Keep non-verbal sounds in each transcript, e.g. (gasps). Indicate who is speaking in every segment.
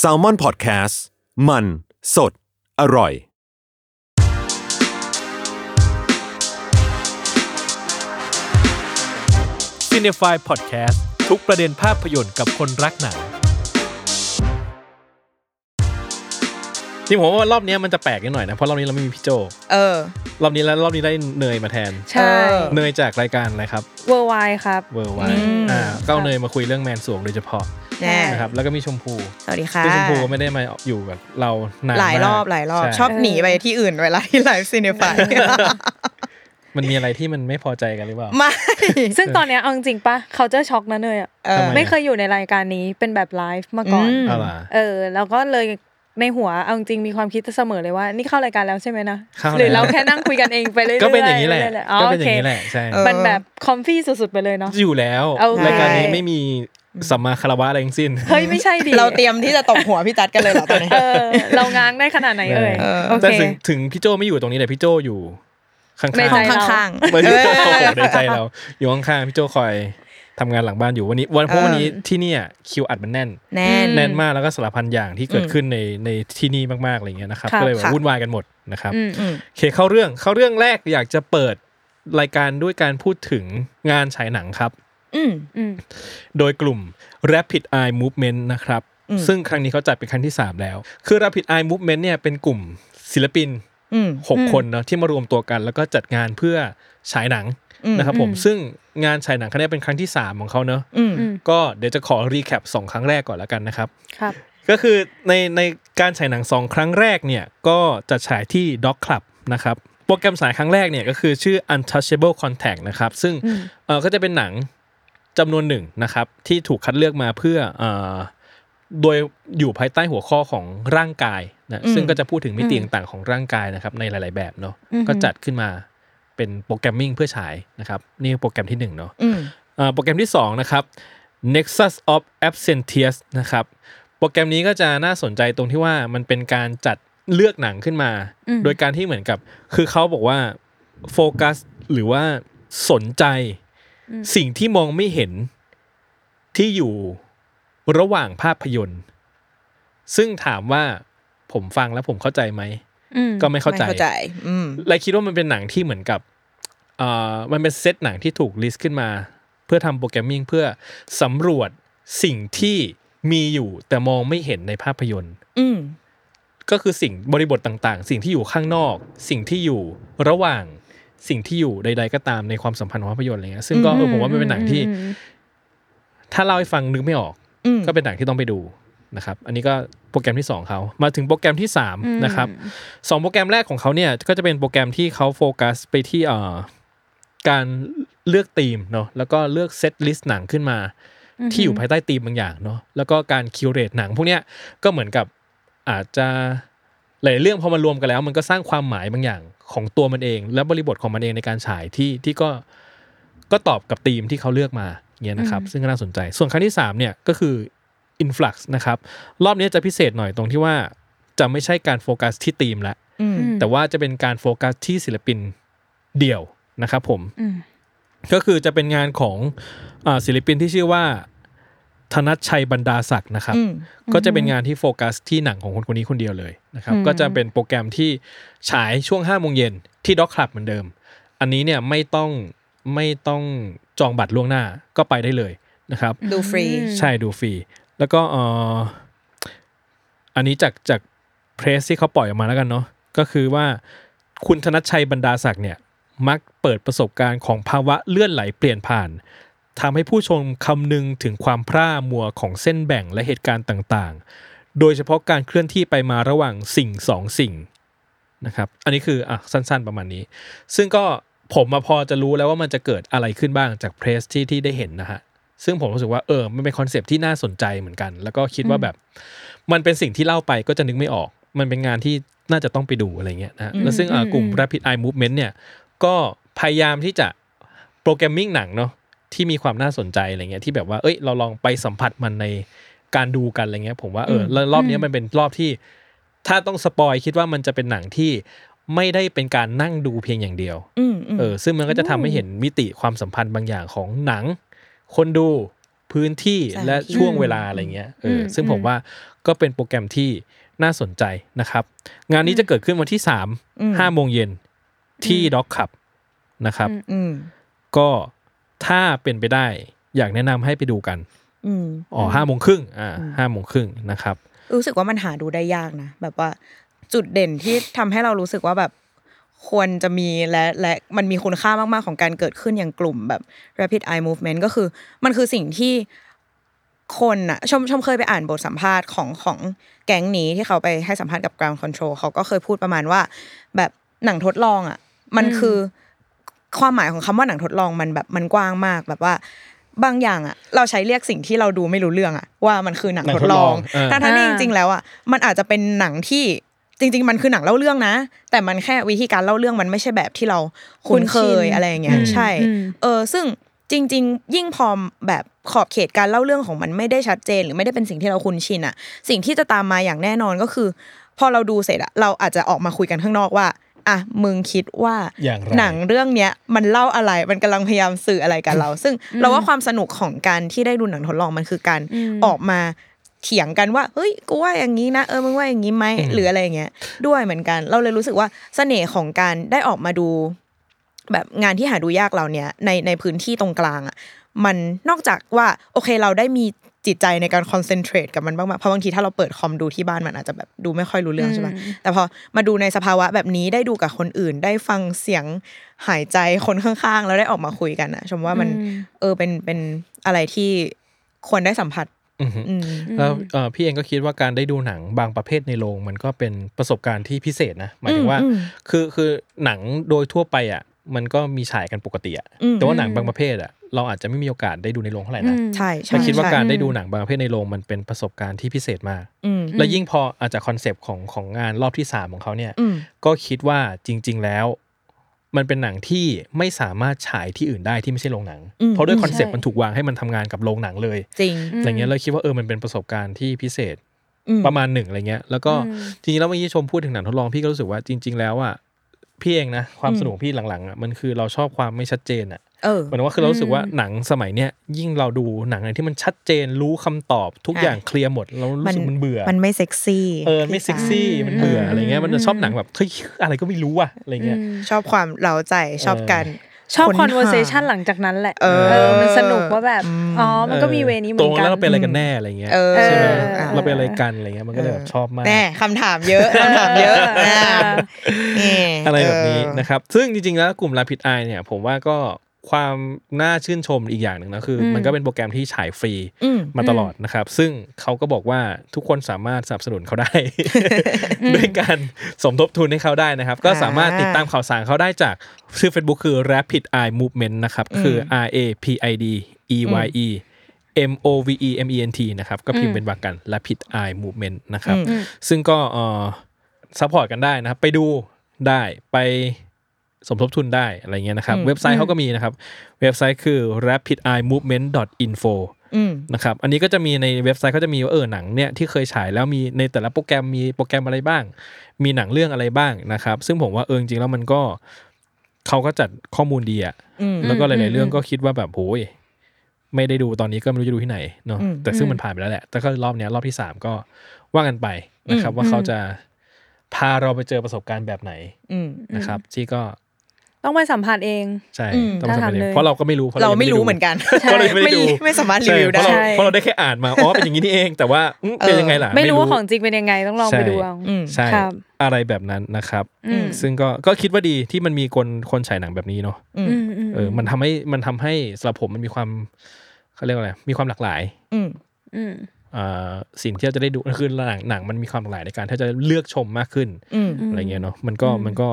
Speaker 1: s a l ม o n PODCAST มันสดอร่อย
Speaker 2: c i n e f y Podcast ทุกประเด็นภาพยนตร์กับคนรักหนังนี่ผมว่ารอบเนี้ยมันจะแปลกนิดหน่อยนะ เพราะรอบนี้เราไม่มีพี่โจ
Speaker 3: เออ
Speaker 2: รอบนี้แล้วรอบนี้ได้เนยมาแทน
Speaker 3: ใช่
Speaker 4: เออ
Speaker 2: เนยจากรายการอะไรครับ
Speaker 4: เวอร์ไวครับ
Speaker 2: เวอร์ไว
Speaker 3: อืม
Speaker 2: อ่าก็เอาเนยมาคุยเรื่องแมนสวงโดยเฉพาะ
Speaker 3: แน่
Speaker 2: นะครับ แล้วก็มีชมพู
Speaker 3: สวัสดีค่ะ
Speaker 2: ซึ่งชมพูก็ไม่ได้มาอยู่กับเรานาน
Speaker 3: หลายรอบ
Speaker 2: มก
Speaker 3: หลายรอบ
Speaker 2: ใ
Speaker 3: ชอบหนีไปที่อื่นเวลาที่ไลฟ์ซีเนฟาย
Speaker 2: มันมีอะไรที่มันไม่พอใจกันหรือเปล่า
Speaker 3: ไม่
Speaker 4: ซึ่งตอนเนี้ยเอาจริงๆปะเขาจะช็อกนะเนยอะ
Speaker 3: เออ
Speaker 2: ทำไม
Speaker 4: ไม่เคยอยู่ในรายการนี้เป็นแบบไลฟ์มาก่อน
Speaker 3: อืม
Speaker 2: เอาล่ะ
Speaker 4: เออ แล้วก็เลยในหัวเอาจริงๆมีความคิดเสมอเลยว่า นี่เข้ารายการแล้วใช่ไหมนะ
Speaker 2: เข้า
Speaker 4: หรือ
Speaker 2: แล้ว
Speaker 4: เราแค่นั่งคุยกันเองไปเรื่อยๆ
Speaker 2: ก็เป็นอย่างนี้แหละ
Speaker 4: รื่ๆอ๋อ
Speaker 2: ก็
Speaker 4: โอ
Speaker 2: เป็นอ
Speaker 4: เค
Speaker 2: ย่างนี้แหละ ใช่
Speaker 3: เออ
Speaker 4: มันแบบคอมฟี่สุดๆไปเลยเนาะ
Speaker 2: อยู่แล้ว
Speaker 4: โอเค
Speaker 2: รายการนี้ไม่มีสัมมาคารวะอะไรทั้งสิ้น
Speaker 4: เฮ้ย ไม่ใช่ดิ
Speaker 3: เราเตรียมที่จะตบหัวพี่จัดกันเลยเหรอตอนนี้
Speaker 4: เออ เราง้างได้ขนาดไหนเอ่ย
Speaker 2: เออ
Speaker 4: โอ
Speaker 2: แต่
Speaker 4: เค
Speaker 2: ถึงถึงพี่โจไม่อยู่ตรงนี้แต่พี่โจอยู่ข้างๆ
Speaker 4: ในใจ
Speaker 3: ข้างๆ
Speaker 2: ไม่ใช่ในใจเรา อยู่ข้างๆพี่โจคอยทำงานหลังบ้านอยู่วันนี้ วันเพราะ
Speaker 3: เออ
Speaker 2: วันนี้ที่เนี่ยคิวอัดมันแน่น
Speaker 3: แน่น
Speaker 2: แน่นมากแล้วก็สารพันอย่างที่เกิดขึ้นในในที่นี่มากๆอะไรเงี้ยนะครับ
Speaker 4: ค่ะ
Speaker 2: ก็เลยแบบ
Speaker 3: ค่ะ
Speaker 2: วุ่นวายกันหมดนะครับ
Speaker 4: อืม
Speaker 3: อืม
Speaker 2: โอเคเข้าเรื่องเข้าเรื่องแรกอยากจะเปิดรายการด้วยการพูดถึงงานฉายหนังครับ
Speaker 3: อืม
Speaker 4: อืม
Speaker 2: โดยกลุ่ม Rapid Eye Movement นะครับ
Speaker 3: อืม
Speaker 2: ซึ่งครั้งนี้เขาจัดเป็นครั้งที่ 3 แล้ว คือ Rapid Eye Movement เนี่ยเป็นกลุ่มศิลปิน
Speaker 3: อืม
Speaker 4: อืม
Speaker 2: 6 คนเนาะที่มารวมตัวกัน แล้วก็จัดงานเพื่อฉายหนัง
Speaker 3: อืม
Speaker 2: นะครับผม
Speaker 4: อืม
Speaker 2: ซึ่งงานฉายหนังครั้งนี้เป็นครั้งที่ 3 ของเขาเนาะ
Speaker 3: อืม
Speaker 4: อืม
Speaker 2: ก็เดี๋ยวจะขอรีแคป2ครั้งแรกก่อนแล้วกันนะครับ
Speaker 4: ครับ
Speaker 2: ก็คือในในการฉายหนัง 2 ครั้งแรกเนี่ยก็จะฉายที่ Doc Club นะครับ โปรแกรมฉายครั้งแรกเนี่ยก็คือชื่อ Untouchable Contact นะครับ ซึ่ง
Speaker 4: อืม
Speaker 2: เออก็จะเป็นหนังจำนวนหนึ่งนะครับ ที่ถูกคัดเลือกมาเพื่อเออโดยอยู่ภายใต้หัวข้อของร่างกายนะ
Speaker 3: อืม
Speaker 2: ซึ่งก็จะพูดถึงมิติต่างๆของร่างกายนะครับในหลาย ๆ แบบเนาะ
Speaker 4: อือฮึ
Speaker 2: ก็จัดขึ้นมาเป็นโปรแกรมมิ่งเพื่อฉายนะครับนี่คือโปรแกรมที่หนึ่งเนาะ
Speaker 3: อืม
Speaker 2: เอ่อโปรแกรมที่สองนะครับ Nexus of Absentees นะครับโปรแกรมนี้ก็จะน่าสนใจตรงที่ว่ามันเป็นการจัดเลือกหนังขึ้นมา
Speaker 4: อืม
Speaker 2: โดยการที่เหมือนกับ คือเขาบอกว่าโฟกัสหรือว่าสนใจ
Speaker 4: อืม
Speaker 2: สิ่งที่มองไม่เห็นที่อยู่ระหว่างภาพยนตร์ ซึ่งถามว่าผมฟังแล้วผมเข้าใจไหม
Speaker 4: อืม
Speaker 2: ก็ไม่เข้าใจ
Speaker 3: ไม่เข้าใจ อืม
Speaker 2: และคิดว่ามันเป็นหนังที่เหมือนกับเอ่อมันเป็นเซตหนังที่ถูกลิสต์ขึ้นมา เพื่อทำโปรแกรมมิ่งเพื่อสำรวจสิ่งที่มีอยู่แต่มองไม่เห็นในภาพยนตร์
Speaker 3: อืม
Speaker 2: ก็คือสิ่งบริบทต่างๆ สิ่งที่อยู่ข้างนอก สิ่งที่อยู่ระหว่างสิ่งที่อยู่ใด ๆ ก็ตามในความสัมพันธ์ของภาพยนตร์อะไรเงี้ยซึ่งก็เออผมว่ามันเป็นหนังที่
Speaker 4: อืม
Speaker 2: ถ้าเล่าให้ฟังนึกไม่ออก
Speaker 3: อืม
Speaker 2: ก็เป็นหนังที่ต้องไปดูนะครับ อันนี้ก็โปรแกรมที่ 2เขามาถึงโปรแกรมที่
Speaker 4: อืม
Speaker 2: 3นะครับสองโปรแกรมแรกของเขาเนี่ยก็จะเป็นโปรแกรมที่เขาโฟกัสไปที่เอ่อการเลือกธีมเนาะแล้วก็เลือกเซตลิสต์หนังขึ้นมา ที่อยู่ภายใต้ธีมบางอย่างเนาะแล้วก็การคิวเรตหนัง พวกเนี้ยก็เหมือนกับอาจจะหลายเรื่องพอมารวมกันแล้ว มันก็สร้างความหมายบางอย่างของตัวมันเอง และบริบทของมันเองในการฉายที่ที่ก็ก็ตอบกับธีมที่เขาเลือกมาเงี้ยนะครับ
Speaker 4: อืม
Speaker 2: ซึ่งก็น่าสนใจ ส่วนครั้งที่สามเนี่ยก็คือ influx นะครับ รอบนี้จะพิเศษหน่อยตรงที่ว่าจะไม่ใช่การโฟกัสที่ธีมละ
Speaker 3: อืม
Speaker 4: อืม
Speaker 2: แต่ว่าจะเป็นการโฟกัสที่ศิลปินเดี่ยวนะครับผม
Speaker 4: อืม
Speaker 2: ก็คือจะเป็นงานของอาศิลปินที่ชื่อว่า ธนัชชัยบรรดาศักดิ์นะครับ
Speaker 3: อืม
Speaker 2: ก็จะเป็นงานที่โฟกัสที่หนังของคนคนนี้คนเดียวเลยนะครับ
Speaker 4: อืม
Speaker 2: ก็จะเป็นโปรแกรมที่ฉายช่วง5้าโมงเย็นที่ด็อกคลับเหมือนเดิม อันนี้เนี่ยไม่ต้องไม่ต้องจองบัตรล่วงหน้าก็ไปได้เลยนะครับ
Speaker 3: ดูฟรี
Speaker 2: ใช่ดูฟรี แล้วก็เอ่ออันนี้จากจากเพรสที่เขาปล่อยออกมาแล้วกันเนาะก็คือว่าคุณธนชชัยบรรดาศักดิ์เนี่ย มักเปิดประสบการณ์ของภาวะเลื่อนไหลเปลี่ยนผ่านทำให้ผู้ชมคำนึงถึงความพร่ามัวของเส้นแบ่งและเหตุการณ์ต่างๆ โดยเฉพาะการเคลื่อนที่ไปมาระหว่างสิ่งสองสิ่งนะครับ อันนี้คืออ่ะสั้นๆประมาณนี้ ซึ่งก็ผมมาพอจะรู้แล้วว่ามันจะเกิดอะไรขึ้นบ้างจากเพรสที่ที่ได้เห็นนะฮะ ซึ่งผมรู้สึกว่าเออ มันเป็นคอนเซปต์ที่น่าสนใจเหมือนกัน แล้วก็คิดว่าแบบ มันเป็นสิ่งที่เล่าไปก็จะนึกไม่ออก มันเป็นงานที่น่าจะต้องไปดูอะไรเงี้ยนะฮะแล้วซึ่งเอ่อกลุ่ม Rapid Eye Movement เนี่ย ก็พยายามที่จะโปรแกรมมิ่งหนังเนาะที่มีความน่าสนใจอะไรเงี้ยที่แบบว่าเอ้ยเราลองไปสัมผัสมันในการดูกันอะไรเงี้ย ผมว่าเออแล้วรอบเนี้ยมันเป็นรอบที่ ถ้าต้องสปอยคิดว่ามันจะเป็นหนังที่ไม่ได้เป็นการนั่งดูเพียงอย่างเดียว
Speaker 3: อืมอืม
Speaker 2: เออซึ่งมันก็จะทำให้เห็นมิติความสัมพันธ์บางอย่างของหนัง คนดู พื้นที่
Speaker 3: สถานที่
Speaker 2: และช่วงเวลาอะไรเงี้ยเอออ
Speaker 4: ม
Speaker 2: ซึ่ง
Speaker 4: อืม
Speaker 2: ผมว่าก็เป็นโปรแกรมที่น่าสนใจนะครับ งานนี้จะเกิดขึ้นวันที่
Speaker 3: อืม
Speaker 2: 3 5โมงเย็นที่ด็อกขับนะครับ
Speaker 3: อืม
Speaker 2: ก็ถ้าเป็นไปได้อยากแนะนำให้ไปดูกัน
Speaker 3: อืม
Speaker 2: อ๋อห้าโมงครึ่งอ่าห้าโมงครึ่งนะครับ
Speaker 3: รู้สึกว่ามันหาดูได้ยากนะ แบบว่าจุดเด่นที่ทำให้เรารู้สึกว่าแบบควรจะมีและและมันมีคุณค่ามากๆของการเกิดขึ้นอย่างกลุ่มแบบ rapid eye movement ก็คือมันคือสิ่งที่คนอะชมชมเคยไปอ่านบทสัมภาษณ์ของของแก๊งนี้ที่เขาไปให้สัมภาษณ์กับ ground control เขาก็เคยพูดประมาณว่า แบบหนังทดลองอะมัน
Speaker 4: อืม
Speaker 3: คือ ความหมายของคำว่าหนังทดลองมันแบบมันกว้างมากแบบว่า บางอย่างอะเราใช้เรียกสิ่งที่เราดูไม่รู้เรื่องอะว่ามันคือหนังทดลอง
Speaker 2: หนังทดลองเออ
Speaker 3: ทั้งๆที่จริงๆแล้วอะมันอาจจะเป็นหนังที่จริง ๆ มันคือหนังเล่าเรื่องนะ แต่มันแค่วิธีการเล่าเรื่องมันไม่ใช่แบบที่เราคุ้นเคยอะไรอย่างเงี้ย
Speaker 4: อืม
Speaker 3: ใช่
Speaker 4: อืม
Speaker 3: เออซึ่งจริง ๆ ยิ่งพอแบบขอบเขตการเล่าเรื่องของมันไม่ได้ชัดเจน หรือไม่ได้เป็นสิ่งที่เราคุ้นชินอะสิ่งที่จะตามมาอย่างแน่นอนก็คือ พอเราดูเสร็จอะเราอาจจะออกมาคุยกันข้างนอกว่าอ่ะมึงคิดว่า
Speaker 2: อย่างไร
Speaker 3: หนังเรื่องเนี้ยมันเล่าอะไรมันกำลังพยายามสื่ออะไรกับเรา ซึ่งเราว่าความสนุกของการที่ได้ดูหนังทดลองมันคือการ
Speaker 4: อืม
Speaker 3: ออกมาเถียงกันว่าเฮ้ยกูว่าอย่างนี้นะเออมึงว่าอย่างนี้ไหม
Speaker 2: อืม
Speaker 3: หรืออะไรอย่างเงี้ยด้วยเหมือนกัน เราเลยรู้สึกว่าเสน่ห์ของการได้ออกมาดู แบบงานที่หาดูยากเราเนี้ยในในพื้นที่ตรงกลางอ่ะมันนอกจากว่าโอเคเราได้มีจิตใจในการคอนเซนเทรตกับมันบ้างๆเพราะบางทีถ้าเราเปิดคอมดูที่บ้านมันอาจจะแบบดูไม่ค่อยรู้เรื่องใช่ปะ
Speaker 4: อืม
Speaker 3: แต่พอมาดูในสภาวะแบบนี้ได้ดูกับคนอื่น ได้ฟังเสียงหายใจคนข้างๆ แล้วได้ออกมาคุยกันนะชมว่ามัน
Speaker 4: อืม
Speaker 3: เออเป็นเป็นอะไรที่ควรได้สัมผัส
Speaker 2: อือฮึ
Speaker 3: อืม
Speaker 2: แล้วเอ่อพี่เองก็คิดว่าการได้ดูหนังบางประเภทในโรงมันก็เป็นประสบการณ์ที่พิเศษนะหมายถึงว่า
Speaker 3: อืมอืม
Speaker 2: คือคือหนังโดยทั่วไปอ่ะมันก็มีฉายกันปกติอ่ะ
Speaker 3: อืม
Speaker 2: แต่ว่าหนัง
Speaker 4: อืม
Speaker 2: บางประเภทอ่ะเราอาจจะไม่มีโอกาสได้ดูในโรงเท่าไหร่
Speaker 4: อื
Speaker 2: นะ
Speaker 4: ม
Speaker 3: ใช่ใช่
Speaker 2: แต่คิดว่า
Speaker 3: ใช่
Speaker 2: การได้ดูหนังบางประเภทในโรงมันเป็นประสบการณ์ที่พิเศษมาก
Speaker 3: อืม
Speaker 2: และยิ่งพออาจจะคอนเซปต์ของของงานรอบที่สามของเขาเนี่ย
Speaker 3: อืม
Speaker 2: ก็คิดว่าจริง ๆ แล้ว มันเป็นหนังที่ไม่สามารถฉายที่อื่นได้ที่ไม่ใช่โรงหนัง
Speaker 3: อืม
Speaker 2: เพราะด้วยคอนเซป
Speaker 4: ใช่
Speaker 2: ต์มันถูกวางให้มันทำงานกับโรงหนังเลย
Speaker 3: จริง
Speaker 4: อืม
Speaker 2: อะไรเงี้ยเลยคิดว่าเออมันเป็นประสบการณ์ที่พิเศษ
Speaker 3: อืม
Speaker 2: ประมาณหนึ่งอะไรเงี้ย แล้วก็
Speaker 4: อืม
Speaker 2: จริงๆแล้วเมื่อกี้ชมพูดถึงหนังทดลองพี่ก็รู้สึกว่าจริง ๆ แล้วอ่ะพี่เองนะความสนุกพี่หลังๆอ่ะมันคือเราชอบความไม่ชัดเจนอ่ะ
Speaker 3: เออ
Speaker 2: เหมือนว่าคือเรารู้สึกว่าหนังสมัยเนี้ยยิ่งเราดูหนังอะไรที่มันชัดเจนรู้คำตอบทุกอย่างเคลียร์หมดเรารู้สึกมันเบื่อ
Speaker 3: มันไม่เซ็กซี่
Speaker 2: เออไม่เซ็กซี่มันเบื่ออะไรเงี้ยมันจะชอบหนังแบบเฮ้ยอะไรก็ไม่รู้ว่ะอะไรเงี้ย
Speaker 4: อืม
Speaker 3: ชอบความเราใจชอบการ
Speaker 4: ชอบ
Speaker 3: ค้นหา
Speaker 4: conversation หลังจากนั้นแหละ
Speaker 3: เออ
Speaker 4: มันสนุกว่าแบบอ๋อมันก็มีเวนี้เหมื
Speaker 2: ตร
Speaker 4: อง น
Speaker 2: แล้ว
Speaker 4: กัน
Speaker 2: เราเป็นอะไรกันแน่อะไรเงี้ย
Speaker 3: เออ
Speaker 2: ใช่ไหม
Speaker 3: เออ
Speaker 2: เราเป็นอะไรกันอะไรเงี้ยมันก็เลยแบบชอบมาก
Speaker 3: แน่คำถามเยอะคำถามเยอะอ่าเ
Speaker 2: อะไรแบบนี้
Speaker 3: เออ
Speaker 2: นะครับ ซึ่งจริงๆแล้วกลุ่มลาพิดไอเนี่ยผมว่าก็ความน่าชื่นชมอีกอย่างหนึ่งนะคืออ
Speaker 4: ม
Speaker 2: มันก็เป็นโปรแกรมที่ฉายฟรี
Speaker 3: อืม
Speaker 2: มาตลอดนะครับ ซึ่งเขาก็บอกว่าทุกคนสามารถสนับสนุนเขาได้ (laughs) ด้วยการสมทบทุนให้เขาได้นะครับ ก็สามารถติดตามข่าวสารเขาได้จากชื่อ Facebook คือ Rapid Eye Movement นะครับ คือ R A P I D E Y E M O V E M E N T นะครับ ก็พิมพ์เป็นวรรคกัน Rapid Eye Movement นะครับ ซึ่งก็เอ่อซัพพอร์ตกันได้นะครับ ไปดูได้ไปสมทบทุนได้อะไรเงี้ยนะครับ เว็บไซต์เขาก็มีนะครับ เว็บไซต์คือ rapid eye movement info
Speaker 3: อืม
Speaker 2: นะครับ อันนี้ก็จะมีในเว็บไซต์เขาจะมีว่าเออหนังเนี่ยที่เคยฉายแล้วมีในแต่ละโปรแกรมมีโปรแกรมอะไรบ้าง มีหนังเรื่องอะไรบ้างนะครับ ซึ่งผมว่าเออจริงๆแล้วมันก็เขาก็จัดข้อมูลดีอะ
Speaker 3: อืม
Speaker 2: แล้วก็ห
Speaker 4: อื
Speaker 2: ลายๆ
Speaker 4: ม
Speaker 2: เรื่องก็คิดว่าแบบโอ้ยไม่ได้ดูตอนนี้ก็ไม่รู้จะดูที่ไหนเนาะ
Speaker 3: อืม
Speaker 2: แต่ซึ่งมันผ่านไปแล้วแหละแต่ก็รอบเนี้ยรอบที่สามก็ว่ากันไปนะครับ ว่าเขาจะพาเราไปเจอประสบการณ์แบบไหน
Speaker 3: อืม
Speaker 2: นะครับ ที่ก็
Speaker 4: ต้องไปสัมผัสเอง
Speaker 2: ใช่
Speaker 3: อืม
Speaker 2: ต้องทำ
Speaker 4: น่าทำ
Speaker 2: เอง
Speaker 4: เลย
Speaker 2: เพราะเราก็ไม่รู้พะ
Speaker 3: เราไม่
Speaker 2: ยังด้
Speaker 3: รู้
Speaker 2: ดู
Speaker 3: เหมือนกัน
Speaker 2: ก็เลยไม่ได้ดู
Speaker 3: ไม่สามารถรีวิวได้
Speaker 2: ใช่
Speaker 4: ใช่
Speaker 2: เพราะเราเพราะเราได้แค่อ่านมา อ๋อ เป็นอย่างนี้นี่เอง แต่ว่าอืมเป็นยังไงล่ะ
Speaker 4: ไม่รู้ว่าของจริงเป็นยังไงต้องลอง
Speaker 2: ใช่
Speaker 4: ไปดูเอา
Speaker 3: อืม
Speaker 2: ใช่
Speaker 4: ครับ
Speaker 2: อะไรแบบนั้นนะครับ
Speaker 4: อืม
Speaker 2: ซึ่งก็ก็คิดว่าดีที่มันมีคนคนฉายหนังแบบนี้เนาะ
Speaker 4: อืมอืม
Speaker 2: เออ มันทำให้มันทำให้สำหรับผมมันมีความเขาเรียกว่าอะไร มีความหลากหลาย
Speaker 3: อืม
Speaker 4: อืม
Speaker 2: อ่าสิ่งที่เราจะได้ดูคือหนังหนังมันมีความหลากหลายในการที่จะเลือกชมมากขึ้น
Speaker 3: อืม
Speaker 2: อะไรเงี้ยเนาะ มันก็มันก็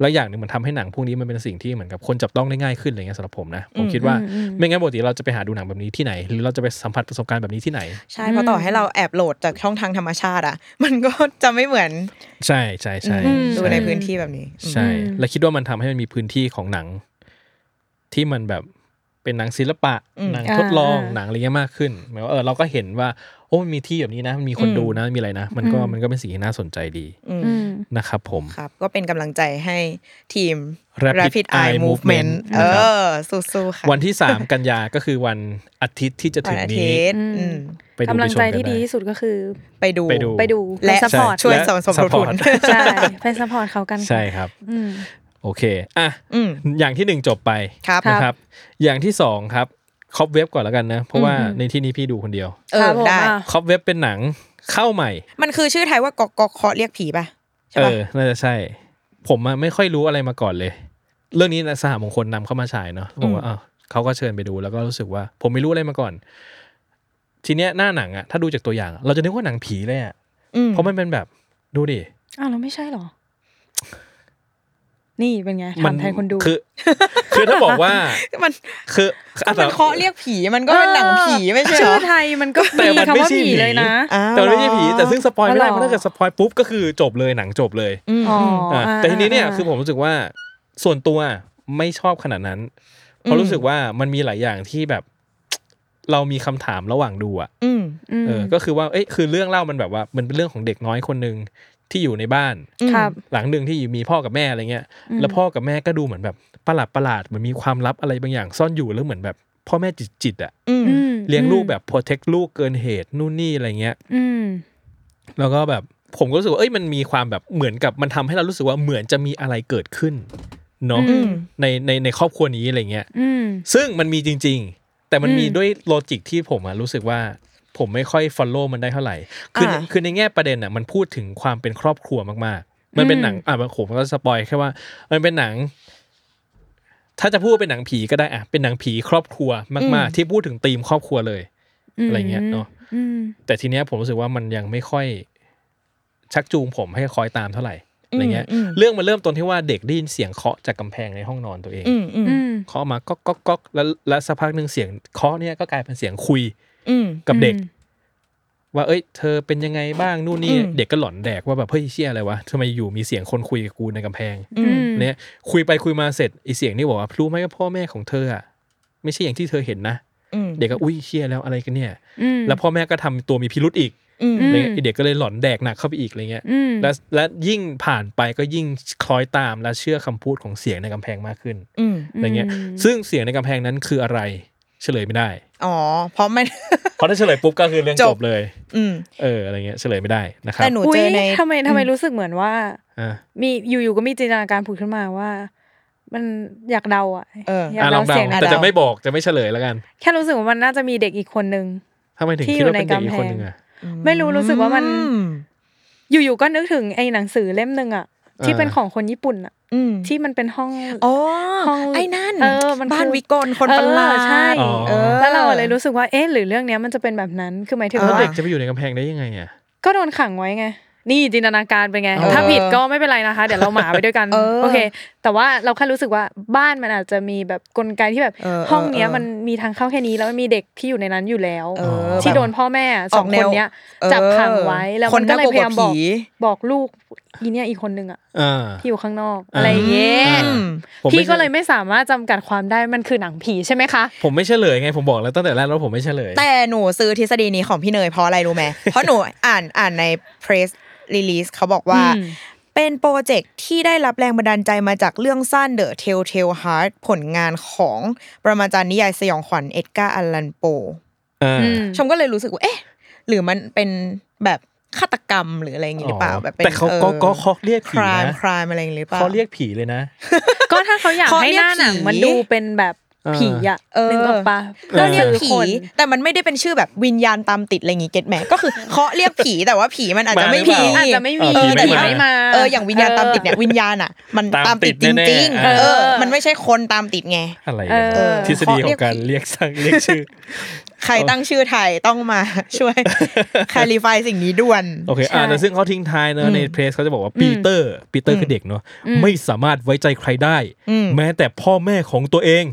Speaker 2: แล้วอย่างหนึ่งมันทำให้หนังพวกนี้มันเป็นสิ่งที่เหมือนกับคนจับต้องได้ง่ายขึ้นอะไรเงี้ยสำหรับผมนะ ผมคิดว่า
Speaker 4: อืม
Speaker 2: ไม่งั้นปกติเราจะไปหาดูหนังแบบนี้ที่ไหน หรือเราจะไปสัมผัสประสบการณ์แบบนี้ที่ไหน
Speaker 3: ใช่เพราะต่อให้เราแอบโหลดจากช่องทางธรรมชาติอ่ะ มันก็จะไม่เหมือน
Speaker 2: ใช่ใช่ใช่
Speaker 3: อืม
Speaker 2: ช่
Speaker 3: ดูในพื้นที่แบบนี้
Speaker 2: ใช่ และคิดว่ามันทำให้มันมีพื้นที่ของหนัง ที่มันแบบเป็นหนังศิลปะ หนังทดลอง
Speaker 4: อ่า
Speaker 2: หนังอะไรเงี้ยมากขึ้นหมายว่าเออเราก็เห็นว่า โอ้มันมีที่แบบนี้นะมันมีคน
Speaker 3: อืม
Speaker 2: ดูนะมีอะไรนะ มันก็
Speaker 4: อืม
Speaker 2: มันก็เป็นสิ่งที่น่าสนใจดี
Speaker 3: อืม
Speaker 4: อืม
Speaker 2: นะครับผม
Speaker 3: ครับ ก็เป็นกำลังใจให้ทีม
Speaker 2: Rapid
Speaker 3: Rapid
Speaker 2: Eye
Speaker 3: Eye
Speaker 2: Movement
Speaker 3: Movement เอ
Speaker 2: นะครับ
Speaker 3: อ สู้ๆค่ะ
Speaker 2: วันที่ 3 กันยาก็คือวันอาทิตย์ที่จะ
Speaker 3: วั
Speaker 2: ถึ
Speaker 3: น
Speaker 2: ง
Speaker 3: อา
Speaker 2: นี้
Speaker 3: ทิตย์
Speaker 4: อืม
Speaker 3: อืม
Speaker 2: ไปดู
Speaker 4: กำลัง
Speaker 2: ไปชม
Speaker 4: ใจ
Speaker 2: กัน
Speaker 4: ที่ดี
Speaker 2: ได้
Speaker 4: ที่สุดก็คือ
Speaker 3: ไปดู
Speaker 2: ไปดู
Speaker 4: ไปดูไป
Speaker 3: และ
Speaker 4: ซัพพอร์ต
Speaker 3: ช่วยสมทบ
Speaker 2: และ
Speaker 3: ทุ
Speaker 2: support
Speaker 3: น
Speaker 4: ใช่ไปซัพพอร์ตเขากัน
Speaker 2: ใช่ครับ
Speaker 4: อืม
Speaker 2: โอเค อ่ะ
Speaker 3: (laughs) อืม
Speaker 2: อย่างที่หนึ่งจบไป
Speaker 3: ครับ
Speaker 4: ครั
Speaker 2: นะครับ อย่างที่สองครับคอบเว็บก่อนแล้วกันนะ เพราะว่าในที่นี้พี่ดูคนเดียว
Speaker 3: เออ
Speaker 4: ครับผม
Speaker 3: ได้
Speaker 4: อ่ะ
Speaker 2: คอบเว็บเป็นหนังเข้าใหม่
Speaker 3: มันคือชื่อไทยว่ากอกกอกเคาะเรียกผีป่ะใช่
Speaker 2: เอ
Speaker 3: ป่ะ
Speaker 2: อ น่าจะใช่ ผมอะไม่ค่อยรู้อะไรมาก่อนเลย เรื่องนี้นะสหมงคลนำเข้ามาฉายเนาะผมว่าอ้าวเขาก็เชิญไปดูแล้วก็รู้สึกว่า ผมไม่รู้อะไรมาก่อน ทีเนี้ยหน้าหนังอะถ้าดูจากตัวอย่างอะเราจะนึกว่าหนังผีเลยอะ
Speaker 3: อืม
Speaker 2: เพราะมันเป็นแบบดูดิ
Speaker 4: อ้าวเราไม่ใช่เหรอ นี่เป็นไง
Speaker 2: มั
Speaker 4: ถามแทนคนดู
Speaker 2: คือ คือถ้าบอกว่า
Speaker 3: มัน
Speaker 2: คือ
Speaker 3: ก็
Speaker 2: อ่ะ
Speaker 3: มันเคาะเรียกผีมันก็เป็นหนังผีไม่ใช่เหร
Speaker 4: ชื่
Speaker 3: อ
Speaker 4: อไทยมันก็
Speaker 2: แต่
Speaker 4: มี
Speaker 2: มัน
Speaker 4: คำ
Speaker 2: ไม่
Speaker 4: ว่า
Speaker 2: ใช่
Speaker 4: ผี
Speaker 2: ผี
Speaker 4: เลยนะ
Speaker 3: อ้าว
Speaker 2: แต่มันไม่ใช่ผีแต่ซึ่งสปอยไม่ได้
Speaker 4: อ๋อเหรอ
Speaker 2: เพราะถ้าเกิดสปอยปุ๊บก็คือจบเลยหนังจบเลย
Speaker 3: อืม
Speaker 4: อ๋อ
Speaker 2: อ่ะ
Speaker 4: อ่า
Speaker 2: แต่ทีนี้เนี่ย
Speaker 4: า
Speaker 2: คือผมรู้สึกว่าส่วนตัวไม่ชอบขนาดนั้น เพราะรู้สึกว่ามันมีหลายอย่างที่แบบ เรามีคำถามระหว่างดูอ่ะ
Speaker 3: อืม
Speaker 4: อืม
Speaker 2: เออก็คือว่าเอ้ยคือเรื่องเล่ามันแบบว่า มันเป็นเรื่องของเด็กน้อยคนหนึ่งที่อยู่ในบ้าน
Speaker 3: อืม
Speaker 4: ครับ
Speaker 2: หลังหนึ่งที่อยู่มีพ่อกับแม่อะไรเงี้ย
Speaker 4: ม
Speaker 2: แล้วพ่อกับแม่ก็ดูเหมือนแบบประหลาดประหลาดๆเหมือนมีความลับอะไรบางอย่างซ่อนอยู่แล้วเหมือนแบบ พ่อแม่จิตจิตๆอะ
Speaker 3: อืม
Speaker 4: อืม
Speaker 2: เลี้ยงลูกแบบ protect ลูกเกินเหตุนู่นนี่อะไรเงี้ย
Speaker 4: อืม
Speaker 2: แล้วก็แบบผมก็รู้สึกว่าเอ้ยมันมีความแบบเหมือนกับมันทำให้เรารู้สึกว่าเหมือนจะมีอะไรเกิดขึ้นเนาะ
Speaker 4: อื
Speaker 3: อืม
Speaker 2: ในในในครอบครัวนี้อะไรเงี้ย
Speaker 4: อืม
Speaker 2: ซึ่งมันมีจริง ๆ แต่มันมี
Speaker 4: อืม
Speaker 2: ด้วยโลจิกที่ผมอะรู้สึกว่า ผมไม่ค่อย follow มันได้เท่าไหร่ คือ
Speaker 3: อ่า
Speaker 2: คือในแง่ประเด็นอะมันพูดถึงความเป็นครอบครัวมากๆ มันเป็นหนังอ่ะผมก็สปอยแค่ว่า มันเป็นหนัง ถ้าจะพูดว่าเป็นหนังผีก็ได้อะเป็นหนังผีครอบครัวมากๆ ที่พูดถึงธีมครอบครัวเลย
Speaker 4: ม
Speaker 2: อะไรเงี้ยเนาะ
Speaker 4: อืม
Speaker 2: แต่ทีเนี้ยผมรู้สึกว่ามันยังไม่ค่อย ชักจูงผมให้คอยตามเท่าไหร่อะไรเงี้ย
Speaker 3: อืม
Speaker 2: เรื่องมันเริ่มต้นที่ว่าเด็กได้ยินเสียงเคาะจากกำแพงในห้องนอนตัวเอง
Speaker 3: อืมอืม
Speaker 4: อืม
Speaker 2: เคาะมาก๊อกก๊อกก๊อกแล้วแล้วสักพักหนึ่งเสียงเคาะเนี่ยก็กลายเป็นเสียงคุย
Speaker 3: อืม
Speaker 2: กับเด็ก
Speaker 4: อืม
Speaker 2: ว่าเอ้ยเธอเป็นยังไงบ้างนู่นนี่
Speaker 3: อืม
Speaker 2: เด็กก็หลอนแดกว่าแบบเฮ้ยเชี่ยอะไรวะทำไมอยู่มีเสียงคนคุยกับกูในกำแพง
Speaker 3: อืม
Speaker 2: เนี่ยคุยไปคุยมาเสร็จไอเสียงนี่บอกว่ารู้ไหมว่าพ่อแม่ของเธออะไม่ใช่อย่างที่เธอเห็นนะ
Speaker 3: อืม
Speaker 2: เด็กก็อุ้ยเชี่ยแล้วอะไรกันเนี่ย
Speaker 4: อืม
Speaker 2: แล้วพ่อแม่ก็ทำตัวมีพิรุธอีก
Speaker 3: อืม
Speaker 4: อืม
Speaker 2: เลยไอ้เด็กก็เลยหลอนแดกหนักเข้าไปอีกอะไรเงี้ย
Speaker 4: อืม
Speaker 2: และและยิ่งผ่านไปก็ยิ่งคล้อยตามและเชื่อคำพูดของเสียงในกำแพงมากขึ้น
Speaker 3: อืม
Speaker 2: อะไรเงี้ย
Speaker 4: ม
Speaker 2: ซึ่งเสียงในกำแพงนั้นคืออะไรเฉลยไม่ได้
Speaker 3: อ๋อ เพราะมัน (laughs)
Speaker 2: เพราะถ้าเฉลยปุ๊บก็คือเรื่อง
Speaker 3: จบ
Speaker 2: จบเลย
Speaker 3: อืม
Speaker 2: เอออะไรเงี้ยเฉลยไม่ได้นะครับ
Speaker 3: แต่หนู
Speaker 4: อุ๊
Speaker 3: เจ
Speaker 4: ย
Speaker 3: อใน
Speaker 4: ทำไมทำไมรู้สึกเหมือนว่า
Speaker 2: อ่ะ
Speaker 4: มีอยู่ๆก็มีจินตนาการผุดขึ้นมาว่า มันอยากเดาอ่ะ
Speaker 3: เออ
Speaker 4: อยาก
Speaker 2: อ่ะลอ
Speaker 4: เดาง
Speaker 2: เดา
Speaker 4: เสียง
Speaker 3: อ่ะ
Speaker 4: นั้น
Speaker 2: แต่จะไม่บอกจะไม่เฉลยแล้วกัน
Speaker 4: แค่รู้สึกว่ามันน่าจะมีเด็กอีกคนนึง
Speaker 2: ถ้าไม่ถึง
Speaker 4: ที่
Speaker 2: คิดว่าเป็น
Speaker 4: อยู่
Speaker 2: เด็กอี
Speaker 4: ใน
Speaker 2: ก
Speaker 4: กำแพง
Speaker 2: คนนึงอ่ะ
Speaker 4: ไม่รู้รู้สึกว่ามัน
Speaker 3: อื
Speaker 4: อยู่ๆก็นึกถึงไอ้หนังสือเล่มหนึ่งอะที่เป็นของคนญี่ปุ่นอะ
Speaker 3: อืม
Speaker 4: ที่มันเป็นห้อง
Speaker 3: อ๋อ
Speaker 4: ห้อง
Speaker 3: ไอ้นั่น
Speaker 4: เออมันคือ
Speaker 3: บ้านวิกลคนประหลาด
Speaker 4: เออใช่
Speaker 2: เออ
Speaker 4: แล้วเราเลยรู้สึกว่าเอ๊ะหรือเรื่องเนี้ยมันจะเป็นแบบนั้นคือหมายถึง
Speaker 2: แล้ว
Speaker 4: ว่า
Speaker 2: เด็กจะไปอยู่ในกำแพงได้ยังไงอ่ะ
Speaker 4: ก็โดนขังไว้ไง นี่จินตนาการเป็นไง
Speaker 2: เออ
Speaker 4: ถ้าผิดก็ไม่เป็นไรนะคะ เดี๋ยวเราหมาไปด้วยกัน
Speaker 3: เออ
Speaker 4: โอเค แต่ว่าเราแค่รู้สึกว่าบ้านมันอาจจะมีแบบกลไกที่แบบ
Speaker 3: เออเออ
Speaker 4: ห้องเนี้ย
Speaker 3: เออ
Speaker 4: มันมีทางเข้าแค่นี้แล้วมันมีเด็กที่อยู่ในนั้นอยู่แล้ว
Speaker 3: เออ
Speaker 4: ที่โดน
Speaker 3: แบบ
Speaker 4: พ่อแม่สอง
Speaker 3: ออกแน
Speaker 4: ค
Speaker 3: วน
Speaker 4: เนี้ย
Speaker 3: เออ
Speaker 4: จับขังไว้แล้ว
Speaker 3: คน
Speaker 4: มันก็เลย
Speaker 3: น่ากลัว
Speaker 4: พยายามบอก
Speaker 3: กว่าผี
Speaker 4: บอกลูกอีเนี่ยอีกคนนึงอะ
Speaker 2: อ่า
Speaker 4: ที่อยู่ข้างนอก
Speaker 2: อ่า
Speaker 4: อะไรอย่างเงี้ย
Speaker 3: อืม
Speaker 2: ผม
Speaker 4: พี่
Speaker 2: ไม่
Speaker 4: ก็เลยไม่สามารถจำกัดความได้มันคือหนังผีใช่ไหมคะ
Speaker 2: ผมไม่เฉลยไงผมบอกแล้วตั้งแต่แรกแล้วผมไม่เฉลย
Speaker 3: แต่หนูซื้อทฤษฎีนี้ของพี่เนยเพราะอะไรรู้ไหม เพราะหนูอ่านอ่านใน press release เขาบอกว่า
Speaker 4: อืม
Speaker 3: เป็นโปรเจกต์ที่ได้รับแรงบันดาลใจมาจากเรื่องสั้น The Telltale Heart ผลงานของประมาจารย์นิยายสยองขวัญเอ็ดการ์อัลลันโป
Speaker 2: อ่า
Speaker 4: อืม
Speaker 3: ชมก็เลยรู้สึกว่า เอ๊ะ หรือมันเป็นแบบฆาตกรรมหรืออะไรอย่างงี้หรือเปล่า
Speaker 2: อ๋อ
Speaker 3: แบบเป็น
Speaker 2: แต่เขาก็
Speaker 3: ออ
Speaker 2: ก็เขาเรียกผีนะ
Speaker 3: crime crime อะไรอย่างงี้หรือเปล่า
Speaker 2: เขาเรียกผีเลยนะ
Speaker 4: ก็ถ้าเขาอยาก
Speaker 3: เขา
Speaker 4: ให้
Speaker 3: เรียก
Speaker 4: หน้าหนัง
Speaker 3: ผี
Speaker 4: มันดูเป็นแบบผีอะ
Speaker 3: เออ
Speaker 4: นึกออกปะ
Speaker 3: ก็เรียก
Speaker 4: คือ
Speaker 3: ผี
Speaker 4: คน
Speaker 3: แต่มันไม่ได้เป็นชื่อแบบวิญญาณตามติดอะไรอย่างงี้เก็ตแหมก็คือเคาะเรียกผีแต่ว่าผีมันอาจจะไม่
Speaker 2: มาหรือเปล่า
Speaker 4: อาจจะไม่มี
Speaker 2: เออ
Speaker 4: แต่
Speaker 2: ผี
Speaker 4: ผี
Speaker 2: ไม่
Speaker 4: ไม่
Speaker 2: มา
Speaker 4: มา
Speaker 3: เอออย่างวิญญาณตามติดเนี่ยวิญญาณอ่ะ มัน
Speaker 2: ตา
Speaker 3: ตาม ม
Speaker 2: ติ
Speaker 3: ติ
Speaker 2: ด
Speaker 3: ดจ
Speaker 2: แน่ๆ
Speaker 3: ริง
Speaker 2: เออ
Speaker 3: ๆเออ มันไม่ใช่คนตามติดไง
Speaker 2: อะไร
Speaker 4: เอ
Speaker 2: กัน
Speaker 4: อ
Speaker 2: นะทฤษฎี
Speaker 3: ข
Speaker 2: ข
Speaker 3: อ
Speaker 2: อ
Speaker 3: เรี
Speaker 2: ย ง
Speaker 3: ก
Speaker 2: การ
Speaker 3: ผี
Speaker 2: เรียกสั่ง (laughs) เรียกชื่อ
Speaker 3: ใครตั้งชื่อไทยต้องมา ช่วย
Speaker 2: (laughs)
Speaker 3: คลริฟายสิ่งนี้ด่วน
Speaker 2: โอเค อ่าแต่ซึ่งเขาทิ้งท้ายเนอะในเพรสเขาจะบอกว่าปีเตอร์ ปีเตอร์คือเด็กเนอะไม่สามารถไว้ใจใครได้
Speaker 3: อืม
Speaker 2: แม้แต่พ่อแม่ของตัวเอง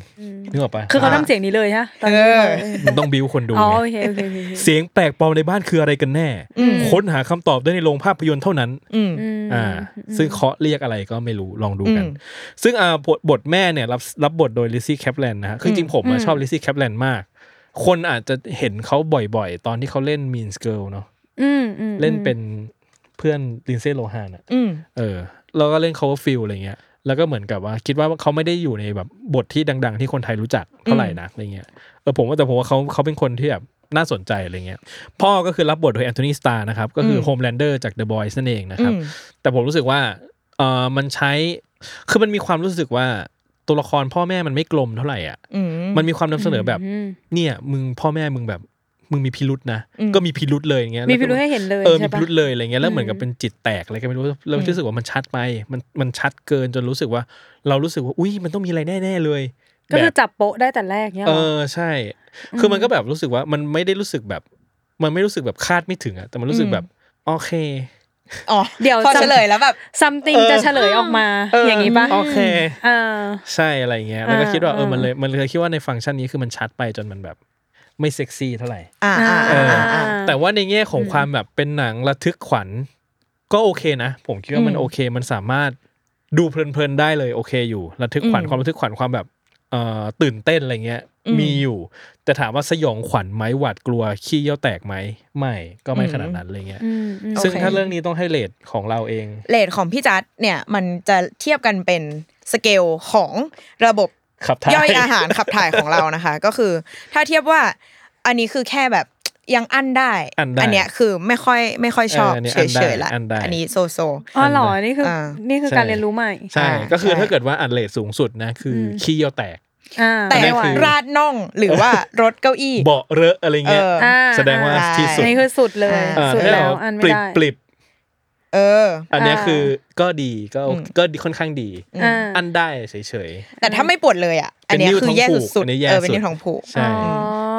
Speaker 2: นึกออกปะ
Speaker 4: คือเขาทำเสียงนี้เลยฮะตอน
Speaker 3: เอ
Speaker 4: นี้
Speaker 3: อ
Speaker 2: มันต้องบิวคนดู
Speaker 4: อ๋อ
Speaker 2: ไง
Speaker 4: โอเคโอเคโอเคโอเค
Speaker 2: เสียงแปลกปลอมในบ้านคืออะไรกันแน่
Speaker 3: อืม
Speaker 2: ค้นหาคำตอบได้ในโรงภาพยนตร์เท่านั้น
Speaker 3: อืม
Speaker 4: ม
Speaker 2: อ่า ซึ่งเคาะเรียกอะไรก็ไม่รู้ลองดูกัน
Speaker 3: อืม
Speaker 2: ซึ่งอ่าบทบทแม่เนี่ยรับรับบทโดยลิซี่แคปแลนนะฮะคือจริงๆผมอะชอบลิซี่แคปแลนมาก คนอาจจะเห็นเขาบ่อยๆ ตอนที่เขาเล่น Mean Girl เนาะ
Speaker 4: อืมอืม
Speaker 2: เล่นเป็นเพื่อนลินเซ่โลฮานอะ
Speaker 3: อืม
Speaker 2: เออแล้วก็เล่น cover feel อะไรเงี้ย แล้วก็เหมือนกับว่าคิดว่าเขาไม่ได้อยู่ในแบบบทที่ดัง ๆ ที่คนไทยรู้จักเท่าไหร่นะอะไรเงี้ยเออผมว่าแต่ผมว่าเขาเขาเป็นคนที่แบบน่าสนใจอะไรเงี้ยพ่อก็คือรับบทโดยแอนโทนีสตาร์นะครับ ก็คืออ
Speaker 3: ม
Speaker 2: Homelander จาก The Boys นั่นเองนะค
Speaker 3: อื
Speaker 2: รับ
Speaker 3: ม
Speaker 2: แต่ผมรู้สึกว่าเออมันใช้ คือมันมีความรู้สึกว่าตัวละครพ่อแม่มันไม่กลมเท่าไหร่อ่ะ
Speaker 3: อืม
Speaker 2: มันมีความนำเสนอแบบ
Speaker 4: ม
Speaker 2: เนี่ย มึงพ่อแม่มึงแบบ มึงมีพิรุษนะ
Speaker 3: อืม
Speaker 2: ก็มีพิรุษเลยอย่างเงี้ย
Speaker 4: มีพิรุธให้เห็นเลย
Speaker 2: เออ
Speaker 4: ใช่
Speaker 2: มี
Speaker 4: ปะ
Speaker 2: พิรุษเลยอะไรเงี้ย แล้วเหมือนกับ
Speaker 4: อืม
Speaker 2: เป็นจิตแตกอะไรก็ไม่รู้เรารู้สึกว่ามันชัดไป มัน มันชัดเกินจนรู้สึกว่า เรารู้สึกว่า อุ้ย มันต้องมีอะไรแน่ ๆ เลย
Speaker 4: ก็คือ
Speaker 2: แบบ
Speaker 4: จับโป๊ะได้แต่แรกเนี่ยห
Speaker 2: เอ
Speaker 4: รอ
Speaker 2: อ ใช่ คือมัน
Speaker 4: อืม
Speaker 2: ก็แบบรู้สึกว่า มันไม่ได้รู้สึกแบบ มันไม่รู้สึกแบบคาดไม่ถึงอะแต่มันรู้สึกแบบ โอเค
Speaker 3: อ๋อ
Speaker 4: เดี๋ยว
Speaker 3: พอ
Speaker 4: จะ
Speaker 3: เฉลยแล้วแบบ
Speaker 4: something
Speaker 2: เออ
Speaker 4: จะเฉลยออกมา
Speaker 2: เอออ
Speaker 4: อย่างนี้ปะ
Speaker 2: โอเค
Speaker 4: เออ
Speaker 2: ใช่อะไรเงี้ยแล้วก็
Speaker 4: อ่า
Speaker 2: คิดว่าเออ
Speaker 4: อ่า
Speaker 2: มั
Speaker 4: มั
Speaker 2: นเลยมันเลยคิดว่าในฟังก์ชันนี้คือมันชัดไปจนมันแบบ ไม่เซ็กซี่เท่าไหร่
Speaker 3: อ่าอ่า
Speaker 2: เออ
Speaker 3: อ่าอ่า
Speaker 2: แต่ว่าในแง่ของ
Speaker 4: อืม
Speaker 2: ความแบบเป็นหนังระทึกขวัญ ก็โอเคนะ ผมคิดว่ามัน
Speaker 3: อืม
Speaker 2: โอเค มันสามารถดูเพลินๆได้เลยโอเคอยู่ระทึกขวัญ
Speaker 3: อืม
Speaker 2: ความระทึกขวัญความแบบเอ่อตื่นเต้นอะไรเงี้ย
Speaker 3: อืม
Speaker 2: มีอยู่ แต่ถามว่าสยองขวัญไหมหวาดกลัวขี้เยี่ยวแตกไหมไม่ก็ไม่
Speaker 3: อืม
Speaker 2: ขนาดนั้นอะไรเงี้ย
Speaker 4: อืมอืม
Speaker 2: ซึ่ง
Speaker 3: โอเค
Speaker 2: ถ้าเรื่องนี้ต้องให้เลทของเราเอง
Speaker 3: เลทของพี่จัดเนี่ยมันจะเทียบกันเป็นสเกลของระบบ
Speaker 2: ครับท้า
Speaker 3: ย่อย
Speaker 2: ย
Speaker 3: อาหารขับถ่ายของเรานะคะ (laughs) ก็คือ ถ้าเทียบว่าอันนี้คือแค่แบบยังอั้นได้
Speaker 2: อั้นได้
Speaker 3: เนี้ยคือไม่ค่อยไม่ค่อยชอบ
Speaker 2: เอออันนี้
Speaker 3: เ
Speaker 2: อั้นได้
Speaker 3: ฉยๆละ
Speaker 2: อั้นได้
Speaker 3: อันนี้โซโซ
Speaker 4: อ๋อเหรอนี่คืออา นี่คือ
Speaker 2: ใช่
Speaker 4: การเรียนรู้ใหม่
Speaker 2: ใช่
Speaker 3: อ่า
Speaker 2: ก็คือ
Speaker 3: ใช่
Speaker 2: ถ้าเกิดว่าอันเลทสูงสุดนะคืออ
Speaker 4: ม
Speaker 2: ขี้เยี่ยวแตก
Speaker 4: อ่า
Speaker 3: แต่
Speaker 2: อันนี้
Speaker 4: ไม่ไหว
Speaker 2: คือ
Speaker 3: ราดน่อง
Speaker 2: (laughs)
Speaker 3: หรือว่ารถเก้าอี้
Speaker 2: เบาะเรอะอะไร
Speaker 3: เอ
Speaker 2: เงี้ย
Speaker 3: อ
Speaker 4: อ่า
Speaker 2: แสดงว่า
Speaker 3: อ่า
Speaker 2: ที่สุด
Speaker 4: อันนี้คือสุดเลย
Speaker 3: อ่า
Speaker 4: สุด
Speaker 2: ถ้า
Speaker 4: แล้ว
Speaker 2: เรา
Speaker 4: อัน
Speaker 2: ป
Speaker 4: ไม่
Speaker 2: ลิบ
Speaker 4: ได้
Speaker 2: ปลิบ
Speaker 3: เออ
Speaker 2: อันเนี้ย
Speaker 4: อ่า
Speaker 2: คือก็ดีก็โอ
Speaker 3: อืม
Speaker 2: ก็ดีค่อนข้างดี
Speaker 4: อ่า
Speaker 2: อันได้เฉย
Speaker 3: แต่ถ้าไม่ปวดเลยอ่ะ อันเนี้ย
Speaker 2: เป็นนิ้ว
Speaker 3: คือแย่สุด
Speaker 2: ท้องผูกอันนี้แย่
Speaker 3: ๆเออเป็น
Speaker 2: สุด
Speaker 3: นิ้วท้องผูก
Speaker 2: ๆ ใช่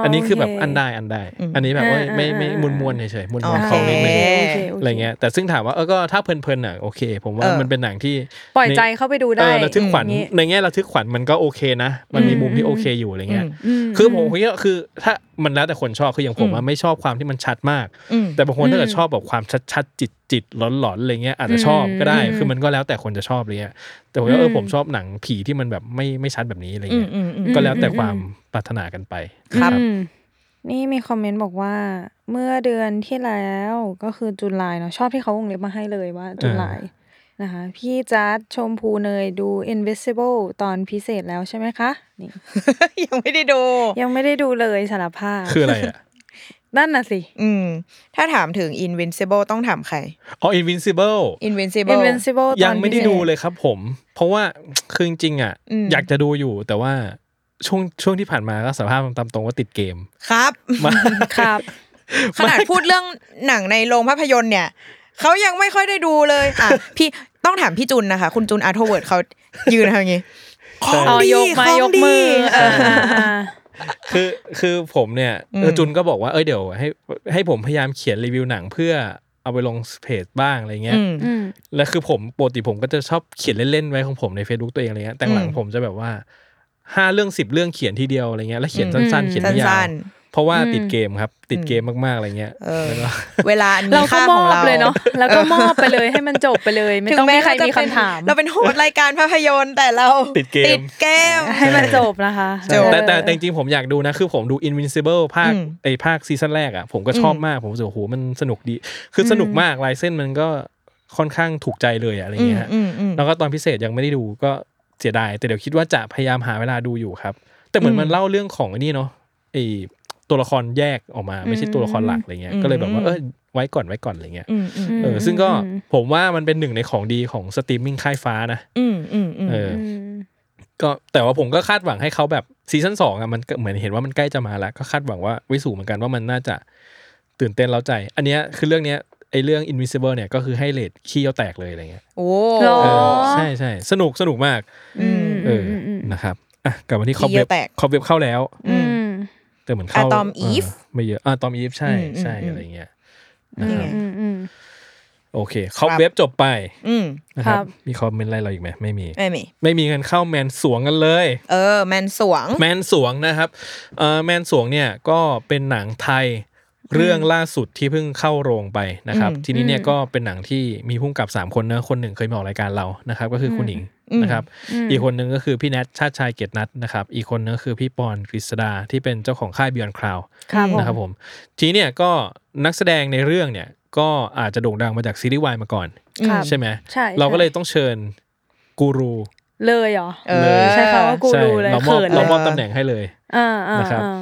Speaker 2: อันนี้คือแบบอันได้อันได้
Speaker 3: อืม
Speaker 2: อันนี้แบบว่า
Speaker 4: อ่า
Speaker 2: ไม่ไม่
Speaker 4: อ่า
Speaker 2: มวนมวนๆเฉยๆมวนม
Speaker 3: โอ
Speaker 2: วนข
Speaker 3: เค
Speaker 2: องนิดนึง
Speaker 4: โอเคโค
Speaker 2: อะไรเงี้ยแต่ซึ่งถามว่าเออก็ถ้าเพลินๆอ่ะโอเค ผมว่า
Speaker 3: เออ
Speaker 2: มันเป็นหนังที่
Speaker 4: ปล่อยใจเข้าไปดูได้
Speaker 2: เออระทึกขวัญ
Speaker 4: อย่างงี้
Speaker 2: ในแง่ระทึกขวัญมันก็โอเคนะ มันมี
Speaker 4: อืม
Speaker 2: มุมที่โอเคอยู่อะไร
Speaker 3: อื
Speaker 2: เงี้ย
Speaker 3: ม
Speaker 4: ม
Speaker 2: คือผมคิดว่าคือถ้ามันแล้วแต่คนชอบคืออย่างผม
Speaker 3: อื
Speaker 2: อะ
Speaker 3: ม
Speaker 2: ไม่ชอบความที่มันชัดมาก
Speaker 3: อืม
Speaker 2: แต่บางคนถ้าเกิด
Speaker 4: อืม
Speaker 2: ชอบแบบความชัดชัดจิตจิตหลอนหลอนๆอะไรเงี้ยอาจจะชอบก็ได้
Speaker 4: อืม
Speaker 2: คือมันก็แล้วแต่คนจะชอบอะไรเงี้ยแต่ผมว่าเออ
Speaker 4: ม
Speaker 2: ผมชอบหนังผีที่มันแบบไม่ไม่ชัดแบบนี้อะไร
Speaker 3: อืม
Speaker 2: เงี้ย
Speaker 3: อืมอืม
Speaker 2: ก็แล้วแต่ความปรารถนากันไป
Speaker 3: ครับ
Speaker 4: อืมนี่มีคอมเมนต์บอกว่า เมื่อเดือนที่แล้วก็คือจุลายเนาะชอบที่เขาวงเล็บมาให้เลยว่าจุลายนะคะ พี่จัดชมพูเนยดู Invisible ตอนพิเศษแล้วใช่ไหมคะนี่
Speaker 3: (laughs) ยังไม่ได้ดู
Speaker 4: ยังไม่ได้ดูเลยสารภาพ
Speaker 2: คืออะไรอ่ะ
Speaker 4: นั่นน่ะสิ
Speaker 3: อืม ถ้าถามถึง invincible ต้องถามใคร
Speaker 2: อ๋อ Invincible
Speaker 3: invincible
Speaker 4: Invincible ตอนพิเศษ
Speaker 2: ยังไม่ได้ดูเลยครับผม เพราะว่าคือจริงๆอ่ะ
Speaker 3: อืม
Speaker 2: อยากจะดูอยู่แต่ว่าช่วงช่วงที่ผ่านมาก็สารภาพตามตรงว่าติดเกม
Speaker 3: ครับ
Speaker 2: มา
Speaker 4: ครับ
Speaker 3: (laughs) ขนาดพูดเรื่องหนังในโรงภาพยนตร์เนี่ยเขายังไม่ค่อยได้ดูเลยอ่ะ (laughs) พี่ต้องถามพี่จุนนะคะ คุณจุนอาร์ทเวิร์ดเขายืนทำอย่างนี้ข
Speaker 2: ใช่
Speaker 3: อง
Speaker 4: เอา
Speaker 3: ดี
Speaker 4: ยกมา
Speaker 3: ของ
Speaker 4: ยก
Speaker 3: ดี
Speaker 4: มือ
Speaker 3: เอ
Speaker 4: เอ
Speaker 3: อ
Speaker 4: ออ่าอ่า
Speaker 2: คือคือผมเนี่ย
Speaker 3: อืม
Speaker 2: เออจุนก็บอกว่าเอ้ยเดี๋ยวให้ให้ผมพยายามเขียนรีวิวหนังเพื่อเอาไปลงเพจบ้างอะไรเงี้ย
Speaker 3: อืม
Speaker 4: อืม
Speaker 2: แล้วคือผมปกติผมก็จะชอบเขียนเล่นๆไว้ของผมใน Facebook ตัวเองอะไรเงี้ยแต่หลัง
Speaker 3: อืม
Speaker 2: ผมจะแบบว่าห้าเรื่องสิบเรื่องเขียนทีเดียวอะไรเงี้ยแล้วเขียนสั้น
Speaker 4: อื
Speaker 2: ๆ
Speaker 4: ม
Speaker 2: เขียน
Speaker 3: สั
Speaker 2: ไม่ยา
Speaker 3: ้
Speaker 2: วน เพราะว่า
Speaker 4: อืม
Speaker 2: ติดเกมครับ ติดเกมมากๆอะไรเงี้ย
Speaker 3: เออ
Speaker 2: แล้วก็
Speaker 3: ๆ เวลาอันมี
Speaker 4: เราก็
Speaker 3: ค่าม ข
Speaker 4: อ
Speaker 3: อง
Speaker 4: บ
Speaker 3: เรา
Speaker 4: เลยเนาะแล้วก็มอบไปเลยให้มันจบไปเลย ไม่ต้องมีใคร
Speaker 3: เาจะ
Speaker 4: มี
Speaker 3: เป็น
Speaker 4: คำถาม
Speaker 3: เราเป็นโฮสต์รายการภาพยนตร์แต่เรา
Speaker 2: ติดเกม
Speaker 3: ติดเกม
Speaker 4: ให้มันจบนะคะ
Speaker 3: จบ
Speaker 2: แต่แต่แต่จริงๆผมอยากดูนะ คือผมดู Invincible ภาค
Speaker 3: อืม
Speaker 2: ไอภาคซีซั่นแรกอ่ะผมก็ชอบ
Speaker 3: อืม
Speaker 2: มาก ผมรู้สึกว่าโอ้โหมันสนุกดี คือสนุกมากลายเส้นมันก็ค่อนข้างถูกใจเลยอะอะไรเงี้ยฮะ
Speaker 3: อืมอืมอืม
Speaker 2: (laughs) แล้วก็ตอนพิเศษยังไม่ได้ดูก็เสียดาย แต่เดี๋ยวคิดว่าจะพยายามหาเวลาดูอยู่ครับ แต่เหมือน
Speaker 3: อืม
Speaker 2: มันเล่าเรื่องของไอ้นี่เนาะไอตัวละครแยกออกมาไม่ใช่ตัวละครหลักอะไรเงี้ย
Speaker 3: อืม
Speaker 2: ก็เลยแบบว่าเออไว้ก่อนไว้ก่อนอะไรเงี้ย
Speaker 3: อืมอืม
Speaker 2: เออซึ่งก็ผมว่ามันเป็นหนึ่งในของดีของสตรีมมิ่งค่ายฟ้านะ
Speaker 3: อืมอืมอืม
Speaker 2: เออ
Speaker 4: อืม
Speaker 2: ก็แต่ว่าผมก็คาดหวังให้เขาแบบซีซั่นสองอ่ะมันก็เหมือนเห็นว่ามันใกล้จะมาแล้ว ก็คาดหวังว่าไวิสูงเหมือนกันว่ามันน่าจะตื่นเต้นเร้าใจ อันเนี้ยคือเรื่องเนี้ยไอเรื่อง Invincible เนี่ยก็คือให้เลดขี้เยาแตกเลยอะไรเงี้ย
Speaker 3: โอ้
Speaker 4: หร
Speaker 2: เอ
Speaker 4: อ๋อ
Speaker 2: อใช่ใช่สนุกสนุกมาก
Speaker 3: อืม
Speaker 2: เออ
Speaker 4: มอืม
Speaker 2: นะครับอ่ะกลับมาที่คอเว็บ
Speaker 3: ขี้เยาแตก
Speaker 2: คอเว็บเข้าแล้ว
Speaker 4: อืม
Speaker 2: แต่เหมือนเข้า
Speaker 3: อะตอม Eve
Speaker 2: เไม่เยอะอ่ะตอมอีฟใช่
Speaker 3: อืมอืม
Speaker 2: ใช่
Speaker 3: อืม
Speaker 2: อะไรเงี้ยนะครับ
Speaker 4: อืมอืม
Speaker 2: โอเคคอเว็บจบไป
Speaker 3: อืม
Speaker 2: นะครั
Speaker 4: ครับ บ
Speaker 2: มีคอมเมนต์อะไรเราอีกไหมไม่มี
Speaker 3: ไม่มี
Speaker 2: ไม่มีเงินเข้าแมนสวงกันเลย
Speaker 3: เออแมนสวง
Speaker 2: แมนสวงนะครับเอ่อแมนสวงเนี่ยก็เป็นหนังไทย เรื่องล่าสุดที่เพิ่งเข้าโรงไปนะครับ
Speaker 3: อืม
Speaker 2: ทีนี้เนี่ย
Speaker 4: อืม
Speaker 2: ก็เป็นหนังที่มีพุ่มกับ 3 คนนะคนหนึ่งเคยมาออกรายการเรานะครับ ก็คืออ
Speaker 4: ม
Speaker 2: คุณหญิง
Speaker 3: อืม
Speaker 2: นะครับ
Speaker 4: ม
Speaker 2: อีกคนหนึ่งก็คือพี่แนทชาติชายเกียรตินัทนะครับ อีกคนนึงก็คือพี่ปอนกฤษดาที่เป็นเจ้าของค่ายบิออนคลาว
Speaker 4: ครับผม
Speaker 2: นะครับผมทีเนี่ยก็นักแสดงในเรื่องเนี่ยก็อาจจะโด่งดังมาจากซีรีส์วายมาก่อน
Speaker 4: ครับ
Speaker 2: ใช่ไหม
Speaker 4: ใช่
Speaker 2: เราก็เลยต้องเชิญกูรู
Speaker 4: เลยเหรอ
Speaker 3: เอ
Speaker 2: เล
Speaker 3: อย
Speaker 4: ใช่คำว่ากูรูเลย
Speaker 2: เรามอบ
Speaker 4: เขินเลย
Speaker 2: เรามอบตำแหน่งให้เลย
Speaker 4: อ่าอ่า
Speaker 2: นะครับ
Speaker 4: อ่า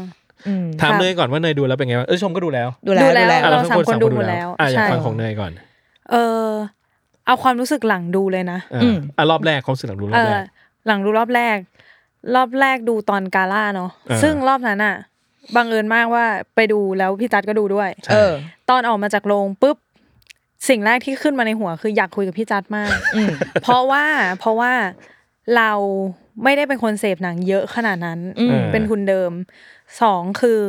Speaker 3: อืม
Speaker 2: ถาม
Speaker 4: ครับ
Speaker 2: เนยก่อนว่าเนยดูแล้วเป็นไงบ้างเออชมก็ดูแล้ว
Speaker 3: ดูแลว
Speaker 4: ดูแล
Speaker 3: ดูแล
Speaker 2: อ่ะ
Speaker 4: เรา
Speaker 2: ทั้ง
Speaker 4: สามคนดูหมดแล้ว
Speaker 2: อ่ะอยาก
Speaker 4: ใช่
Speaker 2: ฟังของเนยก่อน
Speaker 4: เออเอาความรู้สึกหลังดูเลยนะ
Speaker 2: เออออ่ะรอบแรกความรู้สึกหลังดูร
Speaker 4: เอ
Speaker 2: อบแร
Speaker 4: อก หลังดูรอบแรก รอบแรกดูตอนกาล่าเนาะ
Speaker 2: อ่า
Speaker 4: ซึ่งรอบนั้นอะบังเอิญมากว่าไปดูแล้วพี่จัดก็ดูด้วย
Speaker 2: ใช่
Speaker 3: เออ
Speaker 4: ตอนออกมาจากโรงปุ๊บ สิ่งแรกที่ขึ้นมาในหัวคืออยากคุยกับพี่จัดมาก
Speaker 3: อืม
Speaker 4: เพราะว่าเพราะว่าเราไม่ได้เป็นคนเสพหนังเยอะขนาดนั้น
Speaker 3: อืม
Speaker 4: เป็นทุนเดิมสองคือ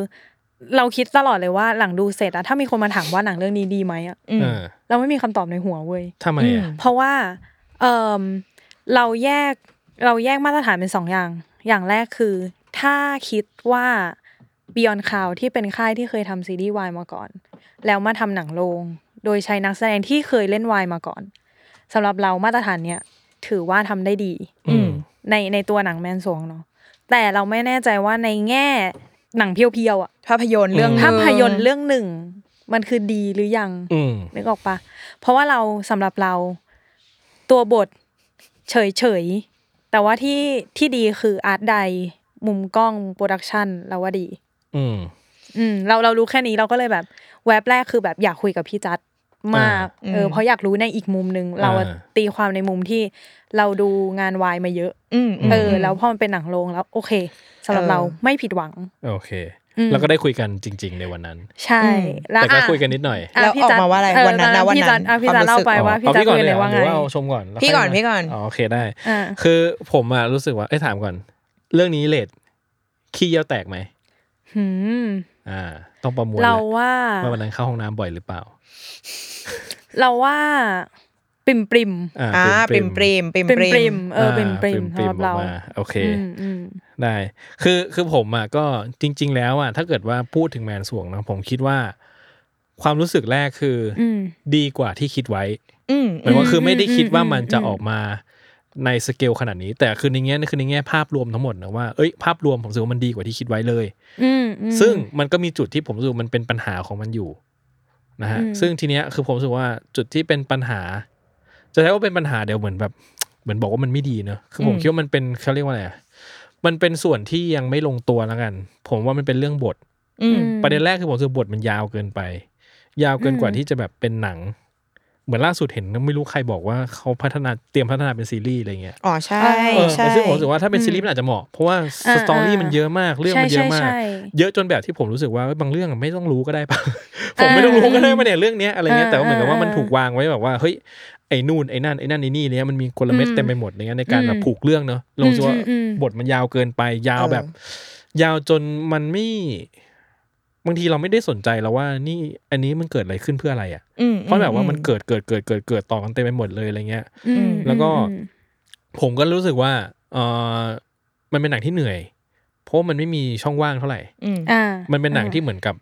Speaker 4: เราคิดตลอดเลยว่าหลังดูเสร็จอะถ้ามีคนมาถามว่าหนังเรื่องนี้ดีไหมอะ
Speaker 3: อืม
Speaker 2: เออ
Speaker 4: เราไม่มีคำตอบในหัวเว้ย
Speaker 2: ทำไมอ่ะ
Speaker 3: อืม
Speaker 4: เพราะว่าเอมเราแยกเราแยกมาตรฐานเป็นสองอย่าง อย่างแรกคือ ถ้าคิดว่า Beyond Cloud ที่เป็นค่ายที่เคยทำซีรีส์วายมาก่อน แล้วมาทำหนังโรงโดยใช้นักแสดงที่เคยเล่นวายมาก่อนสำหรับเรามาตรฐานเนี้ยถือว่าทำได้ดี
Speaker 2: อืม
Speaker 4: ในในตัวหนังแมนสวงเนาะแต่เราไม่แน่ใจว่าในแง่หนังเพียวๆอะ
Speaker 3: ภาพยนตร์เรื่องหนึ่ง
Speaker 4: ภาพยนตร์เรื่องหนึ่ง มันคือดีหรือยัง
Speaker 2: อืม
Speaker 4: นึกออกปะเพราะว่าเราสำหรับเราตัวบทเฉยเฉยๆแต่ว่าที่ที่ดีคืออาร์ตใดมุมกล้องโปรดักชันเราว่าดี
Speaker 2: อืม
Speaker 4: อืมเราเรารู้แค่นี้เราก็เลยแบบแวบแรกคือแบบอยากคุยกับพี่จัดมากเออเพราะอยากรู้ในอีกมุมหนึง เราอะ
Speaker 2: อ่า
Speaker 4: ตีความในมุมที่เราดูงานวายมาเยอะ
Speaker 3: อืมม
Speaker 4: เออ แล้วพอมันเป็นหนังโรงแล้วโอเคสำหรับ
Speaker 3: เออ
Speaker 4: เราไม่ผิดหวัง
Speaker 2: โอเค
Speaker 4: อืม
Speaker 2: แล้วก็ได้คุยกันจริง ๆ ในวันนั้น
Speaker 4: ใช่ล้ว
Speaker 2: แต่ก็
Speaker 4: อ่ะ
Speaker 2: คุยกันนิดหน่อย
Speaker 4: ะ
Speaker 3: แล้ว
Speaker 4: พี่
Speaker 3: ออก
Speaker 4: จัด
Speaker 3: มาว่าอะไร
Speaker 4: เ
Speaker 3: วันนั้นนะวันนั้น
Speaker 4: พี่จัดอ่ะพี่จั
Speaker 3: ค
Speaker 4: ด
Speaker 3: วามรู้
Speaker 4: เล่า
Speaker 3: สึก
Speaker 4: ไปว่าพี่จัด
Speaker 2: ก่อ
Speaker 4: คุ
Speaker 2: น
Speaker 4: ยกัน
Speaker 2: เล
Speaker 4: เลย
Speaker 2: เหร
Speaker 4: ย
Speaker 2: อ
Speaker 4: ว่า
Speaker 2: ห
Speaker 4: ไง
Speaker 2: รือว่าเอาชมก่อนแล้ว
Speaker 3: พี่ก่อน
Speaker 2: ค่ยมา
Speaker 3: พี่ก่อน
Speaker 2: อ๋อโอเคได้
Speaker 4: อ่า
Speaker 2: คือผมอะรู้สึกว่าเอ้ยถามก่อน เรื่องนี้เลดขี้เยี่ยวแตกไหม
Speaker 4: หืม
Speaker 2: อ่า ต้องประมวลแหละ
Speaker 4: เราว่า
Speaker 2: ว่าวันนั้นเข้าห้องน้ำบ่อยหรือเปล่า
Speaker 4: เราว่าปริมปริม
Speaker 2: อ่า
Speaker 3: อ่าปริมปริมปริม
Speaker 4: ป
Speaker 3: ป
Speaker 4: ริมป
Speaker 3: ริ
Speaker 4: ริ
Speaker 3: ม
Speaker 4: มเออปริมปริม
Speaker 2: ๆ
Speaker 4: สำหรับเรา
Speaker 2: ออกมโอเค
Speaker 4: อืมอืม
Speaker 2: ได้ คือคือผมอ่ะก็จริง ๆ แล้วอ่ะถ้าเกิดว่าพูดถึงแมนสวงนะผมคิดว่า ความรู้สึกแรกคืออ
Speaker 4: อืม
Speaker 2: ดีกว่าที่คิดไว้
Speaker 3: อืม
Speaker 2: หมายว่าคือไม่ได้คิดว่า
Speaker 4: อืม
Speaker 2: มันจะ
Speaker 4: อืม
Speaker 2: ออกมาในสเกลขนาดนี้ แต่คือในแง่คือในแง่ภาพรวมทั้งหมดนะว่าเอ้ยภาพรวมผมรู้สึกว่ามันดีกว่าที่คิดไว้เลย
Speaker 4: อืมอืม
Speaker 2: ซึ่งมันก็มีจุดที่ผมรู้สึกมันเป็นปัญหาของมันอยู่นะฮะ
Speaker 4: อืม
Speaker 2: ซึ่งทีเนี้ยคือผมรู้สึกว่าจุดที่เป็นปัญหา จะใช้ว่าเป็นปัญหาเดี๋ยวเหมือนแบบ เหมือนบอกว่ามันไม่ดีเนอะคือผม
Speaker 3: อืม
Speaker 2: คิดว่ามันเป็นเขาเรียกว่าอะไรอะมันเป็นส่วนที่ยังไม่ลงตัวแล้วกัน ผมว่ามันเป็นเรื่องบท
Speaker 3: อืม
Speaker 2: ประเด็นแรกคือผมรู้สึกบทมันยาวเกินไป ยาวเกินกว่า
Speaker 4: อืม
Speaker 2: ที่จะแบบเป็นหนัง เหมือนล่าสุดเห็นไม่รู้ใครบอกว่าเขาพัฒนาเตรียมพัฒนาเป็นซีรีส์อะไรเงี้ย
Speaker 3: อ๋อใช่
Speaker 2: เออ
Speaker 3: ใช่
Speaker 2: ซึ่งผมรู้สึกว่าถ้าเป็นซีรีส์มันอาจจะเหมาะเพราะว่าสตอรี่มันเยอะมากเรื่องมันเยอะมาก
Speaker 4: ใช่ใช่ใช่
Speaker 2: เยอะจนแบบที่ผมรู้สึกว่าบางเรื่องอะไม่ต้องรู้ก็ได้ปะ ผ
Speaker 4: อ่าม
Speaker 2: ไม่ต้องรู้ก็ได้มาเนี่ยเรื่องเนี้ยอะไรเงี้ย
Speaker 4: อ่า
Speaker 2: แต่ว่าเหมือนกับว่า
Speaker 4: อ่ามั
Speaker 2: มันถูกวางไว้แบบว่าเฮ้ยไอ้นู่นไอ้นั่นไอ้นั่นไอ้นี่เนี่ยมันมีกลเม็ด
Speaker 4: อืม
Speaker 2: เต็มไปหมดอะไรเงี้ยในการแบบ
Speaker 4: อืม
Speaker 2: ผูกเรื่องเนอะเราสึกว่า
Speaker 4: อืมอืมอืม
Speaker 2: บทมันยาวเกินไป ยาวแบบ ยาวจนมันไม่บางทีเราไม่ได้สนใจแล้วว่า นี่อันนี้มันเกิดอะไรขึ้นเพื่ออะไรอ่ะ
Speaker 3: อืม
Speaker 2: เพราะแบบว่ามัน
Speaker 3: อื
Speaker 2: เกิดเกิดเกิดเกิดเกิดต่อกันเต็มไปหมดเลยอะไรเงี้ย
Speaker 4: อืม
Speaker 2: แล้วก็
Speaker 4: อืม
Speaker 2: ผมก็รู้สึกว่าเออมันเป็นหนังที่เหนื่อย เพราะมันไม่มีช่องว่างเท่าไหร่
Speaker 3: อืม
Speaker 4: อ่า
Speaker 2: มันเป็นหนังที่เหมือนกับ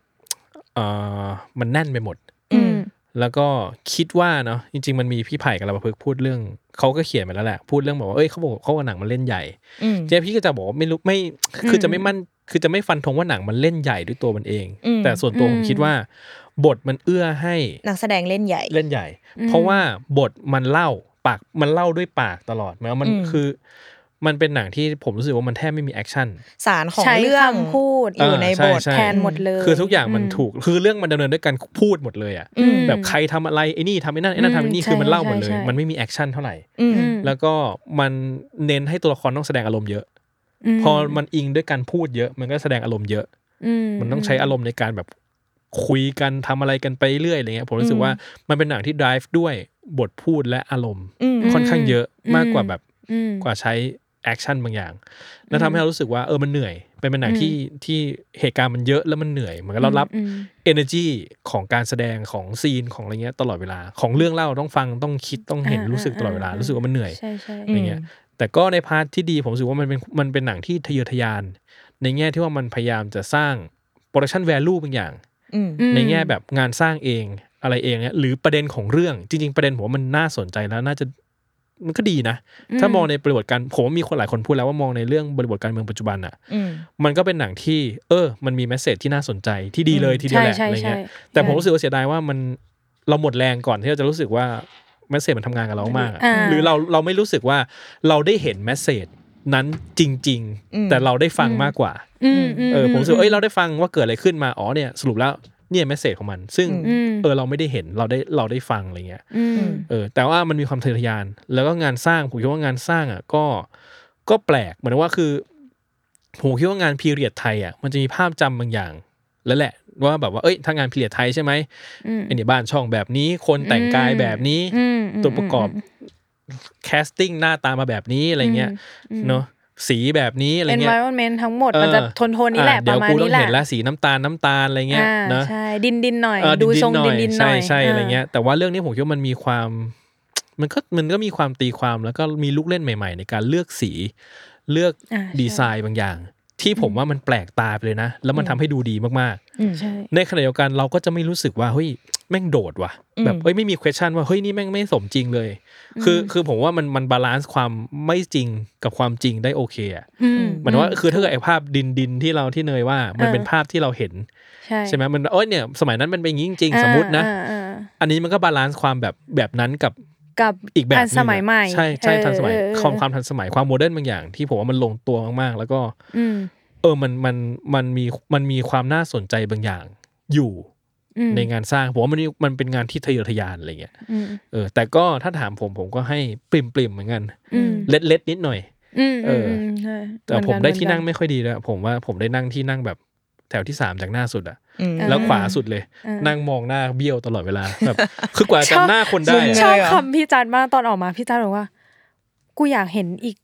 Speaker 2: เออมันแน่นไปหมด
Speaker 4: อืม
Speaker 2: แล้วก็คิดว่าเนาะจริง ๆ มันมีพี่ไผ่กับเราเพิ่งพูดเรื่องเขาก็เขียนมาแล้วแหละ พูดเรื่องแบบว่าเอ้ยเขาบอกเขาว่าหนังมันเล่นใหญ่
Speaker 3: อืม
Speaker 2: เจ๊พี่ก็จะบอกว่าไม่รู้ไม่คือ
Speaker 4: ม
Speaker 2: จะไม่มั่นคือจะไม่ฟันธงว่าหนังมันเล่นใหญ่ด้วยตัวมันเอง
Speaker 3: อืม
Speaker 2: แต่ส่วนตัว
Speaker 4: อื
Speaker 2: ผม มคิดว่า บทมันเอื้อให้
Speaker 3: นักแสดงเล่นใหญ่
Speaker 2: เล่นใหญ่ เพราะว่าบทมันเล่าปากมันเล่าด้วยปากตลอดแม้ว่ามัน
Speaker 3: อืม
Speaker 2: คือ มันเป็นหนังที่ผมรู้สึกว่ามันแทบไม่มีแอคชั่น
Speaker 3: สารของ
Speaker 4: ใช้
Speaker 3: เรื่อง
Speaker 4: คำพูด
Speaker 3: อยู่ใน
Speaker 2: อ่าช่
Speaker 3: บท
Speaker 2: ช่
Speaker 4: แทนหมดเลย
Speaker 2: คือทุกอย่างมัน
Speaker 4: อื
Speaker 2: ถูกคือเรื่องมันดำเนินด้วยการพูดหมดเลยอ่ะ
Speaker 3: อืม
Speaker 2: แบบใครทำอะไรไอ้นี่ทำไอ้นั่นไอ้นั่นทำไอ้นี่
Speaker 4: อืม
Speaker 2: คือมัน
Speaker 4: ใช่
Speaker 2: เล่าหมดเลย
Speaker 4: ใช่ใช่
Speaker 2: มันไม่มีแอคชั่นเท่าไหร่
Speaker 3: อืม
Speaker 4: อืม
Speaker 2: แล้วก็มันเน้นให้ตัวละครต้องแสดงอารมณ์เยอะ พอมันอิงด้วยการพูดเยอะ มันก็แสดงอารมณ์เยอะ
Speaker 4: อื
Speaker 2: มันต้องใช้อารมณ์ในการแบบคุยกันทำอะไรกันไปเรื่อยอะไรเงี้ยผมรู้สึ
Speaker 3: อื
Speaker 2: ก
Speaker 3: ม
Speaker 2: ว่ามันเป็นหนังที่ drive ด้วยบทพูดและอารมณ์
Speaker 3: อืม
Speaker 2: ค่อนข้างเยอะมากกว่าแบบ
Speaker 4: อืม
Speaker 2: กว่าใช้แอคชั่นบางอย่าง แล้วทำให้เรารู้สึกว่าเออมันเหนื่อย เป็นเป็นหนัง
Speaker 4: อืม
Speaker 2: ที่ที่เหตุการณ์มันเยอะแล้วมันเหนื่อยเหมือนกับเรารับ
Speaker 4: อืม
Speaker 2: energy ของการแสดงของซีนของอะไรเงี้ยตลอดเวลา ของเรื่องเล่าต้องฟังต้องคิดต้องเห็น
Speaker 4: อ่า
Speaker 2: รู้สึกตลอดเวลา
Speaker 4: อ่า
Speaker 2: รู้สึกว่ามันเหนื่อย
Speaker 4: ใช่ใช่
Speaker 2: อะไรเงี้ยแต่ก็ในพาร์ทที่ดีผมรู้สึกว่ามันเป็นมันเป็นหนังที่ทะเยอทะยาน ในแง่ที่ว่ามันพยายามจะสร้าง production value บางอย่าง
Speaker 3: อืม
Speaker 4: อืม
Speaker 2: ในแง่แบบงานสร้างเองอะไรเองเนี่ยหรือประเด็นของเรื่องจริง ๆ ประเด็นผมว่ามันน่าสนใจแล้วน่าจะมันก็ดีนะ ถ้ามองในบริบทการผมว่ามีคนหลายคนพูดแล้วว่ามองในเรื่องบริบทการเมืองปัจจุบันอ่ะ
Speaker 3: อืม
Speaker 2: มันก็เป็นหนังที่ เออ มันมีแมสเซจที่น่าสนใจที่ดีเลยทีเดียว
Speaker 4: ใช่
Speaker 2: แหละ
Speaker 4: ใช่
Speaker 2: อะไร
Speaker 4: ใช่
Speaker 2: เงี้ยแต่ผมรู้สึกว่าเสียดายว่ามันเราหมดแรงก่อนที่เราจะรู้สึกว่าแมสเซจมันทำงานกับเรามากอะ
Speaker 4: อ่า
Speaker 2: หรือเราเราไม่รู้สึกว่าเราได้เห็นแมสเซจนั้นจริง
Speaker 3: อืม
Speaker 2: ๆ แต่เราได้ฟังมากกว่า
Speaker 4: อืมม
Speaker 2: เออผมรู้สึกว่าเอ้ยเราได้ฟังว่าเกิดอะไรขึ้นมาอ๋อเนี่ยสรุปแล้วเนี่ยแมสเซจของมัน ซึ่ง
Speaker 4: อืม
Speaker 2: เออเราไม่ได้เห็นเราได้เราได้ฟังอะไรเงี้ย
Speaker 4: อืม
Speaker 2: เออแต่ว่ามันมีความทะเยอทะยาน แล้วก็งานสร้างผมคิดว่างานสร้างอ่ะก็ก็แปลกเหมือนว่าคือผมคิดว่างานพีเรียดไทยอ่ะมันจะมีภาพจำบางอย่าง แล้วแหละว่าแบบว่าเอ้ยถ้างานพีเรียดไทยใช่ไหม
Speaker 4: อืม
Speaker 2: ไอ้เนี่ยบ้านช่องแบบนี้คนแต่งกายแบบนี้
Speaker 4: อืมอืม
Speaker 2: ตัวประกอบ แคสติ้งหน้าตามาแบบนี้อะไรเงี้ย
Speaker 4: อืม
Speaker 2: เนาะสีแบบนี้อะไร
Speaker 4: เป็น
Speaker 2: เงี้ย
Speaker 4: environment ทั้งหมด
Speaker 2: เออ
Speaker 4: มันจะโทนโทนๆนี้แหละ
Speaker 2: อ่
Speaker 4: ประมาณ
Speaker 2: เดี๋ยวกูต้อ
Speaker 4: นี้
Speaker 2: ง
Speaker 4: แหละ
Speaker 2: เห็นละสีน้ำตาลน้ำตาลอะไรเงี้ย
Speaker 4: อ่า
Speaker 2: นะ
Speaker 4: ใช่ ดินดินหน่อย
Speaker 2: เออ
Speaker 4: ดูทรงดินดินห
Speaker 2: ใช่
Speaker 4: น่อย
Speaker 2: ใช่อะไรเงี้ย แต่ว่าเรื่องนี้ผมคิดว่ามันมีความ มันก็มันก็มีความตีความแล้วก็มีลูกเล่นใหม่ ๆ ในการเลือกสี เลือก
Speaker 4: อ่าใช่
Speaker 2: ดีไซน์บางอย่าง ที่ผมว่ามันแปลกตาไปเลยนะ แล้วมันทำให้ดูดีมาก
Speaker 3: อืม
Speaker 4: ใช่
Speaker 2: ๆ ในขณะเดียวกันเราก็จะไม่รู้สึกว่าเฮ้ยแม่งโดดว่ะแบบ
Speaker 3: อืม
Speaker 2: เอ้ยไม่มี question ว่าเฮ้ยนี่แม่งไม่สมจริงเลย คือคือผมว่ามันมันบาลานซ์ความไม่จริงกับความจริงได้โอเคอะ
Speaker 4: อืม
Speaker 2: หมายถึงว่าคือถ้าเกิดไอ้ภาพดินดินๆที่เราที่เนยว่ามันเป็นภาพที่เราเห็น
Speaker 4: ใช่
Speaker 2: ใช่ไหมมันโอ้ยเนี่ยสมัยนั้นมันเป็นอย่างนี้จริง
Speaker 4: อ่า
Speaker 2: ๆ สมมตินะ
Speaker 4: อ่าอ่า
Speaker 2: อันนี้มันก็บาลานซ์ความแบบแบบนั้นกับ
Speaker 4: กับ
Speaker 2: อีกแบบห
Speaker 4: ทั
Speaker 2: นึ
Speaker 4: น
Speaker 2: ง
Speaker 4: สมัยใหม่
Speaker 2: ใช่ใช่
Speaker 4: เออ
Speaker 2: ทันสมัย
Speaker 4: เออ
Speaker 2: ความความทันสมัยความโมเดิร์นบางอย่าง ที่ผมว่ามันลงตัวมากๆ แล้วก็
Speaker 4: อืม
Speaker 2: เออมันมันมันมีมันมีความน่าสนใจบางอย่างอยู่
Speaker 4: อืม
Speaker 2: ในงานสร้างผมว่ามันมีมันเป็นงานที่ทะเยอทะยานอะไรเงี้ย
Speaker 4: อืม
Speaker 2: เออแต่ก็ถ้าถามผมผมก็ให้ปริมปริมๆเหมือนกัน
Speaker 4: อืม
Speaker 2: เล็ดเล็ดๆนิดหน่อย
Speaker 4: อืม
Speaker 2: เอออื
Speaker 4: มใช่
Speaker 2: แต่
Speaker 4: เห
Speaker 2: ผม
Speaker 4: อนกัน
Speaker 2: ได้ที่
Speaker 4: เหอกั
Speaker 2: นั่งไม่ค่อยดีแล้วยผมว่าผมได้นั่งที่นั่งแบบแถวที่สามจากหน้าสุดอะ
Speaker 3: อืม
Speaker 4: เออ
Speaker 2: แล้วขวาสุดเลย
Speaker 4: เออ
Speaker 2: นั่งมองหน้าเบี้ยวตลอดเวลาแบบ คือกว่า
Speaker 4: ชอบ
Speaker 2: จำหน้าคนได้
Speaker 3: เลย
Speaker 4: ช
Speaker 2: อะ
Speaker 4: อบ
Speaker 3: เหรอ
Speaker 4: คำพี่จัดมากตอนออกมาพี่จัดบอกว่า กูอยากเห็นอีก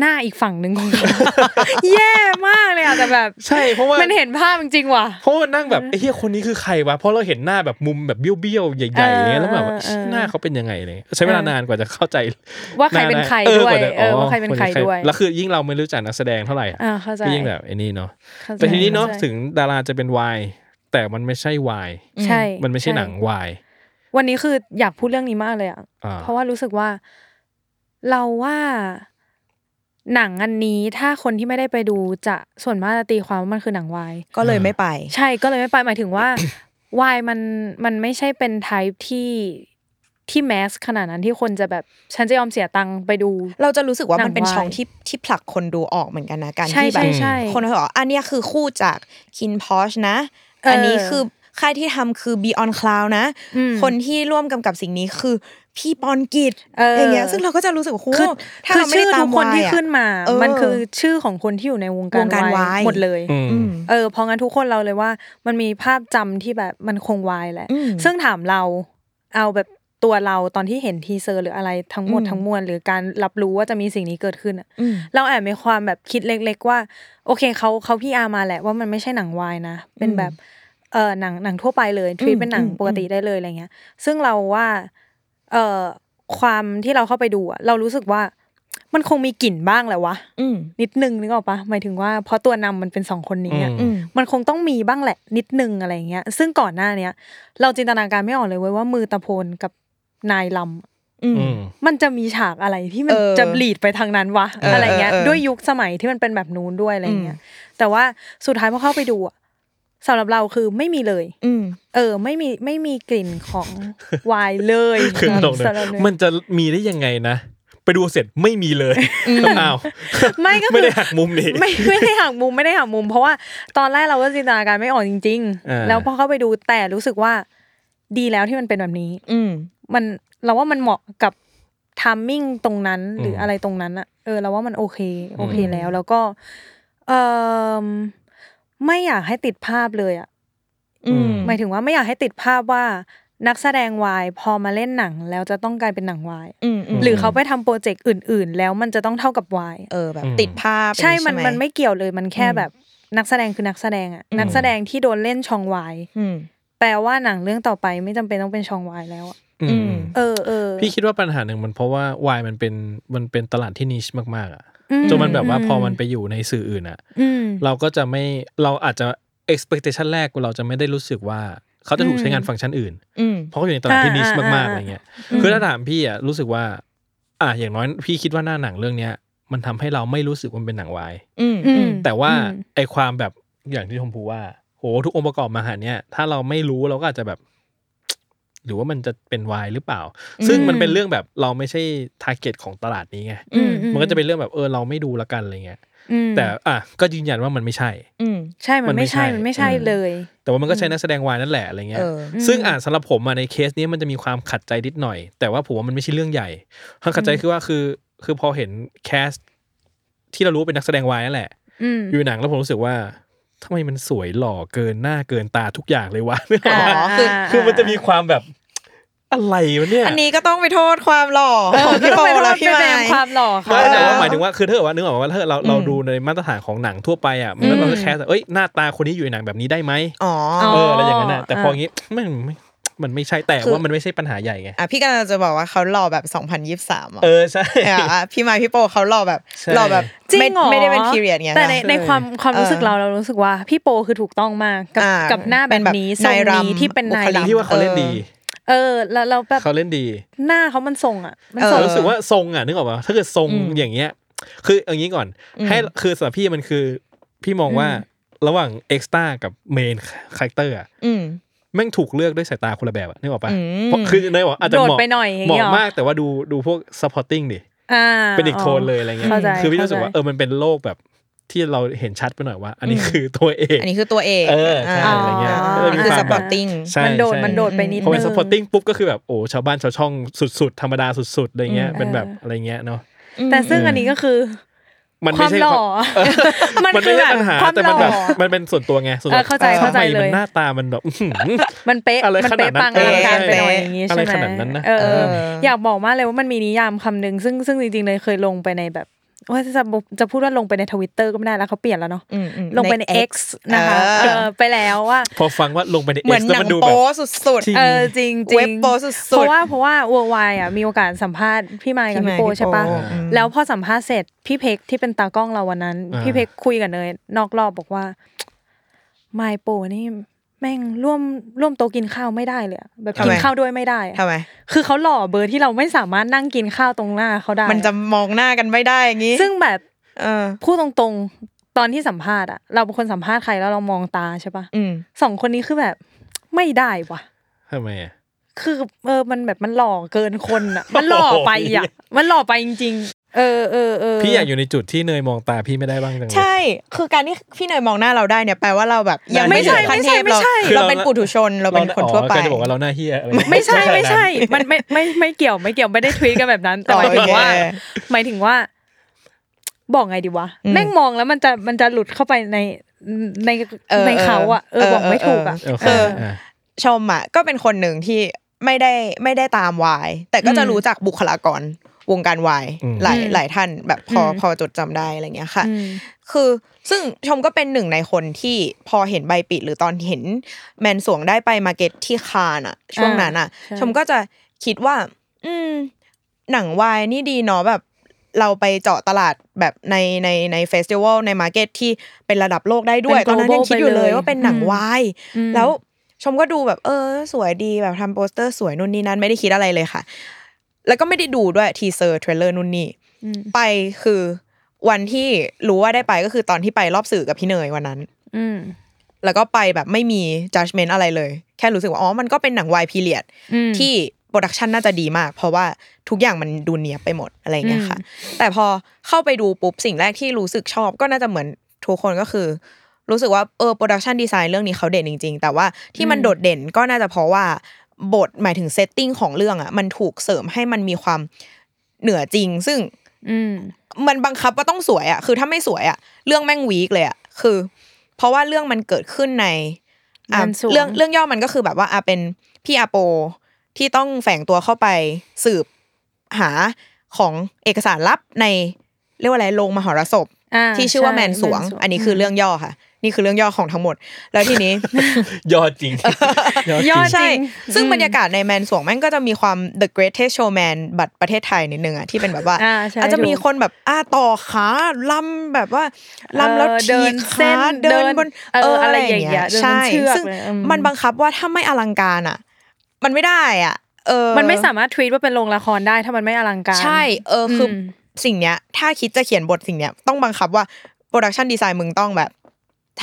Speaker 4: หน้าอีกฝั่งหนึ่งของเขา (laughs) แย่มากเลยอ่ะแต่แบบ
Speaker 2: ใช่เพราะว่า
Speaker 4: มันเห็นภาพจริงๆว่ะ
Speaker 2: เพราะว่านั่งแบบไอ้เฮียคนนี้คือใครวะเพราะเราเห็นหน้าแบบมุมแบบเบี้ยวๆใหญ่ๆอย่างเงี้ยแล้วแบบว่า
Speaker 4: เออเออเออ
Speaker 2: หน้าเขาเป็นยังไงเลยใช้เวลานานกว่าจะเข้าใจ
Speaker 4: ว่าใครเป็น
Speaker 2: หา
Speaker 4: ใคร
Speaker 2: ออ
Speaker 4: ด้วย
Speaker 2: กาจะ
Speaker 4: เออว่าใครเป็นใครด้วย
Speaker 2: แล้วคือยิ่งเราไม่รู้จักนักแสดงเท่าไหร่อะ
Speaker 4: อ่าเข้าใจ
Speaker 2: ก็ยิ่งแบบไอ้นี่เนาะ
Speaker 4: เข้าใจ
Speaker 2: แต่ทีนี้เนาะ
Speaker 4: ข้ใจ
Speaker 2: ถึงดาราจะเป็นวายแต่มันไม่ใช่วาย
Speaker 4: ใช่
Speaker 2: มันไม่ใช่
Speaker 4: ช่
Speaker 2: หนังวาย
Speaker 4: วันนี้คืออยากพูดเรื่องนี้มากเลยอ่ะ
Speaker 2: อ่า
Speaker 4: เพราะว่ารู้สึกว่าเราว่า หนังอันนี้ถ้าคนที่ไม่ได้ไปดูจะส่วนมากจะตีความว่ามันคือหนังวาย
Speaker 3: ก็เลยไม่ไป
Speaker 4: ใช่ก็เลยไม่ไปหมายถึงว่า (coughs) วายมันมันไม่ใช่เป็นไทป์ที่ที่แมสขนาดนั้นที่คนจะแบบ ฉันจะยอมเสียตังค์ไปดู
Speaker 3: เราจะรู้สึกว่ามันเป็น
Speaker 4: หนังวาย
Speaker 3: ช่องที่ที่ผลักคนดูออกเหมือนกันนะการ
Speaker 4: ใช่
Speaker 3: ที่แบ
Speaker 4: ใช่
Speaker 3: บ
Speaker 4: ใช่
Speaker 3: คนเขาบอกว่าอันเนี้ยคือคู่จากคินพอชนะ
Speaker 4: เอออั
Speaker 3: อันนี้คือค่ายที่ทำคือ Beyond Cloud นะ
Speaker 4: อืม
Speaker 3: คนที่ร่วมกำกับสิ่งนี้คือพี่ปอนกิจ
Speaker 4: เอออ
Speaker 3: อย่างเงี้ย ซึ่งเราก็จะรู้สึกว่าโหถ้า
Speaker 4: คือ
Speaker 3: เราไม่
Speaker 4: ชื่
Speaker 3: ได้
Speaker 4: อ
Speaker 3: ตา
Speaker 4: ทุ
Speaker 3: ม
Speaker 4: กคนที่
Speaker 3: วายอะ
Speaker 4: ขึ้นมา
Speaker 3: เออ
Speaker 4: มันคือชื่อของคนที่อยู่ในวง
Speaker 3: วงการ
Speaker 4: การวาว
Speaker 3: าย ย
Speaker 4: หมดเลย
Speaker 2: อืม
Speaker 3: อืม
Speaker 4: เออเพราะงั้นทุกคนเราเลยว่า มันมีภาพจำที่แบบมันคงวายแหละ
Speaker 3: อืม
Speaker 4: ซึ่งถามเราเอาแบบตัวเราตอนที่เห็นทีเซอร์หรืออะไรทั้งหมด
Speaker 3: อืม
Speaker 4: ทั้งมวลหรือการรับรู้ว่าจะมีสิ่งนี้เกิดขึ้นอะ
Speaker 3: อืม
Speaker 4: เราแอบมีความแบบคิดเล็ก ๆ ว่า โอเคเขาเขาพี่อามาแหละว่ามันไม่ใช่หนังวายนะ เป็นแบบเออหนังหนังทั่วไปเลยทรี
Speaker 3: อืม
Speaker 4: เป็นหนัง
Speaker 3: อืม
Speaker 4: ปกติได้เลยอะไรเงี้ย ซึ่งเราว่าเออความที่เราเข้าไปดูอะเรารู้สึกว่ามันคงมีกลิ่นบ้างแหละวะ
Speaker 3: อืม
Speaker 4: นิดนึงนึกออกปะหมายถึงว่าเพราะตัวนำมันเป็นสองคนนี้อะ
Speaker 2: อื
Speaker 3: อืม
Speaker 4: มันคงต้องมีบ้างแหละ นิดนึงอะไรเงี้ย ซึ่งก่อนหน้าเนี้ย เราจินตนาการไม่ออกเลยเว้ยว่ามือตะโพนกับนายลำ
Speaker 2: อืม
Speaker 4: มันจะมีฉากอะไรที่มัน
Speaker 3: เออ
Speaker 4: จะหลีดไปทางนั้นวะ
Speaker 3: เออ
Speaker 4: อะไรเงี้ย
Speaker 3: เออเออ
Speaker 4: ด้วยยุคสมัยที่มันเป็นแบบนู้นด้วยอะไรเงี้ยแต่ว่าสุดท้ายพอเข้าไปดูอะสำหรับเราคือไม่มีเลย
Speaker 3: ืม
Speaker 4: เออ ไม่มีไม่มีกลิ่นของ วายเลย
Speaker 2: คือตลกเลย
Speaker 4: สำหรับเย
Speaker 2: มันจะมีได้ยังไงนะ ไปดูเสร็จไม่มีเลยอ้าว
Speaker 4: ไม่ก็
Speaker 2: ไม่
Speaker 4: คือ
Speaker 2: ได้หักมุมนี่
Speaker 4: ไม่ไม่ได้หักมุมไม่ได้หักมุม เพราะว่าตอนแรกเราก็จินตนาการไม่ออกจริง
Speaker 2: อ่า
Speaker 4: ๆ แล้วพอเข้าไปดูแต่รู้สึกว่าดีแล้วที่มันเป็นแบบนี้
Speaker 3: อืม
Speaker 4: มันเราว่ามันเหมาะกับทามมิ่งตรงนั้นหรืออะไรตรงนั้นอะเออเราว่ามันโอเค โอเค
Speaker 3: อืม
Speaker 4: แล้ว แล้วก็เออไม่อยากให้ติดภาพเลยอะ
Speaker 3: อืม
Speaker 4: หมายถึงว่าไม่อยากให้ติดภาพว่านักแสดงวายพอมาเล่นหนังแล้วจะต้องกลายเป็นหนังวาย
Speaker 3: อืมม
Speaker 4: หรือเขาไปทำโปรเจกต์อื่น ๆ แล้วมันจะต้องเท่ากับวาย
Speaker 3: เออแบบ
Speaker 2: อืม
Speaker 3: ติดภาพ
Speaker 4: ใช่
Speaker 3: อย่าง
Speaker 4: มันมันไม่เกี่ยวเลยมันแค่แบบนักแสดงคือนักแสดงอะนักแสดงที่โดนเล่นช่องวาย
Speaker 3: อืม
Speaker 4: แปลว่าหนังเรื่องต่อไปไม่จำเป็นต้องเป็นช่องวายแล้วอะ
Speaker 2: อืม
Speaker 3: อืม
Speaker 4: เออเออ
Speaker 2: พี่คิดว่าปัญหาหนึ่งมันเพราะว่าวายมันเป็นมันเป็นตลาดที่นิชมากๆอ่ะ
Speaker 4: อื
Speaker 2: จนมันแบบว่าพอมัน
Speaker 4: ม
Speaker 2: ไปอยู่ในสื่ออื่นอ่ะ
Speaker 4: อืม
Speaker 2: เราก็จะไม่เราอาจจะ expectation แรกเราจะไม่ได้รู้สึกว่าเขาจะถูกใช้งานฟังก์ชันอื่น
Speaker 3: อืม
Speaker 2: เพราะเขาอยู่ในตลาดที่นิช
Speaker 4: อ่าอ่าม
Speaker 2: ากๆ
Speaker 4: อ่า
Speaker 2: อะไรเงี้ย
Speaker 3: อืม
Speaker 2: คือถ้าถามพี่อ่ะรู้สึกว่า อ่ะอย่างน้อยพี่คิดว่าหน้าหนังเรื่องเนี้ย มันทำให้เราไม่รู้สึกว่ามันเป็นหนังวาย
Speaker 3: อืมอืม
Speaker 2: แต่ว่า
Speaker 4: อืม
Speaker 2: ไอความแบบอย่างที่ชมพูว่าโหทุกองค์ประกอบมาหาเนี่ย ถ้าเราไม่รู้เราก็อาจจะแบบ หรือว่ามันจะเป็นวายหรือเปล่า ซึ่งมันเป็นเรื่องแบบเราไม่ใช่ทาร์เก็ตของตลาดนี้ไง
Speaker 3: อืม
Speaker 2: มันก็จะเป็นเรื่องแบบเออเราไม่ดูละกันอะไรเงี้ย
Speaker 4: อืม
Speaker 2: แต่อ่ะก็ยืนยันว่ามันไม่ใช่
Speaker 3: อืม
Speaker 4: ใช่
Speaker 2: มั
Speaker 4: มันน
Speaker 2: ไม่
Speaker 4: ไม่ใช่
Speaker 2: ใช่
Speaker 4: มันไม่ใช่
Speaker 2: อืม
Speaker 4: เลย
Speaker 2: แต่ว่ามันก็ใช้นักแสดงวายนั่นแหละอะไรเงี้ย
Speaker 3: เออ
Speaker 2: ซึ่งอ่ะสำหรับผมอ่ะในเคสนี้มันจะมีความขัดใจนิดหน่อย แต่ว่าผมว่ามันไม่ใช่เรื่องใหญ่ความขัดใจคือว่าคือคือพอเห็นแคสที่เรารู้ว่าเป็นนักแสดงวายนั่นแหละ
Speaker 4: อืม
Speaker 2: อยู่หนังแล้วผมรู้สึกว่าทำไมมันสวยหล่อเกินหน้าเกินตาทุกอย่างเลยวะ (laughs) นึกออกปะ
Speaker 3: อ๋อคือ
Speaker 2: คือมันจะมีความแบบอะไรวะเนี่ย
Speaker 3: อันนี้ก็ต้องไปโทษความหล่อของพี่โปและพี่ไม
Speaker 4: แม
Speaker 3: ค์
Speaker 4: ความหล่อเขา
Speaker 2: ไม่แต่ว่า
Speaker 3: เออ
Speaker 2: หมายถึงว่าคือถ้าเกิดว่านึกออกปะว่าถ้าเกิดเราเรา
Speaker 3: อืม
Speaker 2: ดูในมาตรฐานของหนังทั่วไปอ่ะมันก็เรา
Speaker 4: อืม
Speaker 2: จะแคสเอ้ยหน้าตาคนนี้อยู่ในหนังแบบนี้ได้ไหม
Speaker 3: อ๋อ
Speaker 4: อ๋
Speaker 2: เอออะไรอย่างนั้นอ่ะแต่พอ
Speaker 4: อ่ะ
Speaker 2: อย่างงี้มันไม่มันไม่ใช่แต่ว่ามันไม่ใช่ปัญหาใหญ่ไง
Speaker 3: อ่ะพี่กำลังจะบอกว่าเขาหล่อแบบ 2023อ่ะ
Speaker 2: เออใช่
Speaker 3: เอออ่ะพี่ไมค์พี่โปเขาหล่อแบบ
Speaker 2: ใช่
Speaker 3: หล่อแบบ
Speaker 4: จริง
Speaker 3: ไม่
Speaker 4: เหรอ
Speaker 3: ไม่ได้เป็น period ไง
Speaker 4: แต่ใน
Speaker 3: นะ
Speaker 4: ในความความรู้สึก
Speaker 3: เออ
Speaker 4: เราเรารู้สึกว่าพี่โปคือถูกต้องมากกับ
Speaker 3: อ่า
Speaker 4: กับหน้า
Speaker 3: เป็
Speaker 4: แบ
Speaker 3: น
Speaker 4: บ
Speaker 3: แบบ
Speaker 4: นี้ทรง
Speaker 3: นายรำ
Speaker 4: นี้ที่เป็นนา
Speaker 3: บุ
Speaker 4: ย
Speaker 3: คลิก
Speaker 4: รำ
Speaker 2: พี่ว่าเขาเล่นดี
Speaker 4: เออ แล้วเราแบบ
Speaker 2: เขาเล่นดี
Speaker 4: หน้าเขามันส่งอ่ะมัน
Speaker 3: เออ
Speaker 4: ส่ง
Speaker 2: แต่รู้สึกว่าทรงอ่ะนึกออกป่ะถ้าเกิดทรง
Speaker 3: อืม
Speaker 2: อย่างเงี้ย คืออย่างนี้ก่อน
Speaker 3: อืม
Speaker 2: ให้คือสำหรับพี่มันคือพี่มองว่าระหว่างเอ็กซ์ต้ากับเมนคาแรคเตอร์อะ
Speaker 3: อืม
Speaker 2: แม่งถูกเลือกด้วยสายตาคนละแบบอะนึกออกปะ
Speaker 3: อืม
Speaker 2: เพราะคือเนยบอกอาจจะเห
Speaker 4: โด
Speaker 2: มาะ
Speaker 4: ดไปหน่อยอย่าง
Speaker 2: เห
Speaker 4: งี้
Speaker 2: มาะ
Speaker 4: หรอ
Speaker 2: มากแต่ว่าดูดูพวก supporting ดิ
Speaker 4: อ่า
Speaker 2: เป็นอีกโทนเลยอะไรเงี้ย
Speaker 4: ข้าใจ
Speaker 2: คือพี่รู้สึกว่า
Speaker 4: เข้
Speaker 2: เออมันเป็นโลกแบบที่เราเห็นชัดไปหน่อยว่า อันนี้คือตัวเอก
Speaker 3: อันนี้คือตัวเอก
Speaker 2: เออใช่
Speaker 3: า
Speaker 2: อะไรเงี้ย
Speaker 4: อ๋อ
Speaker 2: ก็เลยมี
Speaker 3: คือ
Speaker 2: ความแบบ
Speaker 3: supporting
Speaker 2: ใช่
Speaker 4: มันโดน
Speaker 2: ใช่
Speaker 4: มันโดนไปนิด
Speaker 2: พอ
Speaker 4: นึ
Speaker 2: เป็น
Speaker 4: ง
Speaker 2: supporting ปุ๊บก็คือแบบโอ้ชาวบ้านชาวช่องสุดๆ ธรรมดาสุดๆอะไรเงี้ย
Speaker 3: อืม
Speaker 2: เป็นแบบอะไรเงี้ยเนาะ
Speaker 4: แต่ซึ่ง
Speaker 2: เอออั
Speaker 4: อันนี้ก็คือ
Speaker 2: มัน
Speaker 4: ค
Speaker 2: ไม่
Speaker 4: วาม
Speaker 2: ใช่
Speaker 4: หล่อ
Speaker 2: ความ
Speaker 4: มัน
Speaker 2: มัน
Speaker 4: คื
Speaker 2: ไม่
Speaker 4: อแบ
Speaker 2: ใช่
Speaker 4: บ
Speaker 2: ปัญหา
Speaker 4: ความ
Speaker 2: แต่
Speaker 4: ห
Speaker 2: มัน
Speaker 4: ล่
Speaker 2: แบบ
Speaker 4: อ
Speaker 2: มันเป็นส่วนตัวไงส่วน
Speaker 4: เออเข้าใจเข้าใจ
Speaker 2: ทำไมมัน
Speaker 4: เลย
Speaker 2: หน้าตามันแบบ (laughs)
Speaker 4: มันเป๊ะ
Speaker 2: อะไร
Speaker 4: มั
Speaker 2: ขนาด
Speaker 4: เป๊ะ
Speaker 2: นั้น
Speaker 4: ปังอลังการ
Speaker 3: เออ
Speaker 4: ไปหน่อยอย่างนี้
Speaker 2: อะ
Speaker 4: ใช่
Speaker 2: ไร
Speaker 4: ไหม
Speaker 2: ขนาดนั้นนะ
Speaker 4: เออเออ
Speaker 3: เอออ
Speaker 4: อยากบอกมากเลยว่ามันมีนิยามคำหนึ่งซึ่งซึ่งจริงๆเลยเคยลงไปในแบบว่าจะบอกจะพูดว่าลงไปในทวิตเตอร์ก็ไม่ได้แล้วเขาเปลี่ยนแล้วเนาะ
Speaker 3: อืมอืม
Speaker 4: ลงไปใน
Speaker 3: ใน
Speaker 4: X นะคะ
Speaker 3: เออ
Speaker 4: เออไปแล้วว่า
Speaker 2: พอฟังว่าลงไปใน
Speaker 3: เหมือน
Speaker 2: เอ็กซ์
Speaker 3: ห
Speaker 2: แล้ว
Speaker 3: นั
Speaker 2: มั
Speaker 3: ง
Speaker 2: นดูแบ
Speaker 3: โป๊
Speaker 2: บ
Speaker 3: สุด
Speaker 2: จริง
Speaker 4: เออจริงจริง
Speaker 3: เว็บโป้สุดๆ
Speaker 4: เพราะว่าเพราะว่าวัววายอ่ะมีโอกาสสัมภาษณ์พี่ไมค์กับ
Speaker 3: พี่ไมค์
Speaker 4: พี่โปใช่ปะ
Speaker 3: พี่โป้อืม
Speaker 4: แล้วพอสัมภาษณ์เสร็จพี่เพ็กที่เป็นตากล้องเราวันนั้น
Speaker 2: อ่า
Speaker 4: พี่เพ็กคุยกับเนยนอกรอบบอกว่าไมค์โปนี่แม่งร่วมร่วมโต๊ะกินข้าวไม่ได้เลยอะแบบ
Speaker 3: ทำไม
Speaker 4: กินข้าวด้วยไม่ได้อะ
Speaker 3: ๆทำไม
Speaker 4: คือเขาหล่อเบอร์ที่เราไม่สามารถนั่งกินข้าวตรงหน้าเขาได้
Speaker 3: มันจะมองหน้ากันไม่ได้อย่างงี้
Speaker 4: ซึ่งแบบ
Speaker 3: เออ
Speaker 4: พูดตรงๆตอนที่สัมภาษณ์อะเราเป็นคนสัมภาษณ์ใครแล้วเรามองตาใช่ปะ
Speaker 3: อืม
Speaker 4: สองคนนี้คือแบบไม่ได้ว่ะ
Speaker 2: ทำไมอะ
Speaker 4: คือเออมันแบบมันหล่อเกินคนอ่ะ มันหล่อไปอ่ะ
Speaker 3: (laughs)
Speaker 2: โอ้โห
Speaker 4: มันหล่อไปจริง ๆ เออเออเออ
Speaker 2: พี่อยากอยู่ในจุดที่เนยมองตาพี่ไม่ได้บ้างจังเลย
Speaker 3: ใช่ คือการที่พี่เนยมองหน้าเราได้เนี่ยแปลว่าเราแบบ
Speaker 2: ยั
Speaker 3: ยัง ง
Speaker 2: ไม่
Speaker 3: ไม่
Speaker 2: ถึ
Speaker 3: ใช่
Speaker 2: งขั้น
Speaker 3: ไม่ใช่ไม่ใช่
Speaker 2: เทพหรอก
Speaker 3: เราเป็นปุถุชนเราเป็นคนทั่วไป
Speaker 2: อ๋อการจะบอกว่าเราหน้าเฮียอะไร
Speaker 4: ไม่ใช่ไม่ใช่
Speaker 2: นะ
Speaker 4: มันไม่ไม่ไม่เกี่ยวไม่เกี่ยวไม่ได้ทวีตกันแบบ
Speaker 3: (laughs)
Speaker 4: นั้นแต่หมายถึงว่า
Speaker 3: โอเค
Speaker 4: หมายถึงว่า บอกไงดีวะ
Speaker 3: อืม
Speaker 4: แม่งมองแล้วมันจะมันจะหลุดเข้าไปในใน
Speaker 3: เออ
Speaker 4: ในเขาอ่ะเออ
Speaker 3: เออ
Speaker 4: บอกไม่ถูกอ่ะ
Speaker 2: โอเค
Speaker 3: เอออ่
Speaker 2: ะ
Speaker 3: ชมอ่ะก็เป็นคนหนึ่งที่ไม่ได้ไม่ได้ตามวาย แต่ก็จะ
Speaker 4: อืม
Speaker 3: รู้จักบุคลากรวงการวายหลาย
Speaker 4: อืม
Speaker 3: หลายท่านแบบพออ
Speaker 4: ม
Speaker 3: พอจดจำได้อะไรเงี้ยค่ะ
Speaker 4: อืม
Speaker 3: คือซึ่งชมก็เป็นหนึ่งในคนที่พอเห็นใบปิดหรือตอนเห็นแมนสวงได้ไปมาร์เก็ตที่คานอะช่วงนั้นอะ
Speaker 4: ใช่
Speaker 3: ชมก็จะคิดว่า อืม หนังวายนี่ดีเนาะแบบเราไปเจาะตลาดแบบในในในเฟสติวัลในมาร์เก็ตที่เป็นระดับโลกได้ด้วย
Speaker 4: เป็น
Speaker 3: ตอน
Speaker 4: global
Speaker 3: นั้นยังคิดอยู่เลยว่าเป็นหนัง
Speaker 4: ไปเลย
Speaker 3: วายแล้วชมก็ดูแบบ เออ สวยดีแบบทำโปสเตอร์สวยนู่นนี่นั่นไม่ได้คิดอะไรเลยค่ะ แล้วก็ไม่ได้ดูด้วยทีเซอร์เทรลเลอร์นู่นนี่
Speaker 4: อืม
Speaker 3: ไปคือวันที่รู้ว่าได้ไปก็คือตอนที่ไปรอบสื่อกับพี่เนยวันนั้น
Speaker 4: อืม
Speaker 3: แล้วก็ไปแบบไม่มี judgment อะไรเลย แค่รู้สึกว่า อ๋อ มันก็เป็นหนังวายพีเรียด
Speaker 4: อืม
Speaker 3: ที่โปรดักชันน่าจะดีมาก เพราะว่าทุกอย่างมันดูเนียบไปหมดอะไรเงี้ยค่ะ แต่พอเข้าไปดูปุ๊บ สิ่งแรกที่รู้สึกชอบก็น่าจะเหมือนทุกคนก็คือ รู้สึกว่าเออโปรดักชันดีไซน์เรื่องนี้เขาเด่นจริง ๆ แต่ว่าที่มัน
Speaker 4: อืม
Speaker 3: โดดเด่นก็น่าจะเพราะว่าบทหมายถึงเซตติ้งของเรื่องอ่ะมันถูกเสริมให้มันมีความเหนือจริง ซึ่ง
Speaker 4: อืม
Speaker 3: มันบังคับว่าต้องสวยอะคือถ้าไม่สวยอะเรื่องแม่งวีคเลยอะคือ เพราะว่าเรื่องมันเกิดขึ้นในอ่ะ
Speaker 4: มันสวย
Speaker 3: เรื่องเรื่องย่อมันก็คือแบบว่าอะเป็นพี่อาโปที่ต้องแฝงตัวเข้าไปสืบหาของเอกสารลับในเรียกว่าอะไรโรงมหรสพ
Speaker 4: อ่า
Speaker 3: ที่ชื่อว่า
Speaker 4: ใ
Speaker 3: แมนสวง อันนี้คือเรื่องย่อค่ะ นี่คือเรื่องย่อของทั้งหมด แล้วทีนี้
Speaker 2: ยอดจริง
Speaker 4: ยอดจริง
Speaker 3: (laughs) ใช่ ซึ่งบรรยากาศในแมนสวงแม่งก็จะมีความ The Greatest Showman บัตรประเทศไทยนิดนึงอะที่เป็นแบบว่า
Speaker 4: อ่าใช่
Speaker 3: อาจจะมี
Speaker 4: ดู
Speaker 3: คนแบบอ้าต่อขาลำแบบว่าลำแล้ว
Speaker 4: เออ
Speaker 3: ฉี
Speaker 4: เดิ
Speaker 3: ก
Speaker 4: น
Speaker 3: ขา
Speaker 4: เส้น
Speaker 3: เดิน
Speaker 4: เดิน
Speaker 3: บน
Speaker 4: เอออะไร
Speaker 3: างเงี้
Speaker 4: อย่างเงี้ย
Speaker 3: ใช่
Speaker 4: เดินบนเชือก
Speaker 3: ซึ่ง
Speaker 4: เลยอืม
Speaker 3: มันบังคับว่าถ้าไม่อลังการอะมันไม่ได้อะเออ
Speaker 4: มันไม่สามารถทวีตว่าเป็นโรงละครได้ถ้ามันไม่อลังการ
Speaker 3: ใช่เออคืออ
Speaker 4: ม
Speaker 3: สิ่งเนี้ย ถ้าคิดจะเขียนบทสิ่งเนี้ยต้องบังคับว่าโปรดักชันดีไซน์มึงต้องแบบ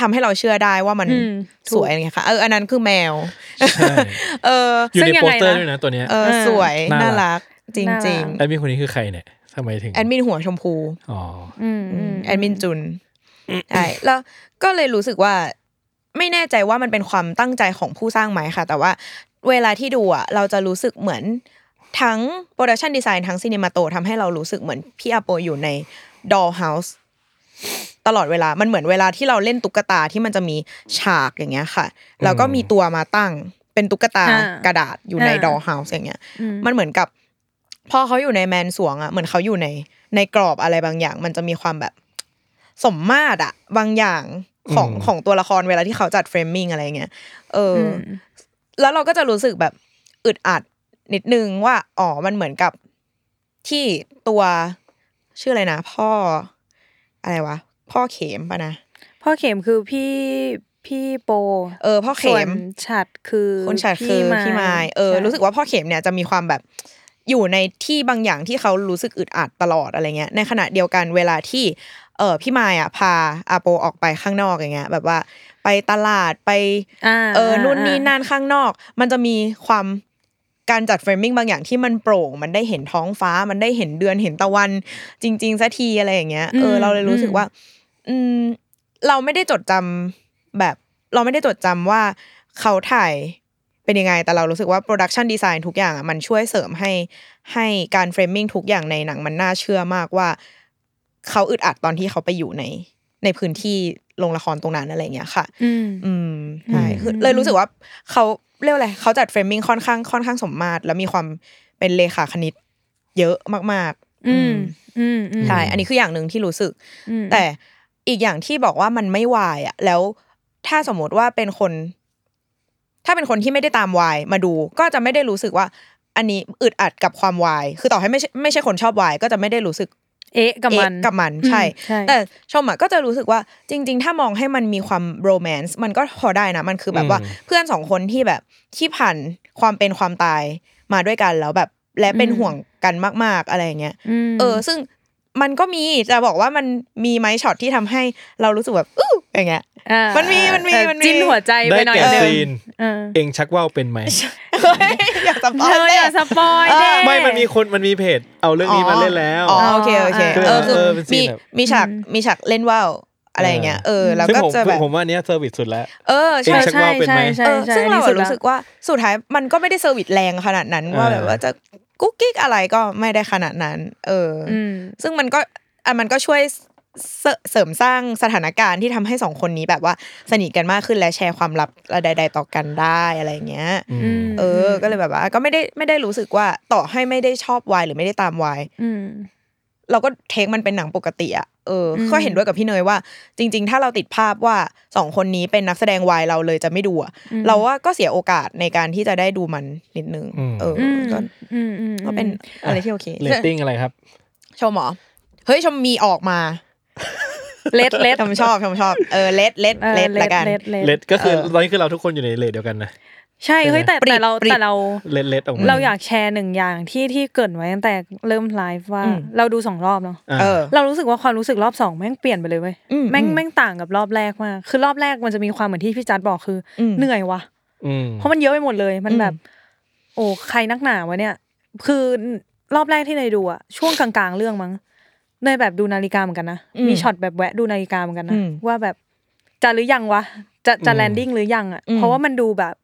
Speaker 3: ทำให้เราเชื่อได้ว่ามัน
Speaker 4: อืม
Speaker 3: สวยอะไรเงี้ยค่ะเอออันนั้นคือแมว
Speaker 2: ใช่
Speaker 3: เออ
Speaker 2: อยู่ใน
Speaker 4: ซึ่งยัง
Speaker 2: โปส
Speaker 4: ไง
Speaker 2: เตอร์
Speaker 4: นะ
Speaker 2: ด้วยนะตัวเนี้ย
Speaker 3: เออ
Speaker 4: เออ
Speaker 3: สวย
Speaker 2: น่ารัก
Speaker 3: น่ารักจ
Speaker 4: น่ารั
Speaker 3: ริง
Speaker 4: ก
Speaker 2: แอดมินคนนี้คือใครเนี่ยทำไมถึง
Speaker 3: ๆแอดมินหัวชมพู
Speaker 2: อ๋อ
Speaker 4: อืม
Speaker 3: อื
Speaker 4: อื
Speaker 3: ม
Speaker 4: ม
Speaker 3: แอดมินจุนใช่แล้วก็เลยรู้สึกว่า ไม่แน่ใจว่ามันเป็นความตั้งใจของผู้สร้างไหมค่ะ แต่ว่าเวลาที่ดูอ่ะเราจะรู้สึกเหมือนทั้งโปรดักชันดีไซน์ทั้งซีนิมาโตทำให้เรารู้สึกเหมือนพี่อาโปอยู่ในดอลเฮาส์ตลอดเวลามันเหมือนเวลาที่เราเล่นตุ๊กตาที่มันจะมีฉากอย่างเงี้ยค่ะ แล้วก็มีตัวมาตั้งเป็นตุ๊กตากระดาษอยู่ในดอลเฮาส์อย่างเงี้ย
Speaker 4: อืม
Speaker 3: มันเหมือนกับพอเขาอยู่ในแมนสวงอะเหมือนเขาอยู่ในในกรอบอะไรบางอย่าง มันจะมีความแบบสมมาตรอะบางอย่างของของตัวละครเวลาที่เขาจัดเฟรมมิ่งอะไรเงี้ยเอออ แล้วเราก็จะรู้สึกแบบอึดอัดนิดนึงว่าอ๋อมันเหมือนกับที่ตัวชื่ออะไรนะ พ่อ อะไรวะ พ่อเข็มปะนะ
Speaker 4: พ่อเข็มคือพี่พี่โป
Speaker 3: เออ พ่อ
Speaker 4: ส่
Speaker 3: เข็
Speaker 4: วน
Speaker 3: ม
Speaker 4: ฉัดคือ
Speaker 3: คุณฉัดคือพี่มายเออ
Speaker 4: ใช่
Speaker 3: รู้สึกว่าพ่อเข็มเนี่ยจะมีความแบบอยู่ในที่บางอย่างที่เขารู้สึกอึดอัดตลอดอะไรเงี้ย ในขณะเดียวกันเวลาที่ เออพี่มายอ่ะพาอาโปออกไปข้างนอกอย่างเงี้ย แบบว่าไปตลาดไป
Speaker 4: า
Speaker 3: เออนู่น
Speaker 4: อ่า
Speaker 3: นี่นั่นข้างนอก มันจะมีความการจัดเฟรมมิ่งบางอย่างที่มันโปร่ง มันได้เห็นท้องฟ้า มันได้เห็นเดือนเห็นตะวัน จริงๆสักทีอะไรอย่างเงี้ยเออเราเลยรู้สึกว่า อืมเราไม่ได้จดจำแบบ เราไม่ได้จดจำว่าเขาถ่ายเป็นยังไง แต่เรารู้สึกว่าโปรดักชันดีไซน์ทุกอย่างอะมันช่วยเสริมให้ให้การเฟรมมิ่งทุกอย่างในหนังมันน่าเชื่อมากว่า เขาอึดอัดตอนที่เขาไปอยู่ใน ในพื้นที่โรงละครตรงนั้นอะไรอย่างเงี้ยค่ะ
Speaker 4: อืม
Speaker 3: อืมใช่
Speaker 4: อืม
Speaker 3: คือเลยรู้สึกว่าเขาเรียกว่าอะไรเขาจัดเฟรมมิ่งค่อนข้างค่อนข้างสมมาตร แล้วมีความเป็นเลขาคณิต เยอะมากๆ
Speaker 4: อืมอืมอืม
Speaker 3: ใช่อันนี้คืออย่างหนึ่งที่รู้สึก
Speaker 4: อืม
Speaker 3: แต่อีกอย่างที่บอกว่ามันไม่วายอ่ะ แล้วถ้าสมมติว่าเป็นคน ถ้าเป็นคนที่ไม่ได้ตามวายมาดู ก็จะไม่ได้รู้สึกว่า อันนี้อึดอัดกับความวาย คือต่อให้ไม่ใช่ไม่ใช่คนชอบวาย ก็จะไม่ได้รู้สึก
Speaker 4: เอ๊ะกับมัน
Speaker 3: เอ๊ะกับมันใช่
Speaker 4: อืใช่
Speaker 3: แต่ชมอะก็จะรู้สึกว่าจริง ๆ ถ้ามองให้มันมีความโรแมนต์มันก็พอได้นะ มันคือแบบว่าเพื่อนสองคนที่แบบที่ผ่านความเป็นความตายมาด้วยกันแล้วแบบและเป็น
Speaker 4: อืม
Speaker 3: ห่วงกันมาก ๆอะไรอย่างเงี้ย
Speaker 4: ม
Speaker 3: เออ ซึ่งมันก็มีจะบอกว่ามันมีไหมช็อตที่ทำให้เรารู้สึกแบบอู้อย่างเงี้ย
Speaker 4: อ่า
Speaker 3: มันมีมันมี
Speaker 4: เออ
Speaker 3: มันมี
Speaker 4: จิ้นหัวใจ
Speaker 2: ได้
Speaker 4: ไปหน่อย
Speaker 2: แก่
Speaker 4: นึง
Speaker 2: ซีน
Speaker 4: เออ
Speaker 2: เองชักว่าวเป็นไหม
Speaker 3: เฮ้ย (laughs) อย่าสปอย
Speaker 4: เธอ
Speaker 3: เล
Speaker 4: อย่าสปอยเด้
Speaker 2: ไม่มันมีคนมันมีเพจเอาเรื่องนี้มาเล่นแล้ว
Speaker 3: อ๋อโอเคโอเค
Speaker 4: อ่า
Speaker 3: เออคือ
Speaker 2: เออเป็นซี
Speaker 3: มี
Speaker 2: นแบบ
Speaker 3: มีฉากมีฉากเล่นว่าวอะไรอย่างเงี้ยเออแล้ว
Speaker 2: ซึ่ง
Speaker 3: ก็
Speaker 2: ผม
Speaker 3: จะแบบ
Speaker 2: ผมว่าอันเนี้ยเซอร์วิสสุดแล้ว
Speaker 3: เออ
Speaker 2: เอ
Speaker 3: ใช่
Speaker 2: ง ชักว่าวเป็นไหม
Speaker 4: ใช่
Speaker 3: เออ
Speaker 4: ใช่
Speaker 3: ซึ่งเรา
Speaker 4: ใช่
Speaker 3: อะ
Speaker 4: อันนี้
Speaker 3: รู้สึกว่าสุดท้ายมันก็ไม่ได้เซอร์วิสแรงขนาดนั้นว่า
Speaker 2: เออ
Speaker 3: แบบว่าจะกุ๊กกิ๊กอะไรก็ไม่ได้ขนาดนั้น เอออ
Speaker 4: อืม
Speaker 3: ซึ่งมันก็อ่ะมันก็ช่วยเสเสริมสร้างสถานการณ์ที่ทำให้สองคนนี้แบบว่าสนิทกันมากขึ้นและแชร์ความลับใดๆต่อกันได้อะไรอย่างเงี้ย
Speaker 2: อืม
Speaker 3: เออ ก็เลยแบบว่า ก็ไม่ได้ไม่ได้รู้สึกว่าต่อให้ไม่ได้ชอบวายหรือไม่ได้ตามวาย
Speaker 4: อืม
Speaker 3: เราก็เทคมันเป็นหนังปกติอะเอออ
Speaker 4: ม
Speaker 3: ก็เห็นด้วยกับพี่เนยว่า จริง ๆ ถ้าเราติดภาพว่าสองคนนี้เป็นนักแสดงวายเราเลยจะไม่ดูอะเราว่าก็เสียโอกาสในการที่จะได้ดูมันนิดนึง
Speaker 2: อืม
Speaker 3: เอออ
Speaker 4: อืม
Speaker 3: ก็
Speaker 4: อืมอืม
Speaker 3: ก็เป็นอะไรที่โอเค
Speaker 2: เรตติ้งอะไรครับ
Speaker 3: ชมเหมอเฮ้ยชมมีออกมา
Speaker 4: เล็ดเล็ด
Speaker 3: ชมชอบชมชอบเออเลดเลด
Speaker 4: ออ
Speaker 3: เลดละกัน
Speaker 4: เล็ดเล็ด
Speaker 2: เร
Speaker 4: เล็ด
Speaker 2: ตก็คือ
Speaker 3: เออ
Speaker 2: ตอนนี้คือเราทุกคนอยู่ในเรตเดียวกันนะ
Speaker 4: ใช่เฮ้ยแต่
Speaker 3: ปริบ
Speaker 4: แต่เรา
Speaker 3: ปริบ
Speaker 4: แต่เรา
Speaker 2: เรตเรตออกมา
Speaker 4: เราอยากแชร์หนึ่งอย่างที่ที่เกริดไว้ตั้งแต่เริ่มไลฟ์ว่า
Speaker 3: อืม
Speaker 4: เราดูสองรอบเนาะ
Speaker 2: อ่า
Speaker 3: เออ
Speaker 4: เรารู้สึกว่าความรู้สึกรอบสองแม่งเปลี่ยนไปเลยเว้ย
Speaker 3: อืม
Speaker 4: แม่ง
Speaker 3: อืม
Speaker 4: แม่งต่างกับรอบแรกมากคือรอบแรกมันจะมีความเหมือนที่พี่จัดบอกคืออ
Speaker 3: ม
Speaker 4: เหนื่อยว่ะ
Speaker 2: ม
Speaker 4: เพราะมันเยอะไปหมดเลยมันแบบ โอ้ใครนักหนาวะเนี่ย คือรอบแรกที่เนยดูอะช่วงกลางๆเรื่องมั้งเนยแบบดูนาฬิกาเหมือนกันนะ
Speaker 3: อืม
Speaker 4: มีช็อตแบบแวะดูนาฬิกาเหมือนกัน
Speaker 3: อืม
Speaker 4: นะว่าแบบจะหรือยังวะจะจะแลนดิ้งหรือยังอะ
Speaker 3: อืม
Speaker 4: เพราะว่ามันดูแบบ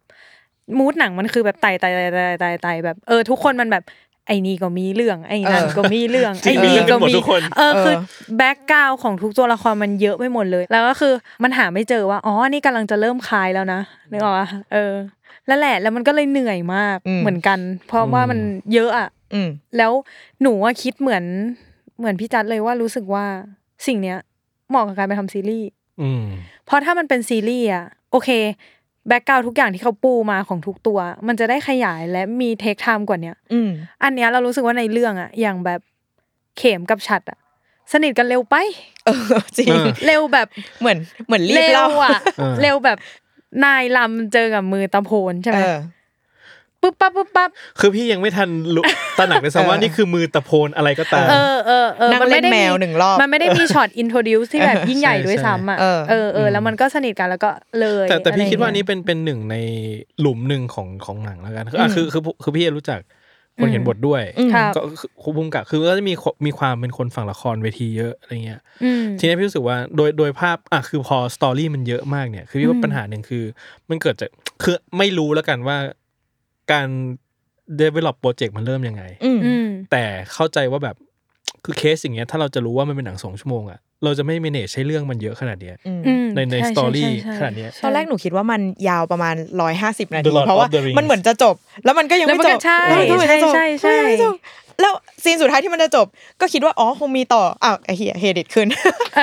Speaker 4: มูดหนังมันคือแบบไต่ไต่ไต่ไต่ไต่ไต่แบบเออทุกคนมันแบบไอ้นี่ก็มีเรื่องไอ้นั่น
Speaker 3: เออ
Speaker 4: ก็มีเรื่อง
Speaker 2: จริงๆ
Speaker 4: ไอ้
Speaker 2: มี
Speaker 4: นี่
Speaker 2: เรื่องกัน
Speaker 4: ก็
Speaker 2: หมด
Speaker 4: มี
Speaker 2: ทุกคน
Speaker 4: เออ
Speaker 3: เออ
Speaker 4: คือแบ็กกราวของทุกตัวละครมันเยอะไปหมดเลย แล้วก็คือมันหาไม่เจอว่าอ๋อนี่กำลังจะเริ่มคลายแล้วนะนึกออกปะเออ แล้วแหละแล้วมันก็เลยเหนื่อยมาก
Speaker 3: อืม
Speaker 4: เหมือนกัน เพราะว่ามันเยอะอะ
Speaker 3: อืม
Speaker 4: แล้วหนูว่าคิดเหมือนเหมือนพี่จัดเลยว่ารู้สึกว่าสิ่งเนี้ย เหมาะกับการไปทำซีรีส์
Speaker 2: อืม
Speaker 4: เพราะถ้ามันเป็นซีรีส์อะโอเค แบ็กกราวทุกอย่างที่เขาปูมาของทุกตัว มันจะได้ขยายและมีเทคไทม์กว่าเนี้ย
Speaker 3: อืม
Speaker 4: อันเนี้ยเรารู้สึกว่าในเรื่องอะอย่างแบบเข็มกับฉัดอะสนิทกันเร็วไป
Speaker 3: เออจริง
Speaker 2: เออ
Speaker 4: เร็วแบบ
Speaker 3: เหมือนเหมือนรีบ
Speaker 4: เร็
Speaker 3: เล่าว
Speaker 4: อะ
Speaker 2: เออ
Speaker 4: เร็วแบบนายลำเจอกับมือตะโพนใช่ไหม
Speaker 3: เออ
Speaker 4: ปุ๊บปั๊บปุ๊บปั๊บ
Speaker 2: คือพี่ยังไม่ทันรู้ ตระหนักเลยซ้ำว่า
Speaker 3: เออ
Speaker 2: นี่คือมือตะโพนอะไรก็ตาม
Speaker 4: เออเออเออ
Speaker 3: นั่ง
Speaker 4: มั
Speaker 3: เล่
Speaker 4: ไม่
Speaker 3: น
Speaker 4: ได้
Speaker 3: แม
Speaker 4: มี
Speaker 3: วหนึ่งรอบ
Speaker 4: มันไม่ได้มีช็อตอินโทรดิวที่แบบยิ่งใหญ่
Speaker 2: ใช่
Speaker 4: ด้วย
Speaker 2: ใช่
Speaker 4: ซ้ำอะ
Speaker 3: เออ
Speaker 4: เออเออแล้วมันก็สนิทกันแล้วก็เลย
Speaker 2: แต่แต่พี่
Speaker 4: อะไร
Speaker 2: คิดว่าอัน
Speaker 4: เงี้ย
Speaker 2: นี้เป็นเป็นหนึ่งในหลุมหนึ่งของของหนังแล้วกันคืออ่ะ
Speaker 4: อืม
Speaker 2: คือคือคือพี่รู้จักคนเขียนบทด้วย
Speaker 3: อืม
Speaker 4: ครับ
Speaker 2: ก็คือคุบุมกับคือก็จะมีมีความเป็นคนฝั่งละครเวทีเยอะอะไรเงี้ย
Speaker 4: อืม
Speaker 2: ทีนี้พี่รู้สึกว่าโดยโดยภาพอ่ะคือพอสตอรี่มันเยอะมากเนี่ย คือพี่ว่าปัญหาหนึ่งคือ มันเกิดจากคือไม่รู้แล้วกันว่าการ develop โปรเจกต์มันเริ่มยังไง
Speaker 3: อืม
Speaker 4: อืม
Speaker 2: แต่เข้าใจว่าแบบคือเคสอย่างเงี้ยถ้าเราจะรู้ว่ามันเป็นหนังสองชั่วโมงอะเราจะไม่ manage ใช้เรื่องมันเยอะขนาดเนี้ย
Speaker 3: อืม
Speaker 4: อืม
Speaker 2: ในใน
Speaker 4: ช่
Speaker 2: story
Speaker 4: ใช่ใช่
Speaker 2: ขนาดเนี้ย
Speaker 4: ใช่
Speaker 3: ตอนแรกหนูคิดว่ามันยาวประมาณ 150 นาที
Speaker 2: The Lord
Speaker 3: เพราะว่า
Speaker 2: of the Rings
Speaker 3: มันเหมือนจะจบ แล้วมันก็ยัง
Speaker 4: แล้ว
Speaker 3: ไม่
Speaker 4: มัน
Speaker 3: จ
Speaker 4: ก็
Speaker 3: บ
Speaker 4: ใช่
Speaker 3: แล้วมันก็ไม่จบ
Speaker 4: ใช่ใช่
Speaker 3: มันยังไม่
Speaker 4: ใช่
Speaker 3: จบแล้วซีนสุดท้ายที่มันจะจบ ก็คิดว่า อ๋อ คงมีต่อ อ้าวไอ้เฮียเฮดิตขึ้น (laughs)
Speaker 4: เ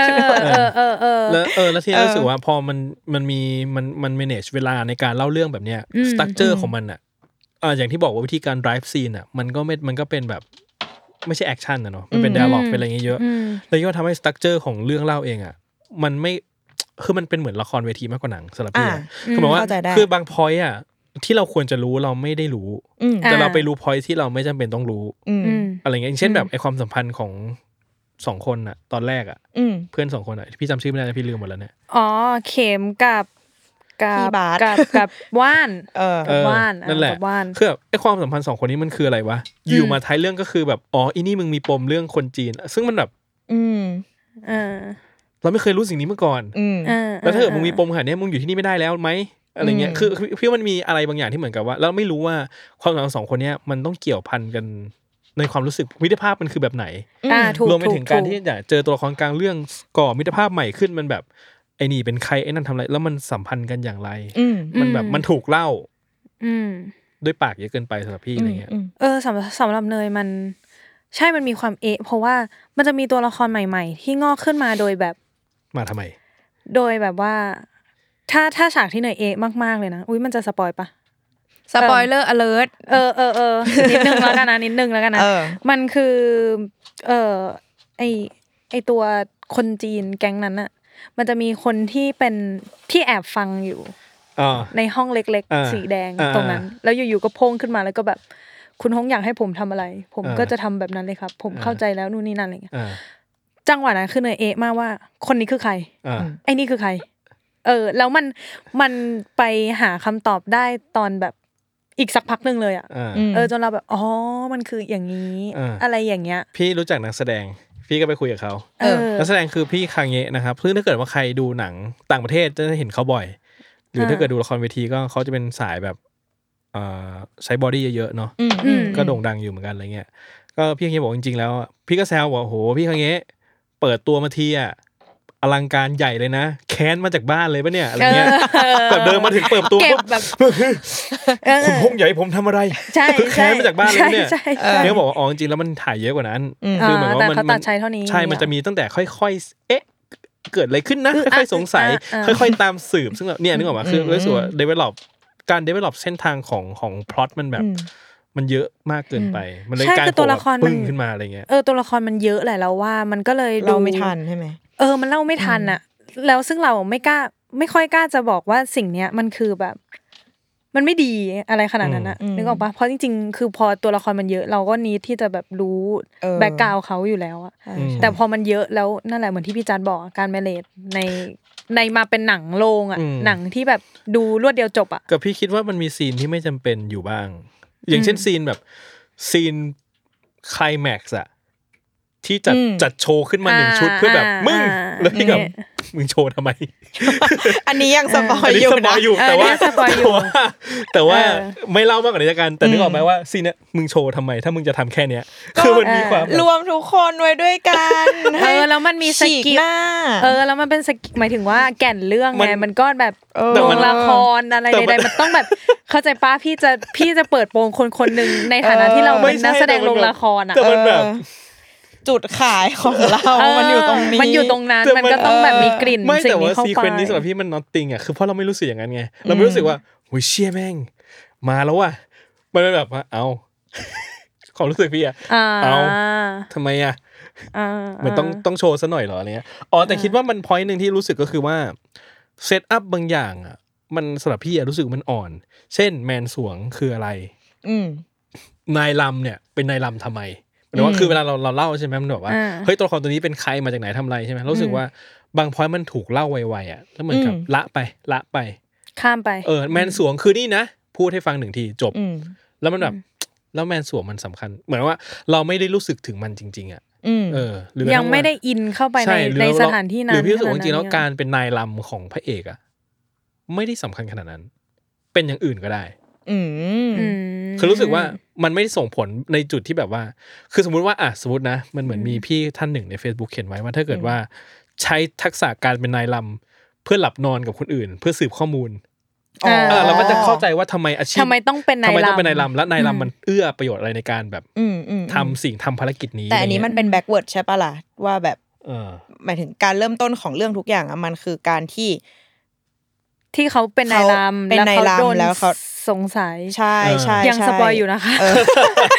Speaker 4: ออเออเออเออ
Speaker 2: แล้วเออแล้วที่
Speaker 3: เออ
Speaker 2: รู้สึกว่าพอมันมันมีมันมัน manage เวลาในการเล่าเรื่องแบบเนี้ย
Speaker 4: อืม
Speaker 2: structure
Speaker 3: อืม
Speaker 2: ของมันอะอ่ะอย่างที่บอกว่าวิธีการ drive scene อะมันก็ไม่มันก็เป็นแบบไม่ใช่ action นะเนาะมันเป็น dialogue
Speaker 4: อืม
Speaker 2: เป็นอะไรอย่างเงี้ยเยอะ
Speaker 4: อืม
Speaker 2: เลยก็ทำให้สตั๊กเจอร์ของเรื่องเล่าเองอ่ะมันไม่ คือมันเป็นเหมือนละครเวทีมากกว่าหนังสำหรับพี่
Speaker 3: อ่า
Speaker 2: อะคือหมายว่า
Speaker 3: เข้าใจได้
Speaker 2: คือบางพอยอ่ะที่เราควรจะรู้เราไม่ได้รู้
Speaker 3: อืม
Speaker 4: อ่ะ
Speaker 2: แต่เราไปรู้พอยที่เราไม่จำเป็นต้องรู้
Speaker 3: อืม
Speaker 4: อืม
Speaker 2: อะไรเงี้ยอย่างเช่น
Speaker 4: อืม
Speaker 2: แบบไอความสัมพันธ์ของสองคนอ่ะ ตอนแรกอ่ะ
Speaker 3: อืม
Speaker 2: เพื่อนสองคนอ่ะพี่จำชื่อไม่ได้นะพี่ลืมหมดแล้วเนี่ย
Speaker 4: อ๋อเข็มกับกับบ
Speaker 3: พี่าส
Speaker 4: กับกับว่าน
Speaker 3: เออ
Speaker 2: เออ
Speaker 4: ว่าน
Speaker 2: นั่นแหละ
Speaker 4: กับว่าน
Speaker 2: คือแบบไอความสัมพันธ์สองคนนี้มันคืออะไรวะอยู่มาท้ายเรื่องก็คือแบบอ๋ออีนี่มึงมีปมเรื่องคนจีน ซึ่งมันแบบ
Speaker 3: อืม
Speaker 4: เออ
Speaker 2: เราไม่เคยรู้สิ่งนี้มาก่อน
Speaker 3: อืม
Speaker 4: เออ
Speaker 2: แล้วถ้าเกิดมึงมีปมขนาดเนี้ยมึงอยู่ที่นี่ไม่ได้แล้วไหมอะไรเงี้ย
Speaker 3: อืม
Speaker 2: คือคือพี่ว่ามันมีอะไรบางอย่างที่เหมือนกับว่าเราไม่รู้ว่าความสัมพันธ์ของสองคนเนี้ยมันต้องเกี่ยวพันกันในความรู้สึกมิตรภาพมันคือแบบไหน
Speaker 4: อ่าถูก
Speaker 2: รวมไปถึงการที่
Speaker 4: ถู
Speaker 2: อยากเจอตัวละครกลางเรื่องก่อมิตรภาพใหม่ขึ้นมันแบบไอ้นี่เป็นใครไอ้นั่นทำอะไรแล้วมันสัมพันธ์กันอย่างไร
Speaker 3: อืม
Speaker 2: มันแบบมันถูกเล่า
Speaker 4: อืม
Speaker 2: ด้วยปากเยอะเกินไปสำหรับพี่
Speaker 3: อื
Speaker 2: อะไร
Speaker 3: ม
Speaker 2: เงี้ย
Speaker 3: อืม
Speaker 4: เออสำหรับสำหรับเนยมัน ใช่มันมีความเอะ เพราะว่ามันจะมีตัวละครใหม่ ๆ ที่งอกขึ้นมาโดยแบบ
Speaker 2: มาทำไม
Speaker 4: โดยแบบว่า ถ้าถ้าฉากที่เนยเอะมากๆเลยนะอุ้ยมันจะสปอยปะ
Speaker 3: สปอยเลอร์อเลิร์
Speaker 4: เออเออเออนิดนึงแล้วกันนะนิดนึงแล้วกันนะ
Speaker 3: เออ
Speaker 4: มันคือ เออไอไอตัวคนจีนแก๊งนั้นอะมันจะมีคนที่เป็นที่แอบฟังอยู่
Speaker 2: อ่า
Speaker 4: ในห้องเล็ก
Speaker 2: อ่า
Speaker 4: ๆ สีแดง
Speaker 2: อ่า
Speaker 4: ตรงนั้น แล้วอยู่ๆก็โพงขึ้นมาแล้วก็แบบ คุณฮงอยากให้ผมทำอะไร ผม
Speaker 2: อ่า
Speaker 4: ก็จะทำแบบนั้นเลยครับ ผม
Speaker 2: อ่า
Speaker 4: เข้าใจแล้วนู่นนี่นั่นอะไรเงี้ย
Speaker 2: อ่า
Speaker 4: จังหวะนั้นคือเนยเอะมากว่า คนนี้คือใคร
Speaker 2: อ่า
Speaker 4: ไอ้นี่คือใคร เออ แล้วมันมันไปหาคำตอบได้ตอนแบบอีกสักพักหนึ่งเลยอะ
Speaker 2: อ่า
Speaker 4: เออจนเราแบบอ๋อ มันคืออย่างนี้
Speaker 2: อ่า
Speaker 4: อะไรอย่างเงี้ย
Speaker 2: พี่รู้จักนักแสดง พี่ก็ไปคุยกับเขา
Speaker 4: เออ
Speaker 2: นักแสดงคือพี่คังเงะนะครับซึ่งถ้าเกิดว่าใครดูหนังต่างประเทศจะได้เห็นเขาบ่อย หรือ
Speaker 4: ค่ะ
Speaker 2: ถ้าเกิดดูละครเวทีก็เขาจะเป็นสายแบบเอ่อใช้บอดี้เยอะๆเนาะ
Speaker 3: อืม
Speaker 4: อื
Speaker 3: อื
Speaker 4: ม
Speaker 3: ม
Speaker 2: ก็โด่งดังอยู่เหมือนกันอะไรเงี้ยก็พี่คังเงะบอกจริงๆแล้วอ่ะพี่ก็แซวว่าโหพี่คังเงะเปิดตัวมาทีอ่ะอลังการใหญ่เลยนะ แค้นมาจากบ้านเลยปะเนี่ยอะไรเงี้ย (laughs) แบบเดินมาถึงเปิดประตัว
Speaker 4: เก็บ
Speaker 2: ปุ๊บ
Speaker 4: แบบเออ
Speaker 2: คุณพงษ์ใหญ่ผมทำอะไร
Speaker 4: ใช่
Speaker 2: คือแค้นมาจากบ้านเลยเนี่ย
Speaker 4: ใช่
Speaker 3: เ
Speaker 4: ใช่
Speaker 2: เนี่ยก็บอกว่าอ๋อจริงๆแล้วมันถ่ายเยอะกว่านั้น
Speaker 3: อืม
Speaker 2: คือเหมือนว่า
Speaker 4: แต่
Speaker 2: มัน
Speaker 4: เขา
Speaker 2: มั
Speaker 4: ตัด
Speaker 2: น
Speaker 4: ใช้เท่านี้
Speaker 2: ใช่ มันจะมีตั้งแต่ค่อยๆ เอ๊ะ เกิดอะไรขึ้นนะ
Speaker 4: อึ๊ะ
Speaker 2: ค่อยๆ สงสัย
Speaker 4: อ่ะอ่ะ
Speaker 2: ค่อยๆ ตามสืบ ซึ่งแบบเนี่ยนึกออกมาคือ
Speaker 3: อืม
Speaker 2: รู้สึกว่า develop การ develop เส้นทางของของพล็อตมันแบบ
Speaker 3: อืม
Speaker 2: มันเยอะมากเกินไป มันเลย
Speaker 4: ใช่
Speaker 2: กลาร
Speaker 4: คือตัวละคร
Speaker 2: ปึ้
Speaker 4: มัน
Speaker 2: งขึ้นมาอะไรเงี้ย
Speaker 4: เออตัวละครมันเยอะแหละแล้วว่ามันก็เลยดู
Speaker 3: เราไม่ทันใช่ไหม
Speaker 4: เออมันเล่าไม่ทันอะแล้วซึ่งเราไม่กล้าไม่ค่อยกล้าจะบอกว่าสิ่งเนี้ยมันคือแบบ มันไม่ดีอะไรขนาดนั้นอะ
Speaker 3: อืม
Speaker 4: นึกออกปะเพราะจริงๆ คือพอตัวละครมันเยอะเราก็นีที่จะแบบรู้
Speaker 3: เออ
Speaker 4: แบ็กกราวเขาอยู่แล้วอะ
Speaker 3: ใช่
Speaker 2: อืม
Speaker 3: ใช่
Speaker 4: แต่พอมันเยอะแล้วนั่นแหละเหมือนที่พี่จันบอกอะการแมเลตในในมาเป็นหนังโรงอ่ะ
Speaker 2: อืม
Speaker 4: หนังที่แบบดูรวดเดียวจบอ่ะ
Speaker 2: กับพี่คิดว่ามันมีซีนที่ไม่จำเป็นอยู่บ้าง อย่างเช่นซีนแบบซีนคลแม็กซ์อะที่จัด
Speaker 4: อืม
Speaker 2: จัดโชว์ขึ้นมาหนึ่งชุดเพื่อแบบ
Speaker 4: อ่ามึ
Speaker 2: มึง แล้วพี่กับ
Speaker 4: เนี่ย
Speaker 2: มึงโชว์ทำไม
Speaker 3: อันนี้ยังสปอย
Speaker 2: อันนี้
Speaker 3: อยู่
Speaker 2: สป
Speaker 3: นะ
Speaker 2: อยอยู่
Speaker 4: เออ
Speaker 2: แต่ว่า
Speaker 4: เนี่ยสปอยอยู่
Speaker 2: แต่ว่าแต่ว่า
Speaker 4: เออ
Speaker 2: ไม่เล่ามากกว่านี้ละกันแต่นึกออกไหมว่าซีนเนี้ยมึงโชว์ทำไม ถ้ามึงจะทำแค่เนี้ยคือมันมีความแบบ
Speaker 3: รวมทุกคนไว้ด้วยกัน
Speaker 4: เออแล้วมันมีส
Speaker 3: ฉีก
Speaker 4: กิล
Speaker 3: หน้า
Speaker 4: เออแล้วมันเป็นสกิลหมายถึงว่าแก่นเรื่องไงมันก็แบบ
Speaker 3: เออ
Speaker 4: โรงละครอะไร
Speaker 2: แต่มั
Speaker 4: ใด
Speaker 2: น
Speaker 4: ๆมันต้องแบบ เข้าใจป้าพี่จะพี่จะเปิดโปงคนคนหนึ่งในฐานะที่เราเป็นนักแสดงโรงละครอ่ะ
Speaker 2: แต่มันแบบ
Speaker 3: จุดขายของเรา มันอยู่ตรงนี้
Speaker 4: มันอยู่ตรงนั้น มันก็ต้องแบบมีกลิ่น
Speaker 2: ไม่
Speaker 4: สิ่
Speaker 2: แต่
Speaker 4: งนี้
Speaker 2: ว่า
Speaker 4: เข้า
Speaker 2: ซี
Speaker 4: ไป
Speaker 2: เควนต์นี้สำหรับพี่มันนอตติงอ่ะคือเพราะเราไม่รู้สึกอย่างนั้นไง เราไม่รู้สึกว่าโอ้ยเชี่ยแม่ง มาแล้วว่ะมันเป็นแบบว่าเอา (laughs) ความรู้สึกพี่อ่ะ
Speaker 4: อ่า
Speaker 2: เอา ทำไมอ่ะ
Speaker 4: อ่า
Speaker 2: มันต้องต้องโชว์ซะหน่อยเหรออะไรเงี้ย อ๋อแต่คิดว่ามันพอยต์หนึ่งที่รู้สึกก็คือว่าเซตอัพบางอย่างอ่ะมันสำหรับพี่อะรู้สึกมันอ่อน เช่นแมนสวงคืออะไร
Speaker 3: อืม
Speaker 2: นายลำเนี่ยเป็นนายลำทำไมหมายถึงว่า
Speaker 3: อืม
Speaker 2: คือเวลาเราเราเล่าใช่ไหมมันแบบว่า
Speaker 4: อ่า
Speaker 2: เฮ้ยตัวละครตัวนี้เป็นใครมาจากไหนทำอะไรใช่ไหมรู้สึกว่าบางพอยต์มันถูกเล่าไวๆอ่ะแล้วเหมือนกับ
Speaker 3: อืม
Speaker 2: ละไปละไป
Speaker 4: ข้ามไป
Speaker 2: เออแมนสวงคือนี่นะ พูดให้ฟังหนึ่งทีจบ
Speaker 3: อืม
Speaker 2: แล้วมันแบบ
Speaker 4: อืม
Speaker 2: แล้วแมนสวงมันสำคัญ เหมือนว่าเราไม่ได้รู้สึกถึงมันจริง ๆอ่ะ
Speaker 3: อืม
Speaker 2: เออหรือกระ
Speaker 4: ยั
Speaker 2: ทั่
Speaker 4: ง
Speaker 2: ว่า
Speaker 4: ไม่ได้อินเข้าไปใน
Speaker 2: ช่หรือ
Speaker 4: ใน
Speaker 2: เร
Speaker 4: สถานที่นั้น
Speaker 2: หรือพี่รู้สึกว่าจริงๆแล้ว
Speaker 4: ขนด
Speaker 2: กา
Speaker 4: นั้น
Speaker 2: รเป็นนายลำของพระเอกอะไม่ได้สำคัญขนาดนั้น เป็นอย่างอื่นก็ได้
Speaker 3: อืม
Speaker 4: อืม
Speaker 2: คือรู้สึกว่ามันไม่ได้ส่งผลในจุดที่แบบว่า คือสมมุติว่าอ่ะสมมตินะ มันเหมือน
Speaker 4: อืม
Speaker 2: มีพี่ท่านหนึ่งใน Facebook เขียนไว้ว่าถ้าเกิดว่า ใช้ทักษะการเป็นนายลำเพื่อหลับนอนกับคนอื่น เพื่อสืบข้อมูล
Speaker 3: อ๋อ
Speaker 2: เออเราก็จะเข้าใจว่าทำไมอาชีพ
Speaker 4: ทำไมต้องเป็นนาย
Speaker 2: ทำไม
Speaker 4: ลำ
Speaker 2: ต้องเป็นนายลำและนาย
Speaker 4: อืม
Speaker 2: ลำมันเอื้อประโยชน์อะไรในการแบบ
Speaker 3: อืมอืม
Speaker 2: ทำสิ่งทำภารกิจนี้
Speaker 3: แต่อันนี้
Speaker 2: ะไร
Speaker 3: มัน
Speaker 2: เงี้ย
Speaker 3: เป็นแบ็กเวิร์ดใช่ปะล่ะว่าแบบ
Speaker 2: เออ
Speaker 3: หมายถึงการเริ่มต้นของเรื่องทุกอย่างอะมันคือการที่
Speaker 4: ที่เขาเป็นนายลำ
Speaker 3: เป็นนายลำ
Speaker 4: โดน
Speaker 3: แล้วเขา
Speaker 4: สงสัย
Speaker 3: ใช่ใช่
Speaker 4: ยัง
Speaker 3: ใช่
Speaker 4: สปอยอยู่นะคะ
Speaker 3: เออ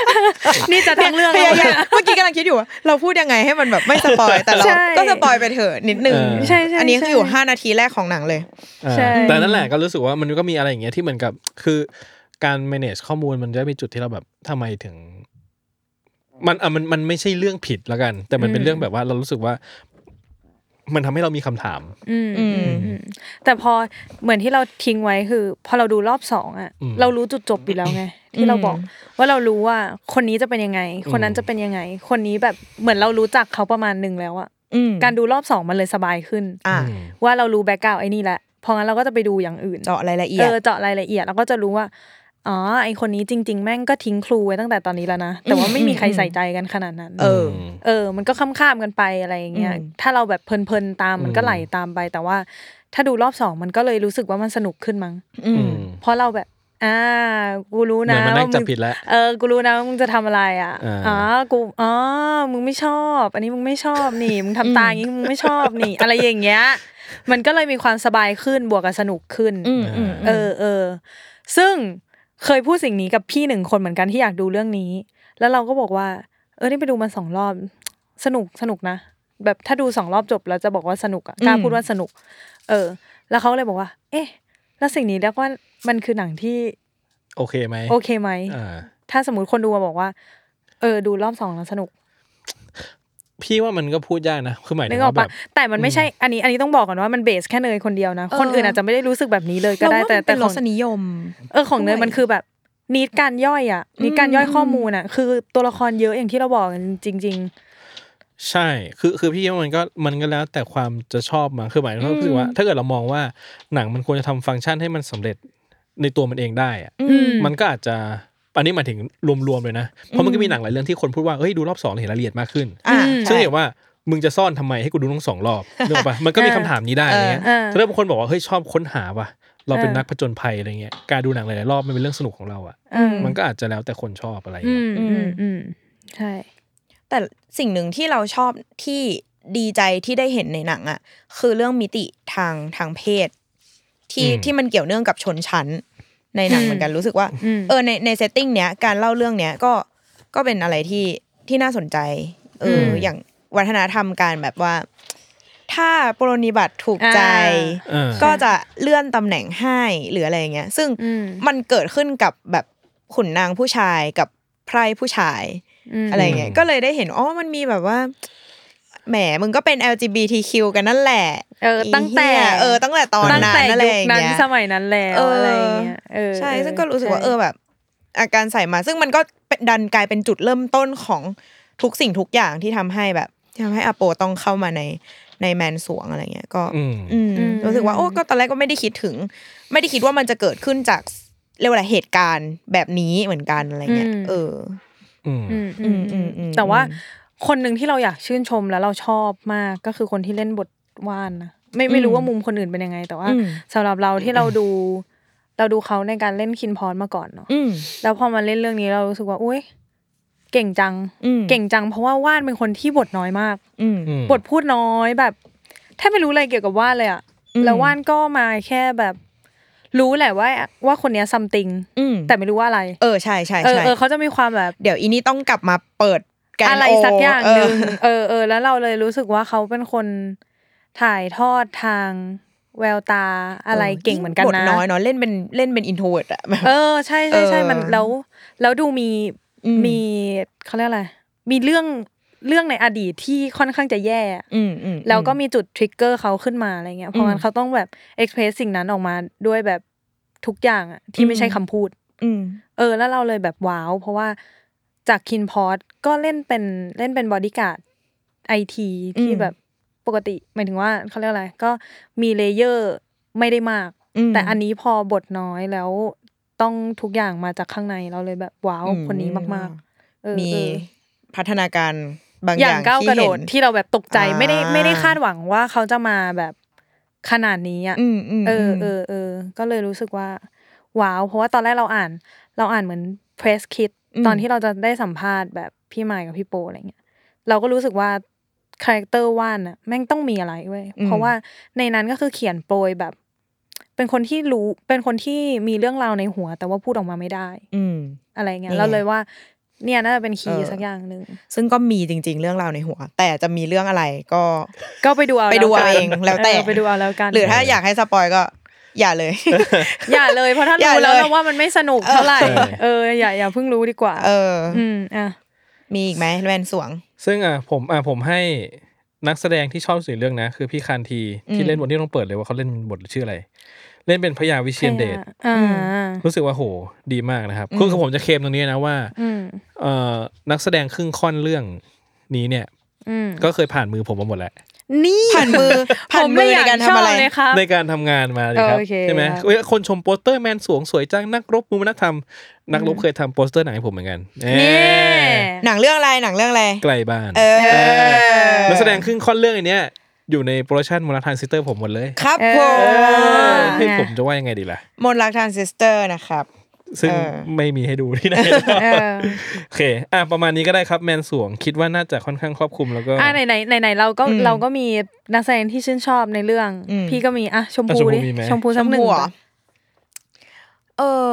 Speaker 4: (laughs) นี่จะทั้งเรื่อง
Speaker 3: พ
Speaker 4: แล้
Speaker 3: ยา
Speaker 4: ว
Speaker 3: ยา
Speaker 4: เนี่ย
Speaker 3: ม (laughs) เมื่อกี้กำลังคิดอยู่ว่าเราพูดยังไงให้มันแบบไม่สปอยแต่เรา
Speaker 4: ใช่
Speaker 3: ก็สปอยไปเถอะนิดนึง
Speaker 2: เออ
Speaker 4: ใช่ใช่
Speaker 3: อันนี้คืออยู่
Speaker 4: ใช่
Speaker 3: ห้านาทีแรกของหนังเลย
Speaker 2: อ่า
Speaker 4: ใช่
Speaker 2: แต่นั่นแหละก็รู้สึกว่ามันก็มีอะไรอย่างเงี้ยที่เหมือนกับคือการ manage ข้อมูลมันจะมีจุดที่เราแบบทำไมถึง มันอ่ะมันมันไม่ใช่เรื่องผิดละกัน แต่มันเป็นเรื่องแบบว่าเรารู้สึกว่า มันทำให้เรามีคำถาม
Speaker 4: อืม
Speaker 3: อืม
Speaker 4: อืมอืมแต่พอเหมือนที่เราทิ้งไว้คือ พอเราดูรอบสองอ่ะ
Speaker 2: อืม
Speaker 4: เรารู้จุดจบอยู่แล้วไง ที่เราบอกว่าเรารู้ว่าคนนี้จะเป็นยังไง คนนั้น
Speaker 2: อืม
Speaker 4: จะเป็นยังไง คนนี้แบบเหมือนเรารู้จักเขาประมาณหนึ่งแล้วอ่ะ
Speaker 3: อืม
Speaker 4: การดูรอบสองมันเลยสบายขึ้น
Speaker 3: อ่ะ
Speaker 2: อืม
Speaker 4: ว่าเรารู้แบ็กกราวไอ้นี่แหละเพองั้นเราก็จะไปดูอย่างอื่น
Speaker 3: เจาะรายละเอีย
Speaker 4: เอ
Speaker 3: ด
Speaker 4: อเจาะรายละเอียดแล้วก็จะรู้ว่าอ๋อไอคนนี้จริง ๆ แม่งก็ทิ้งครูไว้ตั้งแต่ตอนนี้แล้วนะแต่ว่าไม่มีใครใส่ใจกันขนาดนั้น
Speaker 3: เออ
Speaker 4: เออ มันก็ข้ามๆกันไปอะไรอย่างเงี้ย
Speaker 3: อืม
Speaker 4: ถ้าเราแบบเพลินๆตามมันก็
Speaker 2: อืม
Speaker 4: ไหลตามไป แต่ว่า ถ้าดูรอบสองมันก็เลยรู้สึกว่ามันสนุกขึ้นมั้ง
Speaker 3: อื
Speaker 2: อื
Speaker 3: ม
Speaker 2: ม
Speaker 4: เพราะเราแบบ อ่า กูรู้
Speaker 2: เหมือน
Speaker 4: นะ
Speaker 2: มันนั่
Speaker 4: ว่าง มึ
Speaker 2: จับ
Speaker 4: ง
Speaker 2: ผิดแล้ว
Speaker 4: เออ กูรู้นะว่ามึงจะทำอะไรอ่ะ
Speaker 2: อ่า
Speaker 4: อ๋อ กู อ๋อ มึงไม่ชอบ อันนี้มึงไม่ชอบนี่ มึงทำตาอย่างงี้มึงไม่ชอบนี่ อะไรอย่างเงี้ย มันก็เลยมีความสบายขึ้นบวกกับสนุกขึ้น
Speaker 3: อืมอืม
Speaker 4: เออเออ ซึ่งเคยพูดสิ่งนี้กับพี่หนึ่งคนเหมือนกันที่อยากดูเรื่องนี้ แล้วเราก็บอกว่า เออ นี่ไปดูมันสองรอบ สนุกสนุกนะ แบบถ้าดูสองรอบจบแล้วจะบอกว่าสนุกอะกล้าพูดว่าสนุก เออ แล้วเขาเลยบอกว่า เอ๊ะ แล้วสิ่งนี้เรียกว่ามันคือหนังที่
Speaker 2: โอเคไหม
Speaker 4: โอเคไหม
Speaker 2: อ่า
Speaker 4: ถ้าสมมติคนดูมาบอกว่า เออ ดูรอบสองแล้วสนุก
Speaker 2: พี่ว่ามันก็พูดยากนะคือหมาย
Speaker 4: นึ
Speaker 2: ถึ
Speaker 4: ก
Speaker 2: ง
Speaker 4: ออก
Speaker 2: ว่าแบ
Speaker 4: ปะ
Speaker 2: บ
Speaker 4: แต่มันไม่ใช่ อันนี้ อันนี้ต้องบอกก่อนว่ามันเบสแค่เนยคนเดียวนะ คนอื่นอาจจะไม่ได้รู้สึกแบบนี้เลยก็ได้
Speaker 3: เราว่า
Speaker 4: แต่
Speaker 3: มัน
Speaker 4: แต่
Speaker 3: เป็น
Speaker 4: ข
Speaker 3: ร
Speaker 4: อง
Speaker 3: สนิยม
Speaker 4: เออของเนยมันคือแบบนิดการย่อยอ่ะนิดการย่อยข้อมูลอ่ะ คือตัวละครเยอะอย่างที่เราบอกกันจริง
Speaker 2: ใช่ คือ คือพี่ว่ามันก็ มันก็แล้วแต่ความจะชอบมาคือหมายความว่ารู้สึกว่า ถ้าเกิดเรามองว่าหนังมันควรจะทำฟังก์ชันให้มันสำเร็จในตัวมันเองได้อะ
Speaker 4: อืม
Speaker 2: มันก็อาจจะ อันนี้หมายถึงรวมๆเลยนะ เพราะมันก็มีหนังหลายเรื่องที่คนพูดว่า เฮ้ย ดูรอบสองแล้วเห็นรายละเอียดมากขึ้น
Speaker 3: อ่ะ
Speaker 2: ซึ่ง
Speaker 3: ใช่
Speaker 2: เห็นว่า มึงจะซ่อนทำไมให้กูดูทั้งสองรอบนึกออกปะมันก็มีคำถามนี้ได้อะไรเงี้ย
Speaker 4: เออเออ
Speaker 2: ถ้าเกิดบางคนบอกว่า เฮ้ย ชอบค้นหาว่ะ เราเป็น
Speaker 4: เออ
Speaker 2: นักผจญภัยอะไรเงี้ย การดูหนังหลายๆรอบมันเป็นเรื่องสนุกของเราอะ
Speaker 4: ๆเออ
Speaker 2: มันก็อาจจะแล้วแต่คนชอบอะไร
Speaker 4: อื
Speaker 2: เงี้ย
Speaker 4: มอืมอืมใช่
Speaker 3: แต่สิ่งหนึ่งที่เราชอบที่ดีใจที่ได้เห็นในหนังอ่ะ คือเรื่องมิติทางทางเพศ ที่ที่มันเกี่ยวเนื่องกับชนชั้น ในหนัง
Speaker 4: อืม
Speaker 3: เหมือนกันรู้สึกว่า
Speaker 4: อืม
Speaker 3: เออในในเซตติ้งเนี้ยการเล่าเรื่องเนี้ยก็ก็เป็นอะไรที่ที่น่าสนใจเออออย่างวัฒนธรรมการแบบว่า ถ้าปรนนิบัติถูกใจ
Speaker 2: เออ
Speaker 3: ก็จะเลื่อนตำแหน่งให้หรืออะไรอย่างเงี้ย ซึ่ง
Speaker 4: อืม
Speaker 3: มันเกิดขึ้นกับแบบขุนนางผู้ชายกับไพร่ผู้ชาย
Speaker 4: ม
Speaker 3: อะไรเงี้ย ก็เลยได้เห็น อ๋อ มันมีแบบว่า แหม มึงก็เป็น LGBTQ กันนั่นแหละ
Speaker 4: เออตั้งแต่
Speaker 3: ไอ้เหี้ยเออ ตั้งแต่ตอน
Speaker 4: ตั้ง
Speaker 3: นั้น
Speaker 4: แต่
Speaker 3: อะไร
Speaker 4: ยุ
Speaker 3: อ
Speaker 4: ค
Speaker 3: ย่าง
Speaker 4: นั้น
Speaker 3: เงี้ย
Speaker 4: สมัยนั้นแล้ว
Speaker 3: เอออ
Speaker 4: อะไรอย่างเงี้ยเออ
Speaker 3: ใช่ ซึ่งก็รู้สึกว่า
Speaker 4: ใช่
Speaker 3: เออ แบบ อาการใส่มา ซึ่งมันก็เป็นดันกลายเป็นจุดเริ่มต้นของทุกสิ่งทุกอย่างที่ทำให้แบบทำให้อาโปต้องเข้ามาในในแมนสวงอะไรเงี้ย ก็
Speaker 2: อืม
Speaker 3: อืมรู้สึกว่า โอ้ ก็ตอนแรกก็ไม่ได้คิดถึง ไม่ได้คิดว่ามันจะเกิดขึ้นจากเรียกว่าอะไรเหตุการณ์แบบนี้เหมือนกันอะไรเงี้ย เออ
Speaker 2: อืม
Speaker 4: อืม
Speaker 3: อื
Speaker 4: อื
Speaker 3: ม
Speaker 4: ม
Speaker 3: อืมอืม
Speaker 4: แต่ว่าคนหนึ่งที่เราอยากชื่นชมแล้วเราชอบมากก็คือคนที่เล่นบทวานนะไม่ไม่รู้ว่ามุมคนอื่นเป็นยังไง แต่ว่า
Speaker 3: อืม
Speaker 4: สำหรับเราที่เราดู เราดูเขาในการเล่นคินพรมาก่อนเนาะ
Speaker 3: อืม
Speaker 4: แล้วพอมาเล่นเรื่องนี้เรารู้สึกว่า อุ้ย เก่งจัง
Speaker 3: อืม
Speaker 4: เก่งจัง เพราะว่าว่านเป็นคนที่บทน้อยมาก
Speaker 3: อืม
Speaker 2: อืม
Speaker 4: บทพูดน้อยแบบแทบไม่รู้อะไรเกี่ยวกับว่านเลยอะ
Speaker 3: อืม
Speaker 4: แล้วว่านก็มาแค่แบบ รู้แหละว่าว่าคนเนี้ยซัมติง
Speaker 3: อืม
Speaker 4: แต่ไม่รู้ว่าอะไร
Speaker 3: เออใช่ใช่
Speaker 4: เออ
Speaker 3: ใช่
Speaker 4: เออเขาจะมีความแบบ
Speaker 3: เดี๋ยวอีนี่ต้องกลับมาเปิดแกน
Speaker 4: อะไร
Speaker 3: โ
Speaker 4: สักอย่างหนึ่ง
Speaker 3: เออ
Speaker 4: เออเออแล้วเราเลยรู้สึกว่าเขาเป็นคนถ่ายทอดทางแววตาอะไรเก่งเหมือนกัน
Speaker 3: บท
Speaker 4: นะ
Speaker 3: น้อยเนาะเล่นเป็นเล่นเป็นอินโทรเวิร์ดอะแบบ
Speaker 4: เออใช่ใช่ใช่มัน
Speaker 3: เออ
Speaker 4: แล้วแล้วดูมี
Speaker 3: อืม
Speaker 4: มีเขาเรียกอะไรมีเรื่องเรื่องในอดีตที่ค่อนข้างจะแย่อะ
Speaker 3: อืมอืม
Speaker 4: แล้วก็มีจุดทริกเกอร์เขาขึ้นมาอะไรเงี้ยเพราะงั้นเขาต้องแบบเอ็กเพรสสิ่งนั้นออกมาด้วยแบบทุกอย่างอะที่ไม่ใช่
Speaker 3: อืม
Speaker 4: คำพูด
Speaker 3: อืม
Speaker 4: เออแล้วเราเลยแบบว้าว เพราะว่าจากคินพอตก็เล่นเป็นเล่นเป็นบอดี้การ์ดไอทีที่แบบปกติหมายถึงว่าเขาเรียกอะไร ก็มีเลเยอร์ไม่ได้มาก
Speaker 3: ม
Speaker 4: แต่อันนี้พอบทน้อยแล้วต้องทุกอย่างมาจากข้างในเราเลยแบบว้าว
Speaker 3: อืม
Speaker 4: คนนี้มากๆเออ
Speaker 3: มี
Speaker 4: เออ
Speaker 3: พัฒนาการบางอย่
Speaker 4: อา
Speaker 3: ย่าง ง
Speaker 4: ก้าว
Speaker 3: ที่
Speaker 4: กระโด
Speaker 3: เห็
Speaker 4: ด
Speaker 3: น
Speaker 4: ที่เราแบบตกใจไม่ได้
Speaker 3: อ่า
Speaker 4: ไม่ได้คาดหวังว่าเขาจะมาแบบขนาดนี้อ่ะ
Speaker 3: อืมอืม
Speaker 4: เออ
Speaker 3: ม
Speaker 4: เออเออ ก็เลยรู้สึกว่า ว้าว เพราะว่าตอนแรกเราอ่าน เราอ่านเหมือน press kit ตอนที่เราจะได้สัมภาษณ์แบบพี่หมายกับพี่โปอะไรเงี้ยเราก็รู้สึกว่าคาแรคเตอร์ว่านน่ะแม่งต้องมีอะไรเว้ยเพราะว่าในนั้นก็คือเขียนโปรยแบบ เป็นคนที่รู้เป็นคนที่มีเรื่องราวในหัว แต่ว่าพูดออกมาไม่ได้
Speaker 3: อืม
Speaker 4: อะไรเงี้
Speaker 3: นี่
Speaker 4: ย
Speaker 3: ไง
Speaker 4: เราเลยว่า เนี่ยน่าจะเป็นคี
Speaker 3: เอ
Speaker 4: ย์
Speaker 3: อ
Speaker 4: สักอย่างหนึ่ง
Speaker 3: ซึ่งก็มีจริง ๆ เรื่องราวในหัว แต่จะมีเรื่องอะไรก็
Speaker 4: ก็ไปดูเอา
Speaker 3: ไปดู
Speaker 4: แล้วกัน
Speaker 3: เอาเองแล้วแต่
Speaker 4: เออไปดูเอาแล้วกัน
Speaker 3: หรือถ้าอยากให้สปอยก็ อย่าเลย
Speaker 4: อย่าเลยเพราะถ้า
Speaker 3: อย่า
Speaker 4: รู้
Speaker 3: เลย
Speaker 4: แล้วนะว่ามันไม่สนุกเท่าไหร่ เอออย่าอย่าเพิ่งรู้ดีกว่า
Speaker 3: เออ
Speaker 4: มอ่ะ
Speaker 3: มีอีกไหมแวนสวง
Speaker 2: ซึ่งอ่ะผมอ่ะผมให้นักแสดงที่ชอบสื่อเรื่องนะ คือพี่คันทีที่เล่นบทที่ต้องเปิดเลยว่าเขาเล่นบทชื่ออะไร เล่นเป็นพระยาวิเชียนเดช
Speaker 4: อ่า
Speaker 2: รู้สึกว่าโหดีมากนะครับ คือคือผมจะเคลมตรงนี้นะว่า
Speaker 4: อืม
Speaker 2: เอ่อนักแสดงครึ่งค่อนเรื่องนี้เนี่ย
Speaker 4: อืม
Speaker 2: ก็เคยผ่านมือผมมาหมดแล้ว
Speaker 4: นี่
Speaker 3: ผ่านมือผ่าน
Speaker 4: ผม
Speaker 3: มื
Speaker 4: เล
Speaker 3: อย
Speaker 4: อ
Speaker 3: ใน
Speaker 4: ยาก
Speaker 3: การ
Speaker 4: ช
Speaker 3: ทำ
Speaker 4: อ
Speaker 3: อะ
Speaker 4: บ
Speaker 3: ไร
Speaker 4: เลยครับ
Speaker 2: ในการทำงานมาเลยครับ
Speaker 4: โอเค
Speaker 2: ใช่ไหม
Speaker 4: ครับ
Speaker 2: เอ้ยคนชมโปสเตอร์แมนสวงสวยจังนักรบมุมนักธรรมนักรบเคยทำโปสเตอร์หนังให้ผมเหมือนกัน
Speaker 4: นี่
Speaker 2: เอ้ย
Speaker 3: หนังเรื่องอะไรหนังเรื่องอะไร
Speaker 2: ไกลบ้าน
Speaker 3: เออ
Speaker 2: นักแสดงครึ่งค่อนเรื่องอันเนี้ยอยู่ในโปรดักชันมูลทานซิสเตอร์ผมหมดเลย
Speaker 3: ครับ
Speaker 4: เอ
Speaker 3: ผ
Speaker 4: อ
Speaker 3: ม
Speaker 2: ให้ยผมจะว่ายังไงดีล่ะ
Speaker 3: มนต์รักทรานซิสเตอร์นะครับ
Speaker 2: ซึ่ง
Speaker 3: เออ
Speaker 2: ไม่มีให้ดูที่ไหน
Speaker 4: เออ
Speaker 2: (laughs) โอเคอ่ะประมาณนี้ก็ได้ครับแมนสวงคิดว่าน่าจะค่อนข้างครอบคลุมแล้วก็
Speaker 4: อ่ะไหนไหนไหนไหนเราก็
Speaker 3: อืม
Speaker 4: เราก็มีนักแสดงที่ชื่นชอบในเรื่อง
Speaker 3: อืม
Speaker 4: พี่ก็มีอ่ะชม
Speaker 2: อ่ะช
Speaker 4: พู
Speaker 2: มพู
Speaker 4: ดิ
Speaker 2: มีไหม
Speaker 4: ชมพู
Speaker 3: ช
Speaker 4: สัก
Speaker 3: ม
Speaker 4: หนึ่ง
Speaker 3: พูเหรอเออ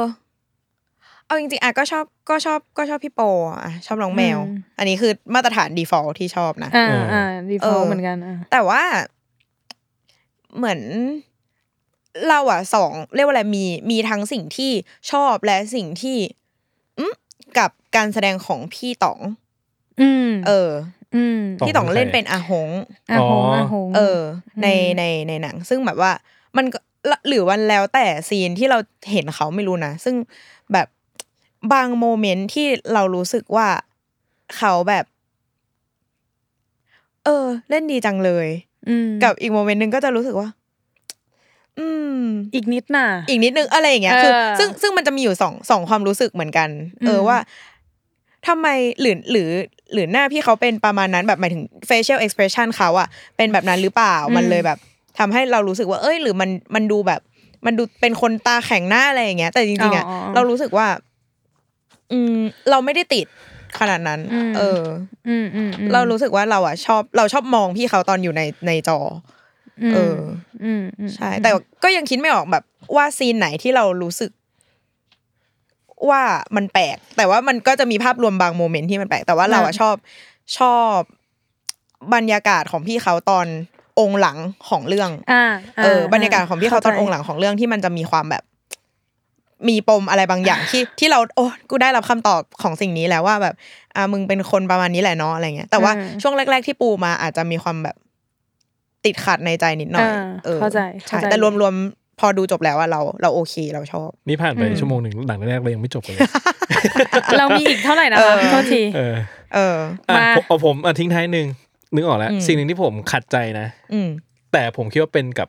Speaker 3: เอาจริงๆอ่ะก็ชอบก็ชอบก็ชอบพี่โปอ่ะชอบน้องแมว อันนี้คือมาตรฐาน default ที่ชอบนะ
Speaker 4: อ่าอ่าดี
Speaker 3: เอ
Speaker 4: ฟอ
Speaker 3: อ
Speaker 4: เหมือนกันอ่ะ
Speaker 3: แต่ว่าเหมือนเราอ่ะสองเรียกว่าอะไรมีมีทั้งสิ่งที่ชอบและสิ่งที่อืมกับการแสดงของพี่ต๋อง
Speaker 4: อืม
Speaker 3: เออ
Speaker 4: อืม
Speaker 2: ต๋อง
Speaker 3: พี่ต๋อง
Speaker 2: คือใคร
Speaker 3: เล่นเป็น
Speaker 2: อะ
Speaker 3: อาหง
Speaker 4: อ่ะหงอ่ะหง
Speaker 3: เออใน
Speaker 4: อืม
Speaker 3: ในในหนัง ซึ่งแบบว่ามันก็หรือวันแล้วแต่ซีนที่เราเห็นเขาไม่รู้นะ ซึ่งแบบบางโมเมนต์ที่เรารู้สึกว่าเขาแบบ เออ เล่นดีจังเลย
Speaker 4: ม
Speaker 3: กับอีกโมเมนต์หนึ่งก็จะรู้สึกว่า อืม
Speaker 4: อีกนิดน่ะ
Speaker 3: อีกนิดนึงอะไรอย่างเงี้ยคือ
Speaker 4: เออ
Speaker 3: ซึ่งซึ่งมันจะมีอยู่สองสองความรู้สึกเหมือนกัน เออ
Speaker 4: อืม
Speaker 3: ว่าทำไมหรือหรือหรือหน้าพี่เขาเป็นประมาณนั้นแบบหมายถึง facial expression เขาอะเป็นแบบนั้นหรือเปล่ามันเลยแบบทำให้เรารู้สึกว่า เอ้ย หรือมันมันดูแบบ มันดูเป็นคนตาแข็งหน้าอะไรอย่างเงี้ย แต่จริงๆอะเรารู้สึกว่า อืม เราไม่ได้ติดขนาดนั้น
Speaker 4: อืม
Speaker 3: เออ
Speaker 4: อืมอืมอืม
Speaker 3: เรารู้สึกว่าเราอะชอบเราชอบมองพี่เขาตอนอยู่ในในจออเออ
Speaker 4: อืมอืม
Speaker 3: ใช่ แต่ก็ยังคิดไม่ออกแบบว่าซีนไหนที่เรารู้สึก ว่ามันแปลก แต่ว่ามันก็จะมีภาพรวมบางโมเมนต์ที่มันแปลก แต่ว่าเราอะชอบชอบบรรยากาศของพี่เขาตอนองค์หลังของเรื่อง
Speaker 4: อ่า
Speaker 3: เออบรรยากาศของพี่เขาตอนองค์หลังของเรื่องที่มันจะมีความแบบ มีปมอะไรบางอย่างที่ (coughs) ที่เราโอ้กูได้รับคำตอบของสิ่งนี้แล้วว่าแบบ อ่ามึงเป็นคนประมาณนี้แหละเนาะอะไรเงี้ย แต่ว่าช่วงแรก ๆ ที่ปูมาอาจจะมีความแบบติดขัดในใจนิดหน่อย
Speaker 4: เข้าใจ
Speaker 3: ใช่แต่รวมๆพอดูจบแล้วว่าเรา เราโอเคเราชอบ
Speaker 2: นี่ผ่านไปชั่วโมงหนึ่งหลังแรกๆเรายังไม่จบเลย
Speaker 4: เรามีอีกเท่าไหร่นะ
Speaker 3: เออ
Speaker 4: โทษที
Speaker 2: เออ
Speaker 3: เออ
Speaker 2: อ่ะ
Speaker 4: มา
Speaker 2: ผมเอาผมอ่ะทิ้งท้ายหนึ่งนึกออกแล้ว
Speaker 3: อืม
Speaker 2: สิ่งหนึ่งที่ผมขัดใจนะ
Speaker 3: อืม
Speaker 2: แต่ผมคิดว่าเป็นกับ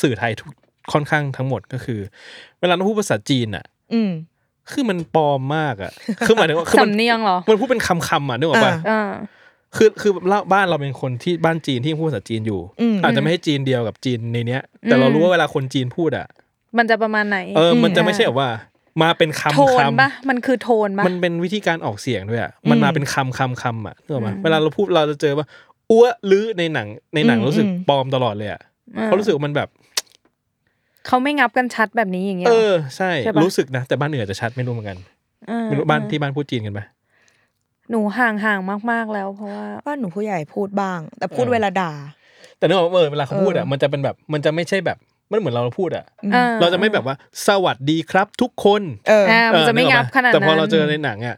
Speaker 2: สื่อไทยทุกค่อนข้างทั้งหมดก็คือ เวลาเราพูดภาษาจีนอ่ะ
Speaker 3: อืม
Speaker 2: คือมันปลอมมากอ่ะ คือหมายถึงว่าคือมัน
Speaker 4: สำเนียงเหรอ
Speaker 2: มันพูดเป็นคำคำๆอ่ะนึกออกปะ
Speaker 3: อ่า
Speaker 4: อ่า
Speaker 2: คือคือเราบ้านเราเป็นคนที่บ้านจีนที่พูดภาษาจีนอยู่
Speaker 3: อืม
Speaker 2: อาจจะไม่ให้จีนเดียวกับจีนในเนี้ย แต่เรา
Speaker 4: อืม
Speaker 2: รู้ว่าเวลาคนจีนพูดอ่ะ
Speaker 4: มันจะประมาณไหน
Speaker 2: เออ มันจะไม่ใช่แบบว่า มาเป็นคำ
Speaker 4: โทน
Speaker 2: คำ
Speaker 4: ปะมันคือโทนปะ
Speaker 2: มันเป็นวิธีการออกเสียงด้วยอ่ะ มันมาเป็นคำคำคำอ่ะนึกออกไหม
Speaker 4: อืม
Speaker 2: เวลาเราพูดเราจะเจอว่าอ้วหรือในหนังในหนัง
Speaker 3: อืม
Speaker 2: รู้สึก
Speaker 3: อืม
Speaker 2: ปลอมตลอดเลยอ่ะ
Speaker 4: อ่า
Speaker 2: เพราะรู้สึกว่ามันแบบ
Speaker 4: เขาไม่งับกันชัดแบบนี้อย่างเงี้ย
Speaker 2: เออใช่
Speaker 4: ใช่ปะ
Speaker 2: รู้สึกนะ แต่บ้านเหนือจะชัดไม่รู้เหมือนกัน
Speaker 4: เออ
Speaker 2: ไม่รู้บ้าน
Speaker 4: เออ
Speaker 2: ที่บ้านพูดจีนกันไหม
Speaker 4: หนูห่างห่างๆมากๆแล้ว เพราะว่า
Speaker 3: บ้านหนูผู้ใหญ่พูดบ้าง แต่พูด
Speaker 2: เออ
Speaker 3: เวลาด่า
Speaker 2: แต่นึกออกว่าเออเวลาเขาพูดอ่ะ
Speaker 3: เออ
Speaker 2: มันจะเป็นแบบมันจะไม่ใช่แบบมันเหมือนเราพูดอ่ะ
Speaker 3: อืม
Speaker 4: อ่า
Speaker 2: เราจะไม่แบบว่าสวัสดีครับทุกคน
Speaker 3: เออ
Speaker 4: อ่ามันจะ
Speaker 2: เออ
Speaker 4: ไม่
Speaker 2: กอ
Speaker 4: งั
Speaker 2: อบ กป
Speaker 4: ขนาดนั้น
Speaker 2: แต่พอเราเจอในหนังอ่ะ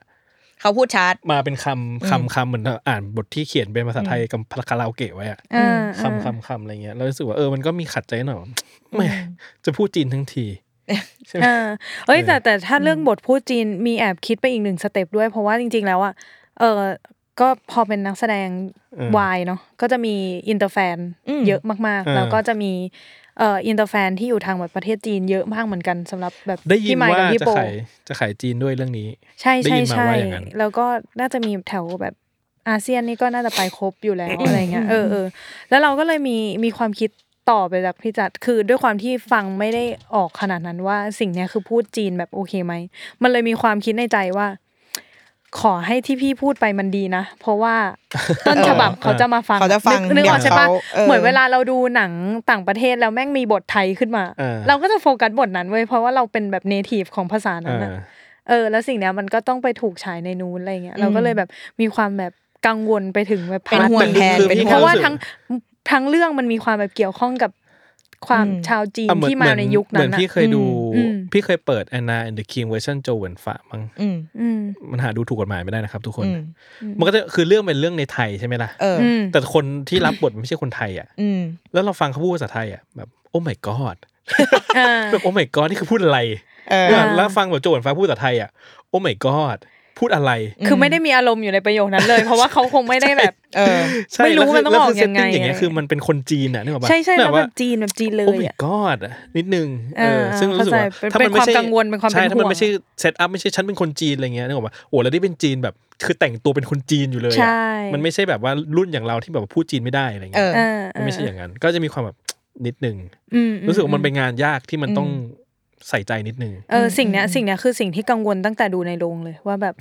Speaker 3: เขาพูดชัด
Speaker 2: มาเป็นคำคำคำเหมือนอ่านบทที่เขียนเป็นภาษาไทยกับคาราโอเกะไว้อ่ะ
Speaker 4: อ่า
Speaker 2: คำ
Speaker 4: อ่า
Speaker 2: คำคำอะไรเงี้ยเรารู้สึกว่าเออมันก็มีขัดใจหน่อยว่าแหมจะพูดจีนทั้งที ใช่ไหม
Speaker 4: เออเอ้ย
Speaker 2: เออ
Speaker 4: แต่แต่ถ้าเรื่องบทพูดจีนมีแอบคิดไปอีกหนึ่งสเต็ปด้วย เพราะว่าจริง ๆ แล้วอ่ะเออก็พอเป็นนักแสดง
Speaker 2: เออ
Speaker 4: วายเนาะก็จะมีอินเตอร์แฟน
Speaker 3: อืม
Speaker 4: เยอะมาก
Speaker 2: อ่า
Speaker 4: ๆ แล้วก็จะมีเอ่ออินเตอร์แฟนที่อยู่ทางแบบประเทศจีนเยอะมากเหมือนกันสำหรับแบบ
Speaker 2: ได้ยิน
Speaker 4: พี่ไมค์
Speaker 2: ว่า
Speaker 4: กับพี่
Speaker 2: จะ
Speaker 4: โป
Speaker 2: ขายจะขายจีนด้วยเรื่องนี้
Speaker 4: ใช่
Speaker 2: ได้
Speaker 4: ใช่
Speaker 2: ยินมา
Speaker 4: ใช่
Speaker 2: ว่าอย่างนั้น
Speaker 4: แล้วก็น่าจะมีแถวแบบอาเซียนนี่ก็น่าจะไปครบอยู่แล้วอะไรเงี้ยเออเออแล้วเราก็เลยมีมีความคิดต่อไปจากพี่จัดคือด้วยความที่ฟังไม่ได้ออกขนาดนั้นว่าสิ่งเนี้ยคือพูดจีนแบบโอเคไหมมันเลยมีความคิดในใจว่า ขอให้ที่พี่พูดไปมันดีนะ เพราะว่าต้นฉบับเขาจะมาฟัง
Speaker 3: เขาจะฟัง
Speaker 4: นึกนึกออกใช่
Speaker 3: อ
Speaker 4: ปะ
Speaker 3: ย่างเขาเออ
Speaker 4: เหมือนเวลาเราดูหนังต่างประเทศแล้วแม่งมีบทไทยขึ้นมา
Speaker 2: เออ
Speaker 4: เราก็จะโฟกัสบทนั้นเว้ยเพราะว่าเราเป็นแบบเนทีฟของภาษา
Speaker 2: เอ
Speaker 4: นั้น
Speaker 2: อ
Speaker 4: น่ะเออ แล้วสิ่งเนี้ยมันก็ต้องไปถูกฉายในนู้นอะไรเงี้ยเราก็เลยแบบมีความแบบกังวลไปถึงแบบ
Speaker 3: เป็น
Speaker 4: พาร์ท
Speaker 3: ห่วงแทน
Speaker 2: คือ
Speaker 3: เป็น
Speaker 2: พี่
Speaker 3: ห่ง
Speaker 4: เพราะว่า
Speaker 2: สึก
Speaker 4: ทั้งทั้งเรื่องมันมีความแบบเกี่ยวข้องกับความ
Speaker 3: อืม
Speaker 4: ชาวจีน
Speaker 2: อ่ะเหอ
Speaker 4: ที่มาในยุค
Speaker 2: เห
Speaker 4: นั้
Speaker 2: มือน
Speaker 4: น่ะ
Speaker 2: พี่เคยดู
Speaker 4: อืม
Speaker 2: พี่เคยเปิด Anna and the King version โจเวนฝามั้ง
Speaker 3: อืม
Speaker 4: อืม
Speaker 2: มันหาดูถูกกฎหมายไม่ได้นะครับทุกคน
Speaker 3: อืม
Speaker 2: มันก็จะคือเรื่องเป็นเรื่องในไทยใช่ไหมล่ะ
Speaker 3: เอออ
Speaker 4: อืม
Speaker 2: แต่คนที่รับบทมันไม่ใช่คนไทยอ่ะ
Speaker 3: อืม
Speaker 2: แล้วเราฟังเขาพูดภาษาไทยอ่ะแบบโอ้ my
Speaker 4: (laughs)
Speaker 2: god
Speaker 4: อ่า
Speaker 2: แบบโอ้ my god นี่คือพูดอะไร
Speaker 3: เออ
Speaker 2: เนี่ยแล้วฟังแบบโจวนฟ้าพูดภาษาไทยอ่ะโอ้ my god พูดอะไร
Speaker 4: คือไม่ได้มีอารมณ์อยู่ในประโยคนั้นเลย เพราะว่าเขาคงไม่ได้แบบ
Speaker 3: เออ
Speaker 2: ใช่
Speaker 4: ไม่รู้
Speaker 2: แล้วคื
Speaker 4: มันต้องออก
Speaker 2: แล้วคื setting
Speaker 4: ยังไง
Speaker 2: อย่างเงี้ย
Speaker 4: อะไร
Speaker 2: คือมันเป็นคนจีนอ่ะนึกออกปะ
Speaker 4: ใช่ใช่แล้วแบ
Speaker 2: ว่า
Speaker 4: บจีนแบบจีนเลย
Speaker 2: โอ้ my
Speaker 4: อะ
Speaker 2: god อะนิดนึงเออ
Speaker 4: เออ
Speaker 2: ซึ่งรู้สึกว่า
Speaker 4: เข้าใจ
Speaker 2: ถ้า
Speaker 4: เป็น
Speaker 2: มันไม่ใช่
Speaker 4: เป็นความกังวลเป็นความเป็น
Speaker 2: ใช่ถ้ามัน
Speaker 4: ห่วง
Speaker 2: ไม่ใช่เซตอัพไม่ใช่ฉันเป็นคนจีนอะไรเงี้ยนึกออกปะโอ้แล้วที่เป็นจีนแบบคือแต่งตัวเป็นคนจีนอยู่เลย
Speaker 4: ใช่
Speaker 2: อะมันไม่ใช่แบบว่ารุ่นอย่างเราที่แบบว่าพูดจีนไม่ได้อะไร
Speaker 3: เอ
Speaker 2: เงี้
Speaker 3: อ
Speaker 2: ย
Speaker 4: เออ
Speaker 2: มันไม่ใช่อย่างนั้น ก็จะมีความแบบนิดนึง
Speaker 4: อืม
Speaker 2: รู้สึกว่ามันเป็นงานยากที่มันต้องใส่ใจนิดนึง
Speaker 4: เออสิ่งเนี้ยสิ่งเนี้ยคือสิ่งที่กังวลตั้งแต่ดูในโรงเลย ว่าแบบ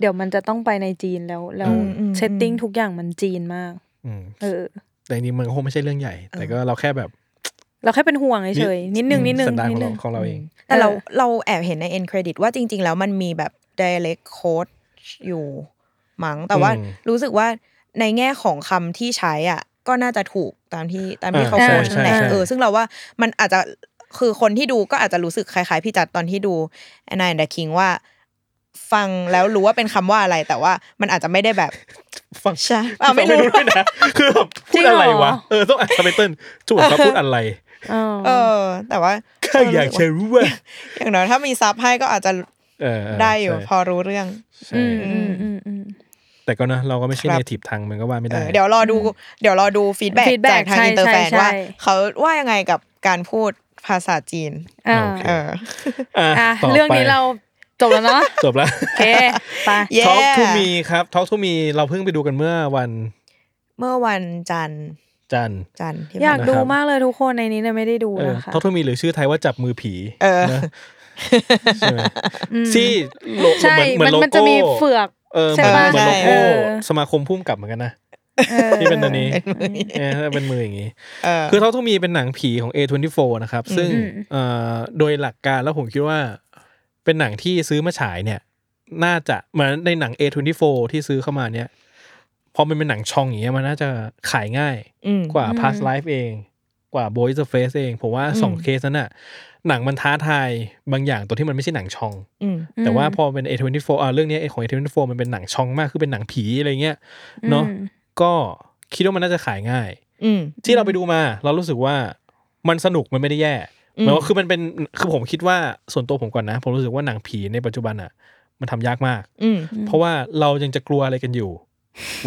Speaker 4: เดี๋ยวมันจะต้องไปในจีนแล้วแล้ว
Speaker 2: อืม
Speaker 3: อืม
Speaker 4: เซตติ้งทุกอย่างมันจีนมาก
Speaker 2: อืม
Speaker 4: เออ
Speaker 2: แต่จริงๆมันคงไม่ใช่เรื่องใหญ่ แต่ก็เราแค่แบบ
Speaker 4: เราแค่เป็นห่วงเฉยๆนิดนึงนิดนึ
Speaker 2: สั
Speaker 4: ง
Speaker 2: นดาน
Speaker 4: นิ
Speaker 2: ของ
Speaker 4: ดนึ
Speaker 2: เรา
Speaker 4: ง
Speaker 2: ของเราเอง
Speaker 3: แต่เรา
Speaker 4: เออ
Speaker 3: เราแอบเห็นในเอ็นเครดิตว่าจริง ๆ แล้วมันมีแบบ direct code อยู่มั้งแต่ว่า
Speaker 2: อืม
Speaker 3: รู้สึกว่าในแง่ของคำที่ใช้อ่ะ ก็น่าจะถูกตามที่ตามที่
Speaker 2: อ่า
Speaker 3: เขาโพสต์
Speaker 2: ใช่
Speaker 3: นั่นแหละ
Speaker 2: ใช่ใช่
Speaker 3: เออซึ่งเราว่ามันอาจจะคือคนที่ดูก็อาจจะรู้สึกคล้ายๆ พี่จัดตอนที่ดู Anna and the King ว่า ฟังแล้วรู้ว่าเป็นคำว่าอะไร แต่ว่ามันอาจจะไม่ได้แบบ
Speaker 2: ฟัง
Speaker 3: ใช่อ่ะไม่
Speaker 2: ไม่
Speaker 3: รู้
Speaker 2: รู้ด้วยนะคือแบบ
Speaker 4: จ
Speaker 2: พู
Speaker 4: ริ
Speaker 2: ด
Speaker 4: งเหรอ
Speaker 2: อะไรวะ เออต้องอ่านซับไตเติ้ลจู่เขาพูดอะไร
Speaker 4: เออ
Speaker 3: เออ แต่ว่า
Speaker 2: ข้าอยากจะรู้ว่า
Speaker 3: อย่างน้อยถ้ามีซับให้ก็อาจจะ
Speaker 2: เออเ
Speaker 3: ได้อยู่
Speaker 2: ใช่
Speaker 3: พอรู้เรื่อง
Speaker 2: ใช่
Speaker 4: มอืมอืมอืม
Speaker 2: แต่ก็นะเราก็ไม่ใช่
Speaker 3: ครับ
Speaker 2: เนทีฟทางมันก็ว่าไม่
Speaker 3: เอ
Speaker 2: ได้
Speaker 3: อเดี๋ยวรอดูเดี๋ยวรอดูฟีดแบ็ก
Speaker 4: feedback
Speaker 3: จากทาง
Speaker 4: ใช่
Speaker 3: อินเตอร์แฟน
Speaker 4: ใช่
Speaker 3: ว่า
Speaker 4: ใช่
Speaker 3: เขาว่ายังไงกับการพูดภาษาจีน
Speaker 4: อ่า
Speaker 3: เออ
Speaker 2: อ่ะ
Speaker 4: อ่ะ
Speaker 2: ต่ไป
Speaker 4: เรื่องนี้เราจบแล้วเนาะ
Speaker 2: จบแล้ว
Speaker 4: โอเคไป
Speaker 3: เย้
Speaker 2: Talk to me ครับ Talk to me เราเพิ่งไปดูกันเมื่อวัน
Speaker 3: เมื่อวันจันทร์
Speaker 2: จันทร์
Speaker 3: จันทร์ที่
Speaker 4: อยาก
Speaker 3: ผ่นม
Speaker 4: ดู
Speaker 2: นะครับ
Speaker 4: มากเลยทุกคนในนี้เนี่ยไม่ได้ดู
Speaker 2: เออ
Speaker 4: นะคะ
Speaker 2: Talk to me หรือชื่อไทยว่าจับมือผี
Speaker 3: เออ
Speaker 2: นะใช่ไหมที่โล
Speaker 4: ใช่
Speaker 2: เหมื
Speaker 4: มั
Speaker 2: อน
Speaker 4: น
Speaker 2: โลโก้
Speaker 4: มันจะมีเฟือก
Speaker 2: เออ
Speaker 4: ใช่
Speaker 2: เหมือนเห
Speaker 4: ปะ
Speaker 2: มือนโล
Speaker 3: เอ
Speaker 2: โก้
Speaker 4: อ
Speaker 2: สมาคมพุ่มกลับเหมือนกันนะ
Speaker 4: ออ
Speaker 2: ที่เป็นอันนี้
Speaker 3: เป็นมือ
Speaker 2: เออเป็นมืออย่างนี้
Speaker 3: เออ
Speaker 2: คือเท่าทุ่มีเป็นหนังผีของ A24 นะครับ ซึ่งเอ่อโดยหลักการแล้วผมคิดว่า เป็นหนังที่ซื้อมาฉายเนี่ย น่าจะเหมือนในหนัง A24 ที่ซื้อเข้ามาเนี่ยพอมันเป็นหนังช่องอย่างเงี้ยมันน่าจะขายง่าย
Speaker 3: อืม
Speaker 2: กว่า Past Life เอง กว่า Boys the Face เอง ผมว่าสอง
Speaker 3: อืม
Speaker 2: เคสนั้นอะหนังมันท้าทายบางอย่างตัวที่มันไม่ใช่หนังช่อง
Speaker 3: อืม
Speaker 2: แต่ว่าพอเป็น A24 อ่าเรื่องเนี้ยของ A24 มันเป็นหนังช่องมากคือเป็นหนังผีอะไรเงี้ยเนาะก็คิดว่ามันน่าจะขายง่าย
Speaker 3: อืม
Speaker 2: ที่เราไปดูมาเรารู้สึกว่ามันสนุกมันไม่ได้แย่
Speaker 3: อืม
Speaker 2: หมายว่าคือมันเป็นคือผมคิดว่าส่วนตัวผมก่อนนะ ผมรู้สึกว่าหนังผีในปัจจุบันอ่ะ มันทำยากมาก
Speaker 3: อืม
Speaker 2: เพราะว่าเรายังจะกลัวอะไรกันอยู่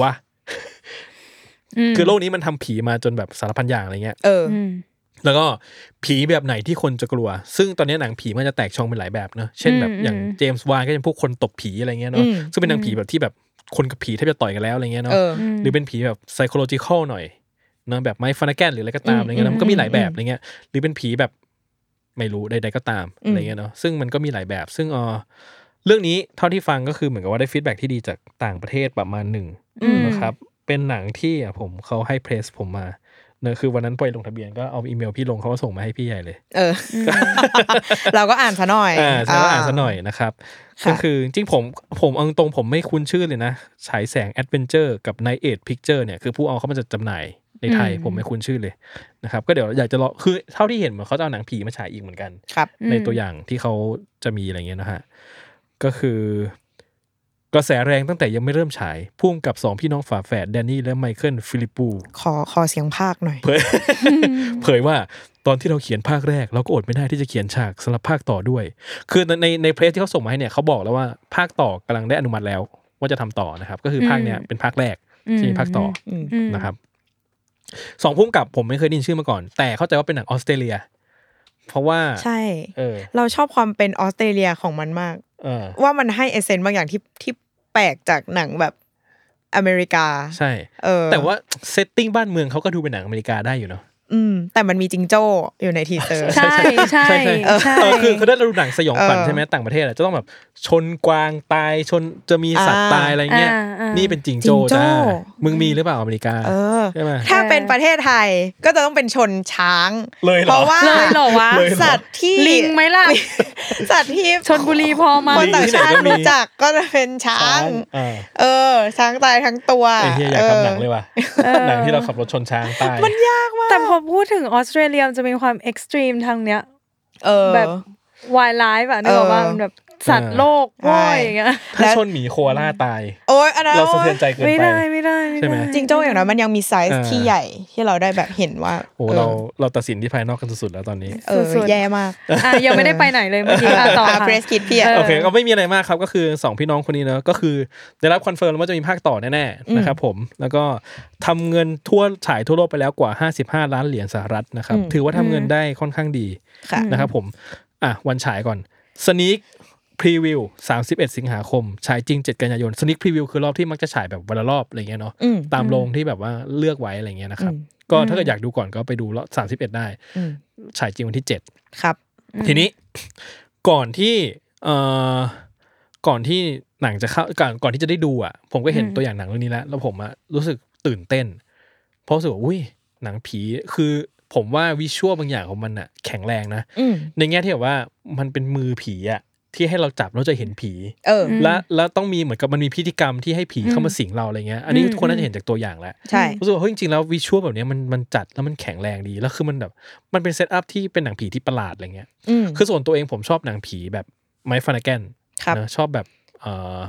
Speaker 2: วะ
Speaker 4: ม
Speaker 2: คือโลกนี้มันทำผีมาจนแบบสารพันอย่างอะไรเงี้ย
Speaker 3: เออ
Speaker 4: อืม
Speaker 2: แล้วก็ผีแบบไหนที่คนจะกลัว ซึ่งตอนนี้หนังผีมันจะแตกช่องเป็นหลายแบบเนอะเช่นแบบ
Speaker 4: อืม
Speaker 2: อย่าง
Speaker 4: อืม
Speaker 2: เจมส์วานก็จะเป็นพวกคนตบผีอะไรเงี้ยเนาะ
Speaker 3: อืม
Speaker 2: ซึ่งเป็นหนังผีแบบที่แบบคนกับผีแทบจะต่อยกันแล้วอะไรเงี้ยเนาะ
Speaker 3: เออ
Speaker 2: หรือเป็นผีแบบ psychological หน่อยเนอะแบบไมฟ n น g แกนหรืออะไรก็ตาม
Speaker 3: อืม
Speaker 2: อะไรเงี้ยนะมันก็มีหลายแบบอะไรเงี้ย หรือเป็นผีแบบ ไม่รู้ใดๆก็ตาม
Speaker 3: อืม
Speaker 2: อะไรเงี้ยเนาะซึ่งมันก็มีหลายแบบ ซึ่งเออเรื่องนี้เท่าที่ฟังก็คือเหมือนกับว่าได้ฟีดแบ็ที่ดีจากต่างประเทศประมาณหนึ่ง
Speaker 3: อืม
Speaker 2: นะครับ เป็นหนังที่อ่ะผมเขาให้เพรสผมมาเนอะคือวันนั้นปล่อยลงทะเบียนก็เอาอีเมลพี่ลงเขาก็ส่งมาให้พี่ใหญ่เลย
Speaker 3: เอออ (laughs) เราก็อ่านซะหน่อย
Speaker 2: อ่าแสดงว่าอ่านซะหน่อยนะครับ
Speaker 3: ค่ะ
Speaker 2: ก็คือจริงๆผมผมเอาตรงๆผมไม่คุ้นชื่อเลยนะ ฉายแสงแอดเวนเจอร์กับไนเอทพิกเจอร์เนี่ย คือผู้เอาเขามาจัดจำหน่ายในไทย
Speaker 3: อืม
Speaker 2: ผมไม่คุ้นชื่อเลยนะครับ ก็เดี๋ยวอยากจะรอคือเท่าที่เห็นเหมือนเขาจะเอาหนังผีมาฉายอีกเหมือนกัน
Speaker 3: ครับ
Speaker 2: ในตัวอย่างที่เขาจะมีอะไรเงี้ยนะฮะ ก็คือกระแสแรงตั้งแต่ยังไม่เริ่มฉายพุ่มกับสองพี่น้องฝาแฝดแดนนี่และไมเคิลฟิลิปปู
Speaker 3: ขอขอเสียงภาคหน่อย
Speaker 2: เผย (laughs) เผยว่าตอนที่เราเขียนภาคแรก เราก็อดไม่ได้ที่จะเขียนฉากสำหรับภาคต่อด้วย คือในในในเพรสที่เขาส่งมาให้เนี่ยเขาบอกแล้วว่าภาคต่อกำลังได้อนุมัติแล้ว ว่าจะทำต่อนะครับ ก็คือภาคเนี่ย
Speaker 4: อืม
Speaker 2: เป็นภาคแรกที่มีภาคต่อ
Speaker 3: อืม
Speaker 2: อนะครับสองพุ่มกับผมไม่เคยได้ยินชื่อมาก่อน แต่เข้าใจว่าเป็นหนังออสเตรเลีย เพราะว่า
Speaker 3: ใช่
Speaker 2: เออ
Speaker 3: เราชอบความเป็นออสเตรเลียของมันมาก
Speaker 2: เออ
Speaker 3: ว่ามันให้เอเซนต์บางอย่างที่ที่แปลกจากหนังแบบอเมริกา
Speaker 2: ใช่
Speaker 3: เออ
Speaker 2: แต่ว่าเซตติ้งบ้านเมืองเขาก็ดูเป็นหนังอเมริกาได้อยู่เนาะ
Speaker 3: อืม แต่มันมีจิงโจ้อยู่ในทีเซอร์
Speaker 4: ใช่ใช่
Speaker 2: ใช่ใช่
Speaker 4: ใช่ใช่
Speaker 2: เออคือเขาได้เราดูหนังสยองขวัญ
Speaker 3: เออ
Speaker 2: ใช่ไหมต่างประเทศอะจะต้องแบบชนกวางตายชนจะมีสัตว์
Speaker 3: อ่า
Speaker 2: ตายอะไรเงี้ย
Speaker 4: อ่าอ่านี่
Speaker 2: นี่เป็นจิงโจ้
Speaker 3: จิงโจ้
Speaker 2: จ้ามึงมีหรือเปล่าอเมริกา
Speaker 3: เออ
Speaker 2: ใช่ไหม
Speaker 3: ถ้าเป็นประเทศไทยก็จะต้องเป็นชนช้าง
Speaker 2: เลยเหรอ
Speaker 3: เพราะว่า
Speaker 4: เลยเหรอวะ
Speaker 2: เลยเหรอ
Speaker 3: สัตว์ที่
Speaker 4: ลิงไหมล่ะ
Speaker 3: สัตว์ที่
Speaker 4: ชนบุรีพอมา
Speaker 3: คนต่างชาติ
Speaker 2: ลิงที่ไหนก็มี
Speaker 3: รู้จักก็จะเป็นช้าง
Speaker 2: เออ
Speaker 3: เออ ช้างตายทั้งตัว
Speaker 2: ไอ้เฮียอยากทำหนังเลยว่ะ
Speaker 4: เออ
Speaker 2: หนังที่เราขับรถชนช้างตาย
Speaker 3: มันยากมาก
Speaker 4: แต่พอพูดถึงออสเตรเลียมันจะมีความเอ็กซ์ตรีมทางเนี้ย
Speaker 3: เออ
Speaker 4: แบบ วายร้ายแบบนึกออกว่ามันแบบสัตว์โลกโว้ยอย่างเงี้ย
Speaker 2: ถ้าชนหมีโคอาล่าตาย
Speaker 3: โอ๊ยอันนั้น
Speaker 2: เราสะเทือนใจเกิน
Speaker 4: ไม่
Speaker 2: ไป
Speaker 4: ได้ไม่ได้
Speaker 2: ใช่ไหม
Speaker 4: ด้
Speaker 3: จริงโจ้อย่างนั้นมันยังมีไซส์
Speaker 2: อ่า
Speaker 3: ที่ใหญ่ที่เราได้แบบเห็นว่า
Speaker 2: โอ้โหเราเราตัดสินที่ภายนอกกันสุดๆแล้วตอนนี้
Speaker 3: เออ
Speaker 4: สุดๆ
Speaker 3: แย่มาก
Speaker 4: อ่ะยังไม่ได้ไปไหนเลยเมื่อกี้อ่ะต่อค่ะ
Speaker 3: เฟรสคิดพี่อะ
Speaker 4: เอ
Speaker 2: โอเคก็ไม่มีอะไรมากครับก็คือสองพี่น้องคนนี้เนอะก็คือได้รับคอนเฟิร์มว่าจะมีภาคต่อแน่ๆนะครับผมแล้วก็ทำเงินทั่วฉายทั่วโลกไปแล้วกว่า 55 ล้านเหรียญสหรัฐนะครับ
Speaker 3: อืม
Speaker 2: ถือว่าทำเงินได้ค่อนข้างดี
Speaker 3: ค่ะ
Speaker 2: นะครับผมอ่ะวันฉายก่อนสน k กพรีวิว31 สิงหาคม ฉายจริง 7 กันยายนสน k กพรีวิวคือรอบที่มักจะฉายแบบวันละรอบอะไรเงี้ยเนาะ
Speaker 3: อืม
Speaker 2: ตามโรงที่แบบว่าเลือกไว้อะไรเงี้ยนะครับ
Speaker 3: อืม
Speaker 2: ก็ถ้าเกิดอยากดูก่อนก็ไปดูรอบ31 ได้
Speaker 3: อืม
Speaker 2: ฉายจริงวันที่ 7
Speaker 3: ครับ
Speaker 2: ทีนี้ ก่อนที่เอ่อก่อนที่หนังจะเข้าก่อนก่อนที่จะได้ดูอ่ะ ผมก็เห็น
Speaker 4: อืม
Speaker 2: ตัวอย่างหนังเรื่องนี้แล้ว แล้วผมอ่ะรู้สึกตื่นเต้น เพราะรู้สึกว่าอุ้ยหนังผีคือผมว่าวิชวลบางอย่างของมันอ่ะ แข็งแรงนะ
Speaker 3: อืม
Speaker 2: ในแง่ที่แบบว่ามันเป็นมือผีอ่ะ ที่ให้เราจับแล้วจะเห็นผี
Speaker 3: เออ
Speaker 4: ม
Speaker 2: และแล้วต้องมีเหมือนกับมันมีพิธีกรรมที่ให้ผีเข้ามาสิงเราอะไรเงี้ย อันนี้
Speaker 4: อืม
Speaker 2: ทุกคนน่าจะเห็นจากตัวอย่างแล้ว
Speaker 3: ใช่
Speaker 2: รู้สึกว่าเฮ้ยจริงๆแล้ววิชวลแบบเนี้ยมันมันจัดแล้วมันแข็งแรงดีแล้วคือมันแบบมันเป็นเซตอัพที่เป็นหนังผีที่ประหลาดอะไรเงี้ย
Speaker 3: อืม
Speaker 2: (laughs) คือส่วนตัวเองผมชอบหนังผีแบบไมฟานาแกน
Speaker 3: ครับ
Speaker 2: นะชอบแบบเออ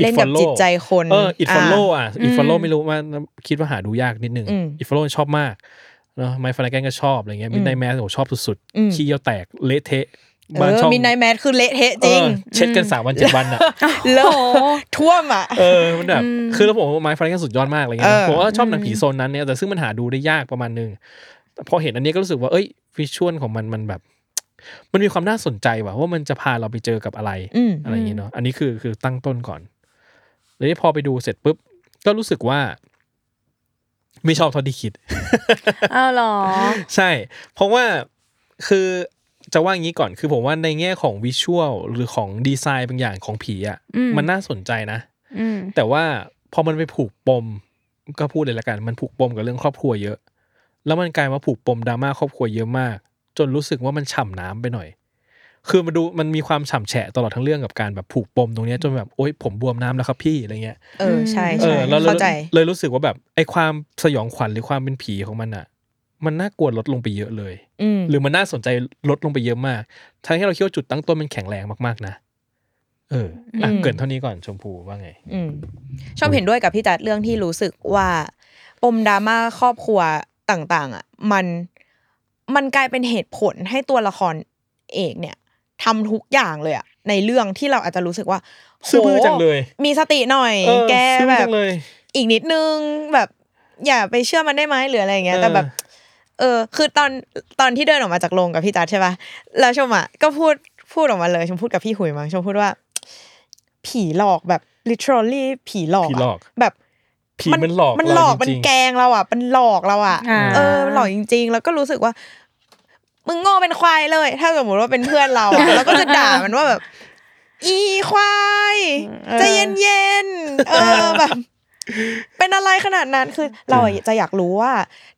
Speaker 2: It
Speaker 3: เล่นกับ
Speaker 2: Follow
Speaker 3: จิตใจคน
Speaker 2: เอออิทฟอลโล่
Speaker 3: า
Speaker 2: อ่ะอิทฟอลโล่
Speaker 4: อืม
Speaker 2: ไม่รู้ว่าคิดว่าหาดูยากนิดนึง
Speaker 3: อืม
Speaker 2: อิทฟอลโล่ชอบมากเนาะไมฟานาแกนก็ชอบอะไรเงี้ยมินไนแมสผมชอบสุด
Speaker 3: อืม
Speaker 2: ขี้เยี่ยวแตกเละเทะ
Speaker 3: เออมินไนแมทคือเละเทะจริง
Speaker 2: เออเช็ดกันสามวันเจ็ดวันอ่ะ
Speaker 3: เลอะท่วมอ่ะ
Speaker 2: เออมันแบบ
Speaker 4: อืม
Speaker 2: คือแล้วผมว่าไม้ฟาร์กันสุดยอดมากอะไรเงี้ยนะ
Speaker 3: เออ
Speaker 2: ผมว่าชอบหนังผีโซนนั้นเนี่ยแต่ซึ่งมันหาดูได้ยากประมาณนึงแต่พอเห็นอันนี้ก็รู้สึกว่าเอ้ยวิชวลของมันมันแบบ มันมีความน่าสนใจว่ะว่ามันจะพาเราไปเจอกับอะไร
Speaker 3: อืม
Speaker 2: อะไรอย่างงี้เนาะ อันนี้คือคือตั้งต้นก่อน แล้วนี่พอไปดูเสร็จปุ๊บ ก็รู้สึกว่า ไม่ชอบเท่าที่คิด (laughs)
Speaker 4: เอาเหรอ
Speaker 2: ใช่ เพราะว่าคือจะว่าอย่างนี้ก่อน คือผมว่าในแง่ของวิชวลหรือของดีไซน์บางอย่างของผีอะ่ะ
Speaker 4: อืม
Speaker 2: มันน่าสนใจนะ
Speaker 4: อืม
Speaker 2: แต่ว่าพอมันไปผูกปม ก็พูดเลยละกัน มันผูกปมกับเรื่องครอบครัวเยอะ แล้วมันกลายมาผูกปมดราม่าครอบครัวเยอะมาก จนรู้สึกว่ามันฉ่ำน้ำไปหน่อย คือมันดูมันมีความฉ่ำแฉะตลอดทั้งเรื่องกับการแบบผูกปมตรงเนี้ยจนแบบโอ๊ยผมบวมน้ำแล้วครับพี่อะไรเงี้ย
Speaker 3: เออ ใช่
Speaker 2: เอ
Speaker 3: ใช่
Speaker 2: อแล้วเลย
Speaker 3: เข้าใจ
Speaker 2: เลยรู้สึกว่าแบบไอ้ความสยองขวัญหรือความเป็นผีของมันอ่ะ มันน่ากลัวลดลงไปเยอะเลย
Speaker 3: อืม
Speaker 2: หรือมันน่าสนใจลดลงไปเยอะมากทั้งที่เราคิดว่าจุดตั้งต้นมันแข็งแรงมากๆนะเอออ่ะ
Speaker 3: อืม
Speaker 2: เกรินเท่านี้ก่อนชมพูว่าไง
Speaker 3: อืมชอบเห็นด้วยกับพี่จัดเรื่องที่รู้สึกว่าปมดราม่าครอบครัวต่างๆ อ่ะ มันมันกลายเป็นเหตุผลให้ตัวละครเอกเนี่ยทำทุกอย่างเลยอ่ะในเรื่องที่เราอาจจะรู้สึกว่า
Speaker 2: ซื่อบื้อ
Speaker 3: โห
Speaker 2: จังเลย
Speaker 3: มีสติหน่อย
Speaker 2: เออ
Speaker 3: แก
Speaker 2: ซื่อบื้
Speaker 3: แบ
Speaker 2: อจั
Speaker 3: บ
Speaker 2: งเลย
Speaker 3: อีกนิดนึงแบบ อย่าไปเชื่อมันได้ไหมหรืออะไรอย่างเงี้ยแต่แบบ เออคือตอนตอนที่เดินออกมาจากโรงกับพี่จัดใช่ป่ะแล้วชมอ่ะก็พูดพูดออกมาเลยชมพูดกับพี่หุยมั้งชมพูดว่า ผีหลอกแบบ literally ผีหลอก
Speaker 2: ผี
Speaker 3: อะ
Speaker 2: หลอก
Speaker 3: แบบ
Speaker 2: ผีมันหลอก
Speaker 3: มันหลอก
Speaker 2: เราจริงๆ
Speaker 3: มันแกล้งเราอ่ะมันหลอกเราอ่ะ
Speaker 4: อ่า
Speaker 3: เออมันหลอกจริง ๆ แล้วก็รู้สึกว่า มึงโง่เป็นควายเลย ถ้าสมมติว่าเป็นเพื่อนเรา
Speaker 4: (laughs)
Speaker 3: อะ เราก็จะด่ามันว่าแบบ อีควาย
Speaker 4: เออ
Speaker 3: ใจเย็นเย็นๆเออแบบ เป็นอะไรขนาดนั้นคือ เราอะจะอยากรู้ว่า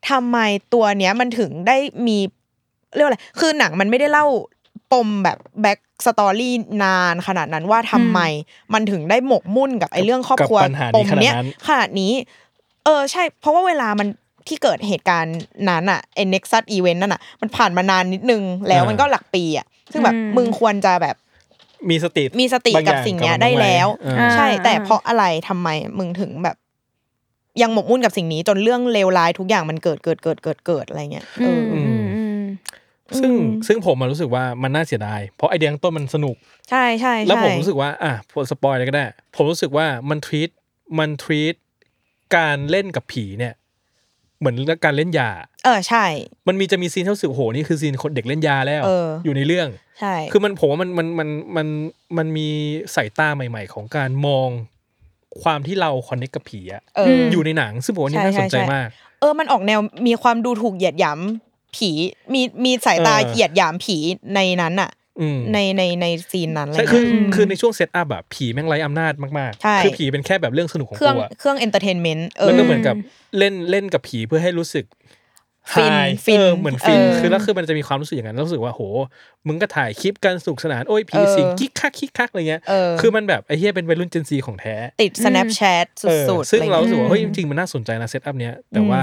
Speaker 3: ทำไมตัวเนี้ยมันถึงได้มีเรียกว่าอะไรคือหนังมันไม่ได้เล่าปมแบบแบ็กสตอรี่นานขนาดนั้นว่าทำไม มันถึงได้หมกมุ่นกับไอ้เรื่องครอบครัว
Speaker 2: กับปัญหานี้
Speaker 3: ปมเนี้ย
Speaker 2: ขนาดนั้น
Speaker 3: ขนาดนี้ เออใช่ เพราะว่าเวลามันที่เกิดเหตุการณ์นั้นอะเอ็นเน็กซัสอีเวนต์นั่นอะมันผ่านมานานนิดนึงแล้ว
Speaker 2: อ่ามั
Speaker 3: มันก็หลักปีอะซึ่งแบบ
Speaker 4: อืม
Speaker 3: มึงควรจะแบบ
Speaker 2: มีสติ
Speaker 3: มีสติกับสิ่งเนี้ยได้แล้ว
Speaker 2: บางอย่างกับมันไว้เออ
Speaker 3: ใช่ แต่เพราะอะไรทำไมมึงถึงแบบ ยังหมกมุ่นกับสิ่งนี้จนเรื่องเลวร้ายทุกอย่างมันเกิดเกิดเกิดเกิดเกิดอะไรเงี้ยเอออ
Speaker 4: อืมอืม
Speaker 2: ซึ่ง
Speaker 3: อืม
Speaker 2: ซึ่งผมมารู้สึกว่ามันน่าเสียดาย เพราะไอเดียข้างต้นมันสนุก
Speaker 3: ใช่ใช่
Speaker 2: แล้ว
Speaker 3: ใช่
Speaker 2: ผมรู้สึกว่า อ่ะผมสปอยเลยก็ได้ ผมรู้สึกว่ามันทวีตมันทวีตการเล่นกับผีเนี่ย เหมือนการเล่นยา
Speaker 3: เออใช่
Speaker 2: มันมีจะมีซีนที่รู้สึกโอ้โหนี่คือซีนคนเด็กเล่นยาแล้ว
Speaker 3: เอออ
Speaker 2: อยู่ในเรื่อง
Speaker 3: ใช่
Speaker 2: คือมันผมว่ามันมันมันมันมันมีสายตาใหม่ ๆ ของการมองความที่เราคอนเนคกับผีอะ
Speaker 3: เออ
Speaker 4: ม
Speaker 2: อยู่ในหนัง ซึ่งผมว่านี่
Speaker 3: ใช่
Speaker 2: น่าสนใจ
Speaker 3: ใช่ใช่
Speaker 2: มาก
Speaker 3: เออ มันออกแนวมีความดูถูกเหยียดหยามผีมีมีสายตา
Speaker 2: เออ
Speaker 3: เหยียดหยามผีในนั้นอะ
Speaker 2: อืม
Speaker 3: ในในในซีนนั้นอะไร
Speaker 2: ใช่
Speaker 3: เงี้ย
Speaker 2: คืออ
Speaker 4: ม
Speaker 2: คือในช่วงเซตอัพอะผีแม่งไร้อำนาจมาก
Speaker 3: ใช่
Speaker 2: ๆ คือผีเป็นแค่แบบเรื่องสนุกของ
Speaker 3: เครื่อง
Speaker 2: กูอะ
Speaker 3: เครื่องเอนเตอร์เทนเมนต์เอ
Speaker 2: แล้ว
Speaker 3: อ
Speaker 2: ก็เหมือนกับเล่นเล่นกับผีเพื่อให้รู้สึก
Speaker 3: ฟิน
Speaker 2: หาย
Speaker 3: ฟิน
Speaker 2: เออเหมือนฟิน
Speaker 3: เออ
Speaker 2: คือแล้วคือมันจะมีความรู้สึกอย่างนั้นแล้วรู้สึกว่าโห มึงก็ถ่ายคลิปกันสนุกสนานโอ้ยผีสิง
Speaker 3: เออ
Speaker 2: คิกคักคิกคักอะไรเงี้ย
Speaker 3: เออ
Speaker 2: คือมันแบบไอ้เหี้ยเป็นวัยรุ่นเจนซีของแท้
Speaker 3: ติด Snapchat ส
Speaker 2: เออุ
Speaker 3: ดๆ
Speaker 2: ซึ่งเรา
Speaker 3: อะ
Speaker 2: รู้สึ
Speaker 3: ไงี้ย
Speaker 2: กว่า
Speaker 4: อืม
Speaker 2: เฮ้ยจริงๆมันน่าสนใจนะเซตอัพเนี้ยแต่
Speaker 3: อืม
Speaker 2: ว่า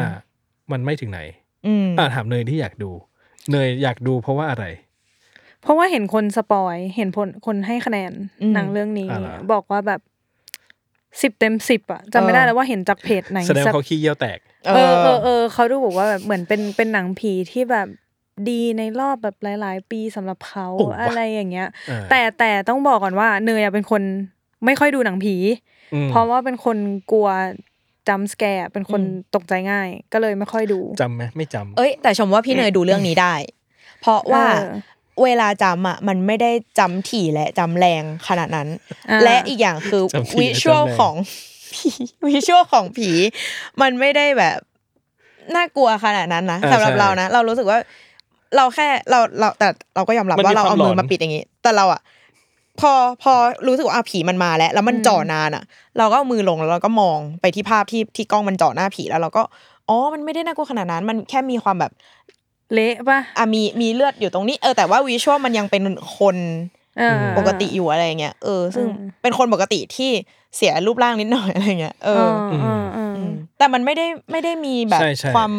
Speaker 2: มันไม่ถึงไหน
Speaker 3: อืม
Speaker 2: อ่าถามเนยที่อยากดู เนยอยากดูเพราะว่าอะไร
Speaker 4: เพราะว่าเห็นคนสปอยเห็นผลคนให้คะแนนหนังเรื่องนี้
Speaker 2: อ่าเหรอ
Speaker 4: บอกว่าแบบสิบเต็มสิบอะจำไม่ได้แล้วว่าเห็นจากเพจไหน
Speaker 2: แสดง
Speaker 4: สั
Speaker 2: ว่าก เขาขี้เยี่ยวแตก
Speaker 4: เออเออเออเขาดูบอกว่าแบบเหมือนเป็นเป็นหนังผีที่แบบดีในรอบแบบหลาย ๆ ปีสำหรับเขา
Speaker 2: โอ้วะ
Speaker 4: อะไรอย่างเงี้ย
Speaker 2: อ่า
Speaker 4: แต่แต่ต้องบอกก่อนว่าเนยอะเป็นคนไม่ค่อยดูหนังผี
Speaker 2: ม
Speaker 4: เพราะว่าเป็นคนกลัวจัมสแกร์เป็นคนตกใจง่าย ก็เลยไม่ค่อยดู
Speaker 2: จำไหมไม่จำ
Speaker 3: เอ้ย แต่ชมว่าพี่เนยดูเรื่องนี้ได้ เพราะว่า
Speaker 4: เออ
Speaker 3: เวลาจำอ่ะมันไม่ได้จำถี่และจำแรงขนาดนั้น
Speaker 4: อ่า
Speaker 3: และอีกอย่างคือ
Speaker 2: จำที่
Speaker 3: วิชวล
Speaker 2: จำได้
Speaker 3: ของ (laughs) ผีวิชวลของผี มันไม่ได้แบบ น่ากลัวขนาดนั้นนะ
Speaker 2: อ่า
Speaker 3: สำหรับ
Speaker 2: ใช่
Speaker 3: เรานะ เรารู้สึกว่า เราแค่เราเราแต่เราก็ยอมรับ
Speaker 2: มันมี
Speaker 3: ว่าเราเอา
Speaker 2: ความหล
Speaker 3: มื
Speaker 2: อ
Speaker 3: อน มาปิดอย่างนี้ แต่เราอะพอพอรู้สึกว่าอ่ะผีมันมาแล้ว แล้วมัน
Speaker 4: อืม
Speaker 3: จ่อนานอะเราก็เอามือลงแล้วเราก็มองไปที่ภาพที่ที่กล้องมันจ่อหน้าผีแล้วเราก็อ๋อมันไม่ได้น่ากลัวขนาดนั้น มันแค่มีความแบบ
Speaker 4: เละปะ
Speaker 3: อ่ะมีมีเลือดอยู่ตรงนี้เออแต่ว่าวิชวลมันยังเป็นคน
Speaker 4: เออ
Speaker 3: ปกติอยู่อะไรเงี้ยเออซึ่ง
Speaker 4: อืม
Speaker 3: เป็นคนปกติที่เสียรูปร่างนิดหน่อยอะไร (laughs) เงี้ยเอ
Speaker 4: เอ
Speaker 3: อ
Speaker 4: อ
Speaker 3: อ
Speaker 4: เออเออ
Speaker 3: มแต่มันไม่ได้ไม่ได้มีแบบ
Speaker 2: ใช่ใช่
Speaker 3: ความ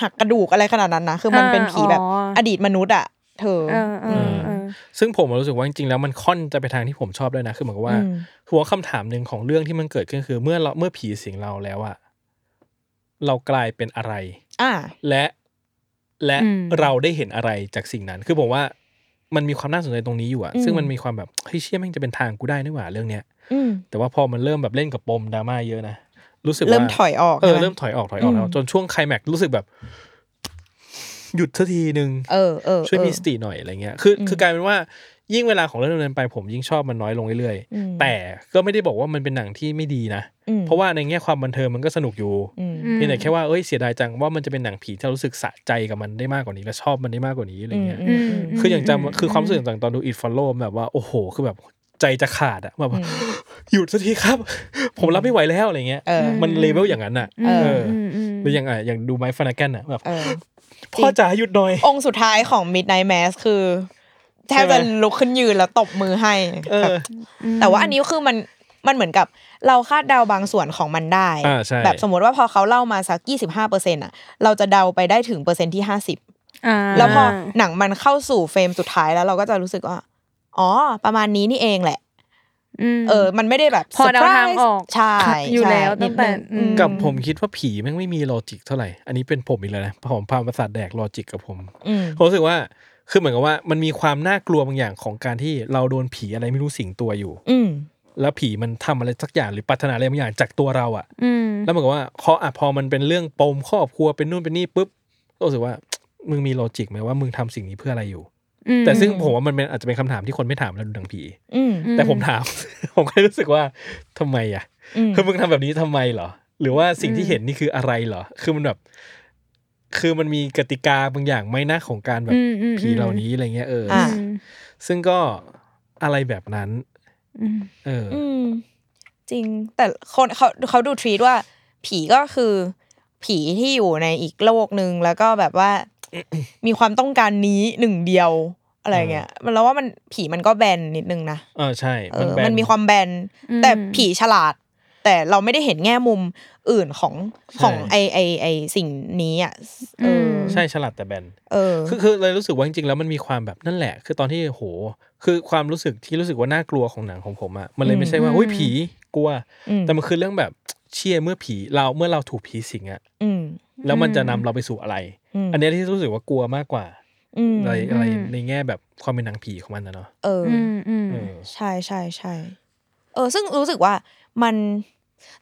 Speaker 3: หักกระดูกอะไรขนาดนั้นนะคือมัน
Speaker 4: อ่า
Speaker 3: เป็นผีแบบ
Speaker 4: อ๋อ
Speaker 3: อ
Speaker 4: อ
Speaker 3: ดีตมนุษย์อ่ะเธอ
Speaker 4: เออเออเออ
Speaker 2: ซึ่งผมรู้สึกว่าจริงๆแล้วมันค่อนจะไปทางที่ผมชอบด้วยนะ คือเหมือนกับว่า
Speaker 3: อืม
Speaker 2: หัวคำถามหนึ่งของเรื่องที่มันเกิดขึ้นคือเมื่อเราเมื่อผีสิงเราแล้วอะเรากลายเป็นอะไร
Speaker 3: อ่า
Speaker 2: และและ
Speaker 4: อืม
Speaker 2: เราได้เห็นอะไรจากสิ่งนั้น คือผมว่ามันมีความน่าสนใจตรงนี้อยู่อะ
Speaker 3: อืม
Speaker 2: ซึ่งมันมีความแบบเฮ้ยเชี่ยแม่งจะเป็นทางกูได้นี่หว่าเรื่องเนี้ย
Speaker 3: อืม
Speaker 2: แต่ว่าพอมันเริ่มแบบเล่นกับปมดราม่าเยอะนะ รู้สึกว่า
Speaker 3: เริ่มถอยออก
Speaker 2: เออ
Speaker 3: ใช่ไหม
Speaker 2: เริ่มถอยออกถอยออกแล้ว
Speaker 3: อืม
Speaker 2: จนช่วงไคลแม็กซ์รู้สึกแบบ หยุดสักทีหนึ่ง
Speaker 3: เออเออ
Speaker 2: ช่วย
Speaker 3: เออ
Speaker 2: มีสติหน่อยอะไรเงี้ยคือ
Speaker 3: อืม
Speaker 2: คือกลายเป็นว่ายิ่งเวลาของเรื่องดำเนินไปผมยิ่งชอบมันน้อยลงเรื่อย
Speaker 3: อืม
Speaker 2: ๆ แต่ก็ไม่ได้บอกว่ามันเป็นหนังที่ไม่ดีนะ
Speaker 3: อืม
Speaker 2: เพราะว่าในแง่ความบันเทิงมันก็สนุกอยู่
Speaker 3: อืม
Speaker 4: อืม
Speaker 2: เพียงแต่แค่ว่าเอ้ยเสียดายจังว่ามันจะเป็นหนังผีที่เรารู้สึกสะใจกับมันได้มากกว่านี้และชอบมันได้มากกว่านี้อะไรเงี้ย
Speaker 3: อืม
Speaker 2: คืออย่างจำ
Speaker 4: ม
Speaker 2: คือความรู้สึกต่างๆตอนดูอิ f ฟ l โลแบบว่า โอ้โห คือแบบใจจะขาดอะแบบว่า
Speaker 3: อืม
Speaker 2: (gasps) หยุดสักทีครับ (laughs) ผมรับไม่ไหวแล้วอะไรเงี้ย
Speaker 3: เออ
Speaker 2: มันเลเวลอย่างนั้นอะ
Speaker 4: อืม
Speaker 3: เออ
Speaker 4: มม
Speaker 2: หรืออย่างอะอย่างดูไม e ์ฟานาแกนอะแบบ
Speaker 3: เออ
Speaker 2: พ่อจ๋าหยุดหน่อย
Speaker 3: องค์สุดท้ายของ Midnight Mass คือแทบ
Speaker 2: ใช่ไหม
Speaker 3: จะลุกขึ้นยืนแล้วตบมือให้
Speaker 2: เอ
Speaker 3: แบ
Speaker 2: อ
Speaker 3: บแต่ว่าอันนี้คือมันมันเหมือนกับเราคาดเดาบางส่วนของมันได้
Speaker 2: อ่าใช่
Speaker 3: แบบสมมติว่าพอเขาเล่ามาสัก 25เปอร์เซ็นต์อ่ะ เราจะเดาไปได้ถึงเปอร์เซ็นต์ที่
Speaker 4: อ่า
Speaker 3: 50 แล้วพอหนังมันเข้าสู่เฟรมสุดท้ายแล้วเราก็จะรู้สึกว่า อ๋อ ประมาณนี้นี่เองแหละ
Speaker 4: ม
Speaker 3: เออ มันไม่ได้แบบ
Speaker 4: พอเดา
Speaker 3: surprise
Speaker 4: ทางออก
Speaker 3: ใช่
Speaker 4: อยู่แล้วตั้งแต่
Speaker 3: นิดนึ
Speaker 4: อืม
Speaker 2: กับผมคิดว่าผีแม่งไม่มีลอจิกเท่าไหร่ อันนี้เป็นผมอีกแล้วนะผมพาประสาทแดกลอจิกกับผม
Speaker 3: อืม
Speaker 2: ผมรู้สึกว่า คือเหมือนกับว่ามันมีความน่ากลัวบางอย่างของการที่เราโดนผีอะไรไม่รู้สิงตัวอยู่
Speaker 3: อืม
Speaker 2: แล้วผีมันทำอะไรสักอย่างหรือปรารถนาอะไรบางอย่างจากตัวเราอะ
Speaker 4: อืม
Speaker 2: แล้วเหมือนกับว่าพออ่ะพอมันเป็นเรื่องปมครอบครัวเป็นนู่นเป็นนี่ปุ๊บก็รู้สึกว่า มึงมีโลจิกไหมว่ามึงทำสิ่งนี้เพื่ออะไรอยู่ แต่ซึ่งผมว่ามันเป็นอาจจะเป็นคำถามที่คนไม่ถามแล้วดูหนังผี
Speaker 3: อืม
Speaker 2: แต่ผมถาม (laughs) ผมก็รู้สึกว่าทำไมอ่ะ
Speaker 3: อืม
Speaker 2: คือมึงทำแบบนี้ทำไมเหรอ หรือว่าสิ่งที่
Speaker 4: อืม
Speaker 2: เห็นนี่คืออะไรเหรอ คือมันแบบ คือมันมีกติกาบางอย่างไหม่นะของการแบบ
Speaker 4: อืมอืม
Speaker 2: ผีเหล่านี้อะไรเงี้ยเอออ
Speaker 4: อื
Speaker 3: ะ
Speaker 4: ม
Speaker 2: ซึ่งก็อะไรแบบนั้น
Speaker 4: อืม
Speaker 2: เอออ
Speaker 3: อืม จริง แต่คนเขาเขาดูทรีตว่า ผีก็คือ ผีที่อยู่ในอีกโลกหนึ่งแล้วก็แบบ
Speaker 2: (coughs)
Speaker 3: ว่า มีความต้องการนี้หนึ่งเดียวอะไรเงี้ย มันแล้วว่ามันผีมันก็แบนนิดนึงนะ
Speaker 2: เออใช่
Speaker 3: เอ
Speaker 2: มัน
Speaker 3: อ
Speaker 2: แบ
Speaker 3: มัน นมีความแบน
Speaker 4: อืม
Speaker 3: แต่ผีฉลาด แต่เราไม่ได้เห็นแง่มุมอื่นของ
Speaker 2: ใช่
Speaker 3: ของไอไอไอสิ่งนี้อ่ะเออ
Speaker 2: ใช่ฉลาดแต่แบน
Speaker 3: เออ
Speaker 2: คือคือเลยรู้สึกว่าจริงๆแล้วมันมีความแบบนั่นแหละ คือตอนที่โห คือความรู้สึกที่รู้สึกว่าน่ากลัวของหนังของผมอะ่ะมันเลยไม่ใช่ว่าอุ้ยผีกลัว
Speaker 3: ม
Speaker 2: แต่มันคือเรื่องแบบเชี่ยเมื่อผีเราเมื่อเราถูกผีสิงอะ่ะ
Speaker 3: อืม
Speaker 2: แล้วมันจะนำเราไปสู่อะไร
Speaker 3: ม
Speaker 2: อันเนี้ยที่รู้สึกว่ากลัวมากกว่า
Speaker 3: อืม
Speaker 2: อะไรอะไรในแง่แบบความเป็นหนังผีของมันนะเนาะ
Speaker 3: เออ
Speaker 4: อืมอืม
Speaker 2: เออ
Speaker 3: ใช่ใช่ใช่เออ ซึ่งรู้สึกว่ามัน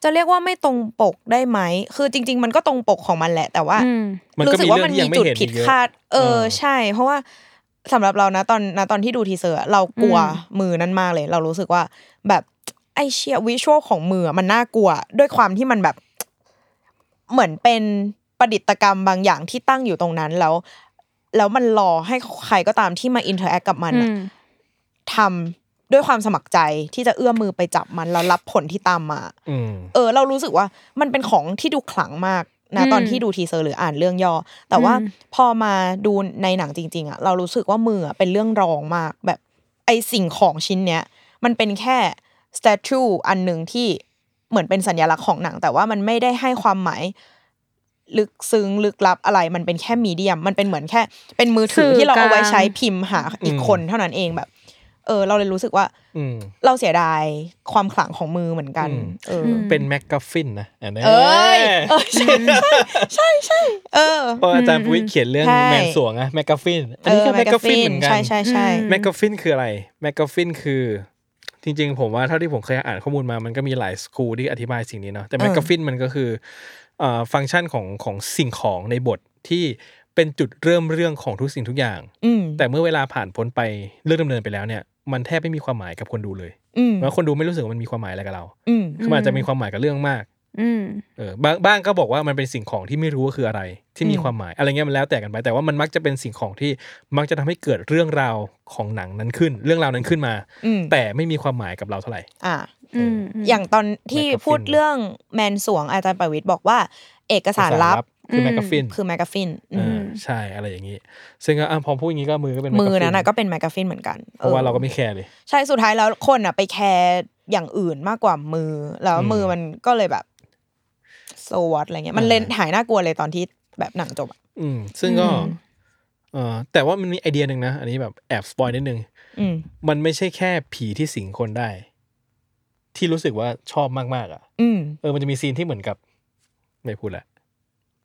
Speaker 3: จะเรียกว่าไม่ตรงปกได้ไหม คือจริง ๆ มันก็ตรงปกของมันแหละ แต่ว่า
Speaker 4: อืม
Speaker 2: มันก็
Speaker 3: รู้สึ
Speaker 2: มี
Speaker 3: กว่า
Speaker 2: เรื่อ
Speaker 3: มัน
Speaker 2: งที่ยั
Speaker 3: มี
Speaker 2: งไม่
Speaker 3: จุด
Speaker 2: เห็น
Speaker 3: ผิด
Speaker 2: อีกเยอะ
Speaker 3: คาด เอ
Speaker 2: เอ
Speaker 3: อ
Speaker 2: อ
Speaker 3: ใช่ เพราะว่าสำหรับเรานะตอนนะตอนที่ดูทีเซอร์อะเรากลัว
Speaker 4: อื
Speaker 3: มือนั้นมากเลย เรารู้สึกว่าแบบไอเชียวิชวลของมืออะมันน่ากลัว ด้วยความที่มันแบบเหมือนเป็นประดิษฐกรรมบางอย่างที่ตั้งอยู่ตรงนั้นแล้ว แล้วมันรอให้ใครก็ตามที่มาอินเทอร์แอคกับมันอะ ทำด้วยความสมัครใจที่จะเอื้อมมือไปจับมันแล้วรับผลที่ตามมา
Speaker 2: อืม
Speaker 3: เออ เรารู้สึกว่ามันเป็นของที่ดูขลังมากนะ
Speaker 4: อืม
Speaker 3: ตอนที่ดูทีเซอร์หรืออ่านเรื่องย่อ แต่ว่า
Speaker 4: อืม
Speaker 3: พอมาดูในหนังจริง ๆอะเรารู้สึกว่ามืออะเป็นเรื่องรองมาก แบบไอสิ่งของชิ้นเนี้ยมันเป็นแค่ส t ต t u e อันหนึ่งที่เหมือนเป็นสัญลักษณ์ของหนัง แต่ว่ามันไม่ได้ให้ความหมายลึกซึ้งลึกลับอะไร มันเป็นแค่มีเดียม มันเป็นเหมือนแค่ เป็นมือถือที่เราเอาไว้ใช้พิมพ์หาอีก
Speaker 2: อืม
Speaker 3: คนเท่านั้นเองแบบ เออ เราเลยรู้สึกว่า
Speaker 2: อืม
Speaker 3: เราเสียดายความขลังของมือเหมือนกัน
Speaker 2: อืม
Speaker 3: เออ
Speaker 4: ม
Speaker 2: เป็นแมกกาฟินนะอันนี้
Speaker 3: เอ้ยเออใช่ใช่ใช่ใช่เออ
Speaker 2: เพราะอาจารย์ปุ้ยเขียนเรื่อง
Speaker 3: ใช่
Speaker 2: แมนสวงอะแมกกาฟินอันนี้ก็แมกกาฟินเหมือนกัน
Speaker 3: ใช่ใช่ใช่
Speaker 4: อืม
Speaker 2: แมกกาฟินคืออะไร แมกกาฟินคือ จริงๆ ผมว่าเท่าที่ผมเคยอ่านข้อมูลมามันก็มีหลายสกูลที่อธิบายสิ่งนี้เนาะแต่
Speaker 3: เออ
Speaker 2: แมกกาฟินมันก็คือเอ่อฟังก์ชันของของสิ่งของในบทที่เป็นจุดเริ่มเรื่องของทุกสิ่งทุกอย่าง
Speaker 3: อืม
Speaker 2: แต่เมื่อเวลาผ่านพ้นไปเรื่องดำเนินไปแล้วเนี่ย มันแทบไม่มีความหมายกับคนดูเลย
Speaker 3: อืม
Speaker 2: เพราะคนดูไม่รู้สึกว่ามันมีความหมายอะไรกับเรา
Speaker 3: อืม
Speaker 2: คือมันอาจจะมีความหมายกับเรื่องมาก
Speaker 4: อืม
Speaker 2: เออบางบ้างก็บอกว่ามันเป็นสิ่งของที่ไม่รู้ว่าคืออะไร ที่มีความหมายอะไรเงี้ยมันแล้วแต่กันไป แต่ว่ามันมักจะเป็นสิ่งของที่มักจะทำให้เกิดเรื่องราวของหนังนั้นขึ้น เรื่องราวนั้นขึ้นมา
Speaker 3: อืม
Speaker 2: แต่ไม่มีความหมายกับเราเท่าไหร่
Speaker 3: อ่า
Speaker 4: อืม
Speaker 3: อ
Speaker 4: อย่าง
Speaker 3: ตอนที่พูดเรื่องแมนสวงอาจารย์ประวิทย์บอกว่า เอกสารลับ
Speaker 2: คือแมกกาฟิน
Speaker 3: คือแมกกาฟิน
Speaker 2: เออใช่อะไรอย่างนี้ ซึ่งก็อ่ะพอพูดอย่างนี้ก็มือก็เป็น
Speaker 3: มื
Speaker 2: แก
Speaker 3: อ
Speaker 2: กาฟิ
Speaker 3: นั้นน่ะก็เป็นแมกกาฟินเหมือนกัน
Speaker 2: เพราะว่า
Speaker 3: ออ
Speaker 2: เราก็ไม่แคร์เลย
Speaker 3: ใช่สุดท้ายแล้วคนอ่ะไปแคร์อย่างอื่นมากกว่ามือ แล้ว
Speaker 2: อืม
Speaker 3: มือมันก็เลยแบบโซวอตอะไรเงี้ยมันเล่น
Speaker 2: อ่า
Speaker 3: หายน่ากลัวเลยตอนที่แบบหนังจบอะ
Speaker 2: อืมซึ่งก็เออแต่ว่ามันมีไอเดียหนึ่งนะ อันนี้แบบแอบสปอยนิดนึง
Speaker 3: อืม
Speaker 2: มันไม่ใช่แค่ผีที่สิงคนได้ ที่รู้สึกว่าชอบมากๆอ่ะ
Speaker 3: อืม
Speaker 2: เออมันจะมีซีนที่เหมือนกับ ไม่พูดละ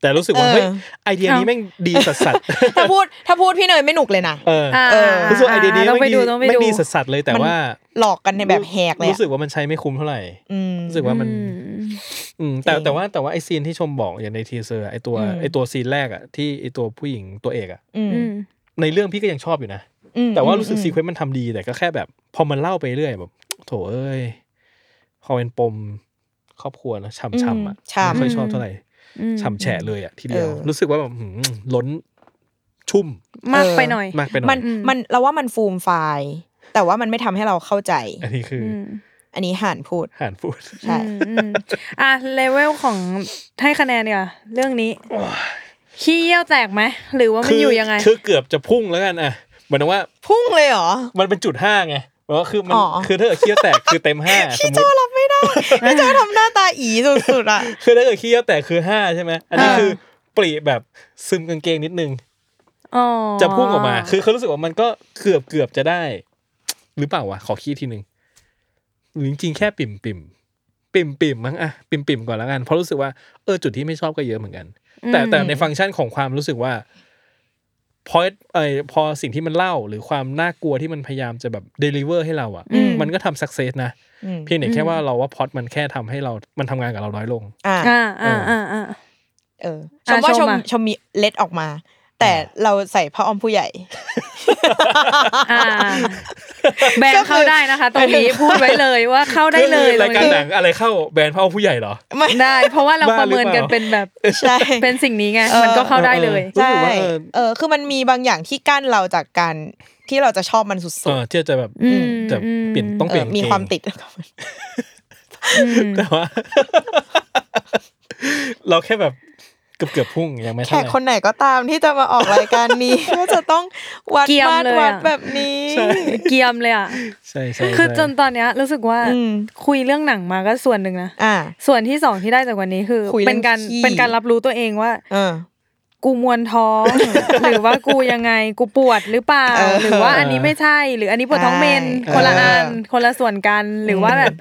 Speaker 2: แต่รู้สึกว่าเฮ้ย
Speaker 3: เออ
Speaker 2: ไอเดียนี้แม่งดีสัส
Speaker 3: ถ้าพูดถ้าพูดพี่เนยไม่หนุกเลยนะ
Speaker 2: ๆเออ
Speaker 4: (laughs) อ่า
Speaker 3: เออ
Speaker 2: รู้สึกว่าไอเดียนี้
Speaker 4: ต้อง
Speaker 2: แม่ง
Speaker 4: ไป
Speaker 2: ดี
Speaker 4: ดูต้องไป
Speaker 2: แม่
Speaker 4: ดู
Speaker 2: งดีสัสๆเลยแต่ว่า
Speaker 3: หลอกกันในแบบแหกเลยอะ
Speaker 2: รู้สึกว่ามันใช้ไม่คุ้มเท่าไหร่
Speaker 3: อืม
Speaker 2: รู้สึกว่ามัน อืมแต่
Speaker 3: จริง
Speaker 2: แต่ว่าแต่ว่าไอซีนที่ชมบอกอย่างในทีเซอร์ไอตัว
Speaker 3: อืม
Speaker 2: ไอตัวซีนแรกอะที่ไอตัวผู้หญิงตัวเอกอะ
Speaker 3: อืม
Speaker 4: อืม
Speaker 2: ในเรื่องพี่ก็ยังชอบอยู่นะ
Speaker 3: อืม
Speaker 2: แต่ว่ารู้สึก
Speaker 3: อืม
Speaker 2: ซีเควนต์มันทำดีแต่ก็แค่แบบ พอมันเล่าไปเรื่อยแบบ โถเอ้ยพอเป็นปมครอบครัวนะ
Speaker 3: อืม
Speaker 2: ช้ำๆอะ
Speaker 3: ช่
Speaker 2: ไม่ค่อย
Speaker 4: อืม
Speaker 2: ชอบเท่าไหร่
Speaker 4: อืม
Speaker 2: ช้ำแฉะเลยอะทีเดียว รู้สึกว่าแบบหืมล้นชุ่ม
Speaker 4: มากไปหน่อย
Speaker 2: มากไปหน่
Speaker 3: มั
Speaker 2: อน ย
Speaker 3: มันเราว่ามันฟูมไฟล์แต่ว่ามันไม่ทำให้เราเข้าใจ
Speaker 2: อันนี้คืออ
Speaker 3: อันนี้ห่านพูด
Speaker 2: ห่านพูด
Speaker 3: ใช่
Speaker 4: อืมอืมอ่ะเลเวลของให้คะแนนเนี่ยเรื่องนี้ขี้เยี่ยวแตกไหมหรือว่ามันอยู่ยังไง
Speaker 2: คือเกือบจะพุ่งแล้วกันอะเหมือนว่า
Speaker 3: พุ่งเลยเหรอ
Speaker 2: มันเป็นจุดห้าไงหมายว่าคือมัน
Speaker 3: อ๋อ
Speaker 2: คือถ้าเกิดเคี้ยวแตกคือเต็ม
Speaker 3: (laughs)
Speaker 2: ห้าส
Speaker 3: พี่
Speaker 2: มม
Speaker 3: โจ
Speaker 2: ติ
Speaker 3: รับไม่ได้ พี่โจทำหน้าตาอีสุดๆอ่ะ
Speaker 2: คือถ้าเกิดเคี้ยวแตกคือห้าใช่ไหมอันนี้
Speaker 3: อ่า
Speaker 2: คือปรีแบบซึมกางเกงนิดนึง
Speaker 4: อ๋อ
Speaker 2: จะพุ่งออกมา คือเขารู้สึกว่ามันก็เกือบเกือบจะได้ หรือเปล่าวะขอขี้ทีนึงหรือจริงๆแค่ปิ่มปิ่มปิ่มปิ่มมั้งอะปิ่มปิ่มก่อนแล้วกันเพราะรู้สึกว่าเออจุดที่ไม่ชอบก็เยอะเหมือนกัน แต่แต่ในฟังก์ชันของความรู้สึกว่าพอไอพอสิ่งที่มันเล่าหรือความน่ากลัวที่มันพยายามจะแบบเดลิเวอร์ให้เราอะ
Speaker 4: อืม
Speaker 2: มันก็ทำสักเซสนะ
Speaker 3: อืม
Speaker 2: เพียงแต่แค่ว่าเราว่าพล็อดมันแค่ทำให้เรา มันทำงานกับเราน้อยลง
Speaker 3: อ่า
Speaker 4: อ่าอ่าอ่าอ่า
Speaker 3: เออช
Speaker 4: อ่ะ
Speaker 3: มว่า
Speaker 4: ช
Speaker 3: ช
Speaker 4: ม
Speaker 3: ม
Speaker 4: อ่ะ
Speaker 3: ชมมีเล็ดออกมา แต่เราใส่ผ้าอ้อมผู้ใหญ่
Speaker 4: อ่า
Speaker 2: (laughs)
Speaker 4: แบนเข้าได้นะคะ ตรงนี้พูดไว้เลยว่าเข้าได้เลย
Speaker 2: คือรายการหนังอะไรเข้าแบรนด์พ่อผู้ใหญ่เหรอ
Speaker 3: ไม่
Speaker 4: ได้ เพราะว่าเรา
Speaker 2: บ้า
Speaker 4: ประ
Speaker 2: หรือ
Speaker 4: เมินกัน
Speaker 2: เปล่า
Speaker 4: เป็นแบบ
Speaker 3: ใช่
Speaker 4: เป็นสิ่งนี้ไง
Speaker 3: เออ
Speaker 4: มันก็เข้าได้เลย
Speaker 2: ออรู้
Speaker 3: ใช่
Speaker 2: สึกว่าเออ
Speaker 3: เออคือมันมีบางอย่างที่กั้นเราจากการที่เราจะชอบมันสุ
Speaker 2: เอ
Speaker 3: ด
Speaker 2: อเที่ยจะแบบ
Speaker 4: อืม
Speaker 2: จะ
Speaker 4: อืม
Speaker 2: เปลี่ยนต้อง
Speaker 3: ๆเอ
Speaker 2: เปลี่ย
Speaker 3: อน มี
Speaker 2: เกง
Speaker 3: ความติด
Speaker 4: อืม
Speaker 2: แต่ว่า (laughs) เราแค่แบบเกือบเกือบๆพุ่งยังไม่
Speaker 3: แข
Speaker 2: เท่าก ไหร่
Speaker 3: คนไหนก็ตามที่จะมาออกรายการนี้ (laughs) ก็จะต้องวัด
Speaker 4: เกียม
Speaker 3: มาตร
Speaker 4: เลย
Speaker 3: วัด
Speaker 4: อะ
Speaker 3: แบบนี้
Speaker 2: ใช่
Speaker 4: เกียมเลยอ่ะ
Speaker 2: ใช่ใช่
Speaker 4: คือ
Speaker 2: ใช่
Speaker 4: จนตอนเนี้ยรู้สึกว่า
Speaker 3: อืม
Speaker 4: คุยเรื่องหนังมาก็ส่วนหนึ่งนะ
Speaker 3: อ่า
Speaker 4: ส่วนที่สองที่ได้จากวันนี้คือ
Speaker 3: คุยเรื่อง
Speaker 4: เป็นการ
Speaker 3: ขี้
Speaker 4: เป็นการรับรู้ตัวเองว่า
Speaker 3: เออ
Speaker 4: กูมวนท้
Speaker 3: (laughs)
Speaker 4: อง หรือว่ากูยังไงกูปวดหรือเปล่า
Speaker 3: เออ
Speaker 4: หรือว่าอันนี้ไม่ใช่ หรืออันนี้ปวดท้องเมน
Speaker 3: ใช่
Speaker 4: คนละ
Speaker 3: เออ
Speaker 4: อั
Speaker 3: อั
Speaker 4: นคนละส่วนกันหรือว่าแบบ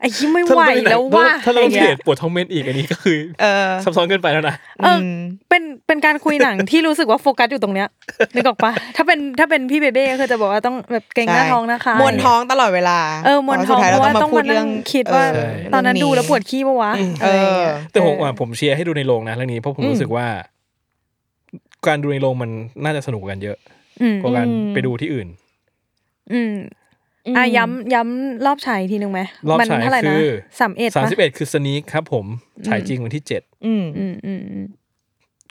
Speaker 4: ไอ้ที่ไม่ไหวแล้วว่า
Speaker 2: ถ้าเรา
Speaker 4: อะไร
Speaker 2: เกลียด
Speaker 4: เงี้ย
Speaker 2: ปวดท้องเมนอีกอันนี้ก็คือ
Speaker 3: เออ
Speaker 2: ซับซ้อนเกินไปแล้วนะ
Speaker 4: เออ
Speaker 3: ม
Speaker 4: เป็นเป็นการคุยหนังที่รู้สึกว่าโฟกัสอยู่ตรงเนี้ยนึกออกปะถ้าเป็นถ้าเป็นพี่เบเบ้ก็คือจะบอกว่าต้องแบบเกรงหน้า
Speaker 3: ใช่
Speaker 4: ท้องนะคะ
Speaker 3: มวนท้องตลอดเวลา
Speaker 4: เออมวนท้อง
Speaker 3: แต่สุดท้าย
Speaker 4: เพ
Speaker 3: เรา
Speaker 4: ราะ
Speaker 3: ต้อ
Speaker 4: ว่าง
Speaker 3: มา
Speaker 4: ต้อง
Speaker 3: พู
Speaker 4: มา
Speaker 3: ด
Speaker 4: นั่
Speaker 3: เรื่อง ง
Speaker 4: คิดว่า
Speaker 3: เออ
Speaker 4: ตอนนั้นดูแล้วปวดขี้ปะวะ
Speaker 3: เอ
Speaker 4: อะไร
Speaker 3: อ
Speaker 4: เงี้ย
Speaker 2: แต่ผม
Speaker 4: เออ
Speaker 2: อ่ะผมเชียร์ให้ดูในโรงนะเรื่องนี้เพราะผม
Speaker 3: อืม
Speaker 2: รู้สึกว่า การดูในโรงมันน่าจะสนุกกันเยอะ
Speaker 4: อืม
Speaker 2: กว่าการ
Speaker 3: อืม
Speaker 2: ไปดูที่อื่น
Speaker 4: อืม
Speaker 3: ม
Speaker 4: อ่ะย้ำย้ำรอบฉายอีกทีนึงไหม
Speaker 2: รอบ
Speaker 4: มั
Speaker 2: ฉาย
Speaker 4: เท่าไหร่
Speaker 2: คื
Speaker 4: นะ
Speaker 2: อ
Speaker 4: สามเอ็ด
Speaker 2: สาม
Speaker 4: ปะ
Speaker 2: สิบเอ็ดคือสนีคครับผมฉายจริงวันที่เจ็ด
Speaker 3: อืม
Speaker 4: อืมอืมอืม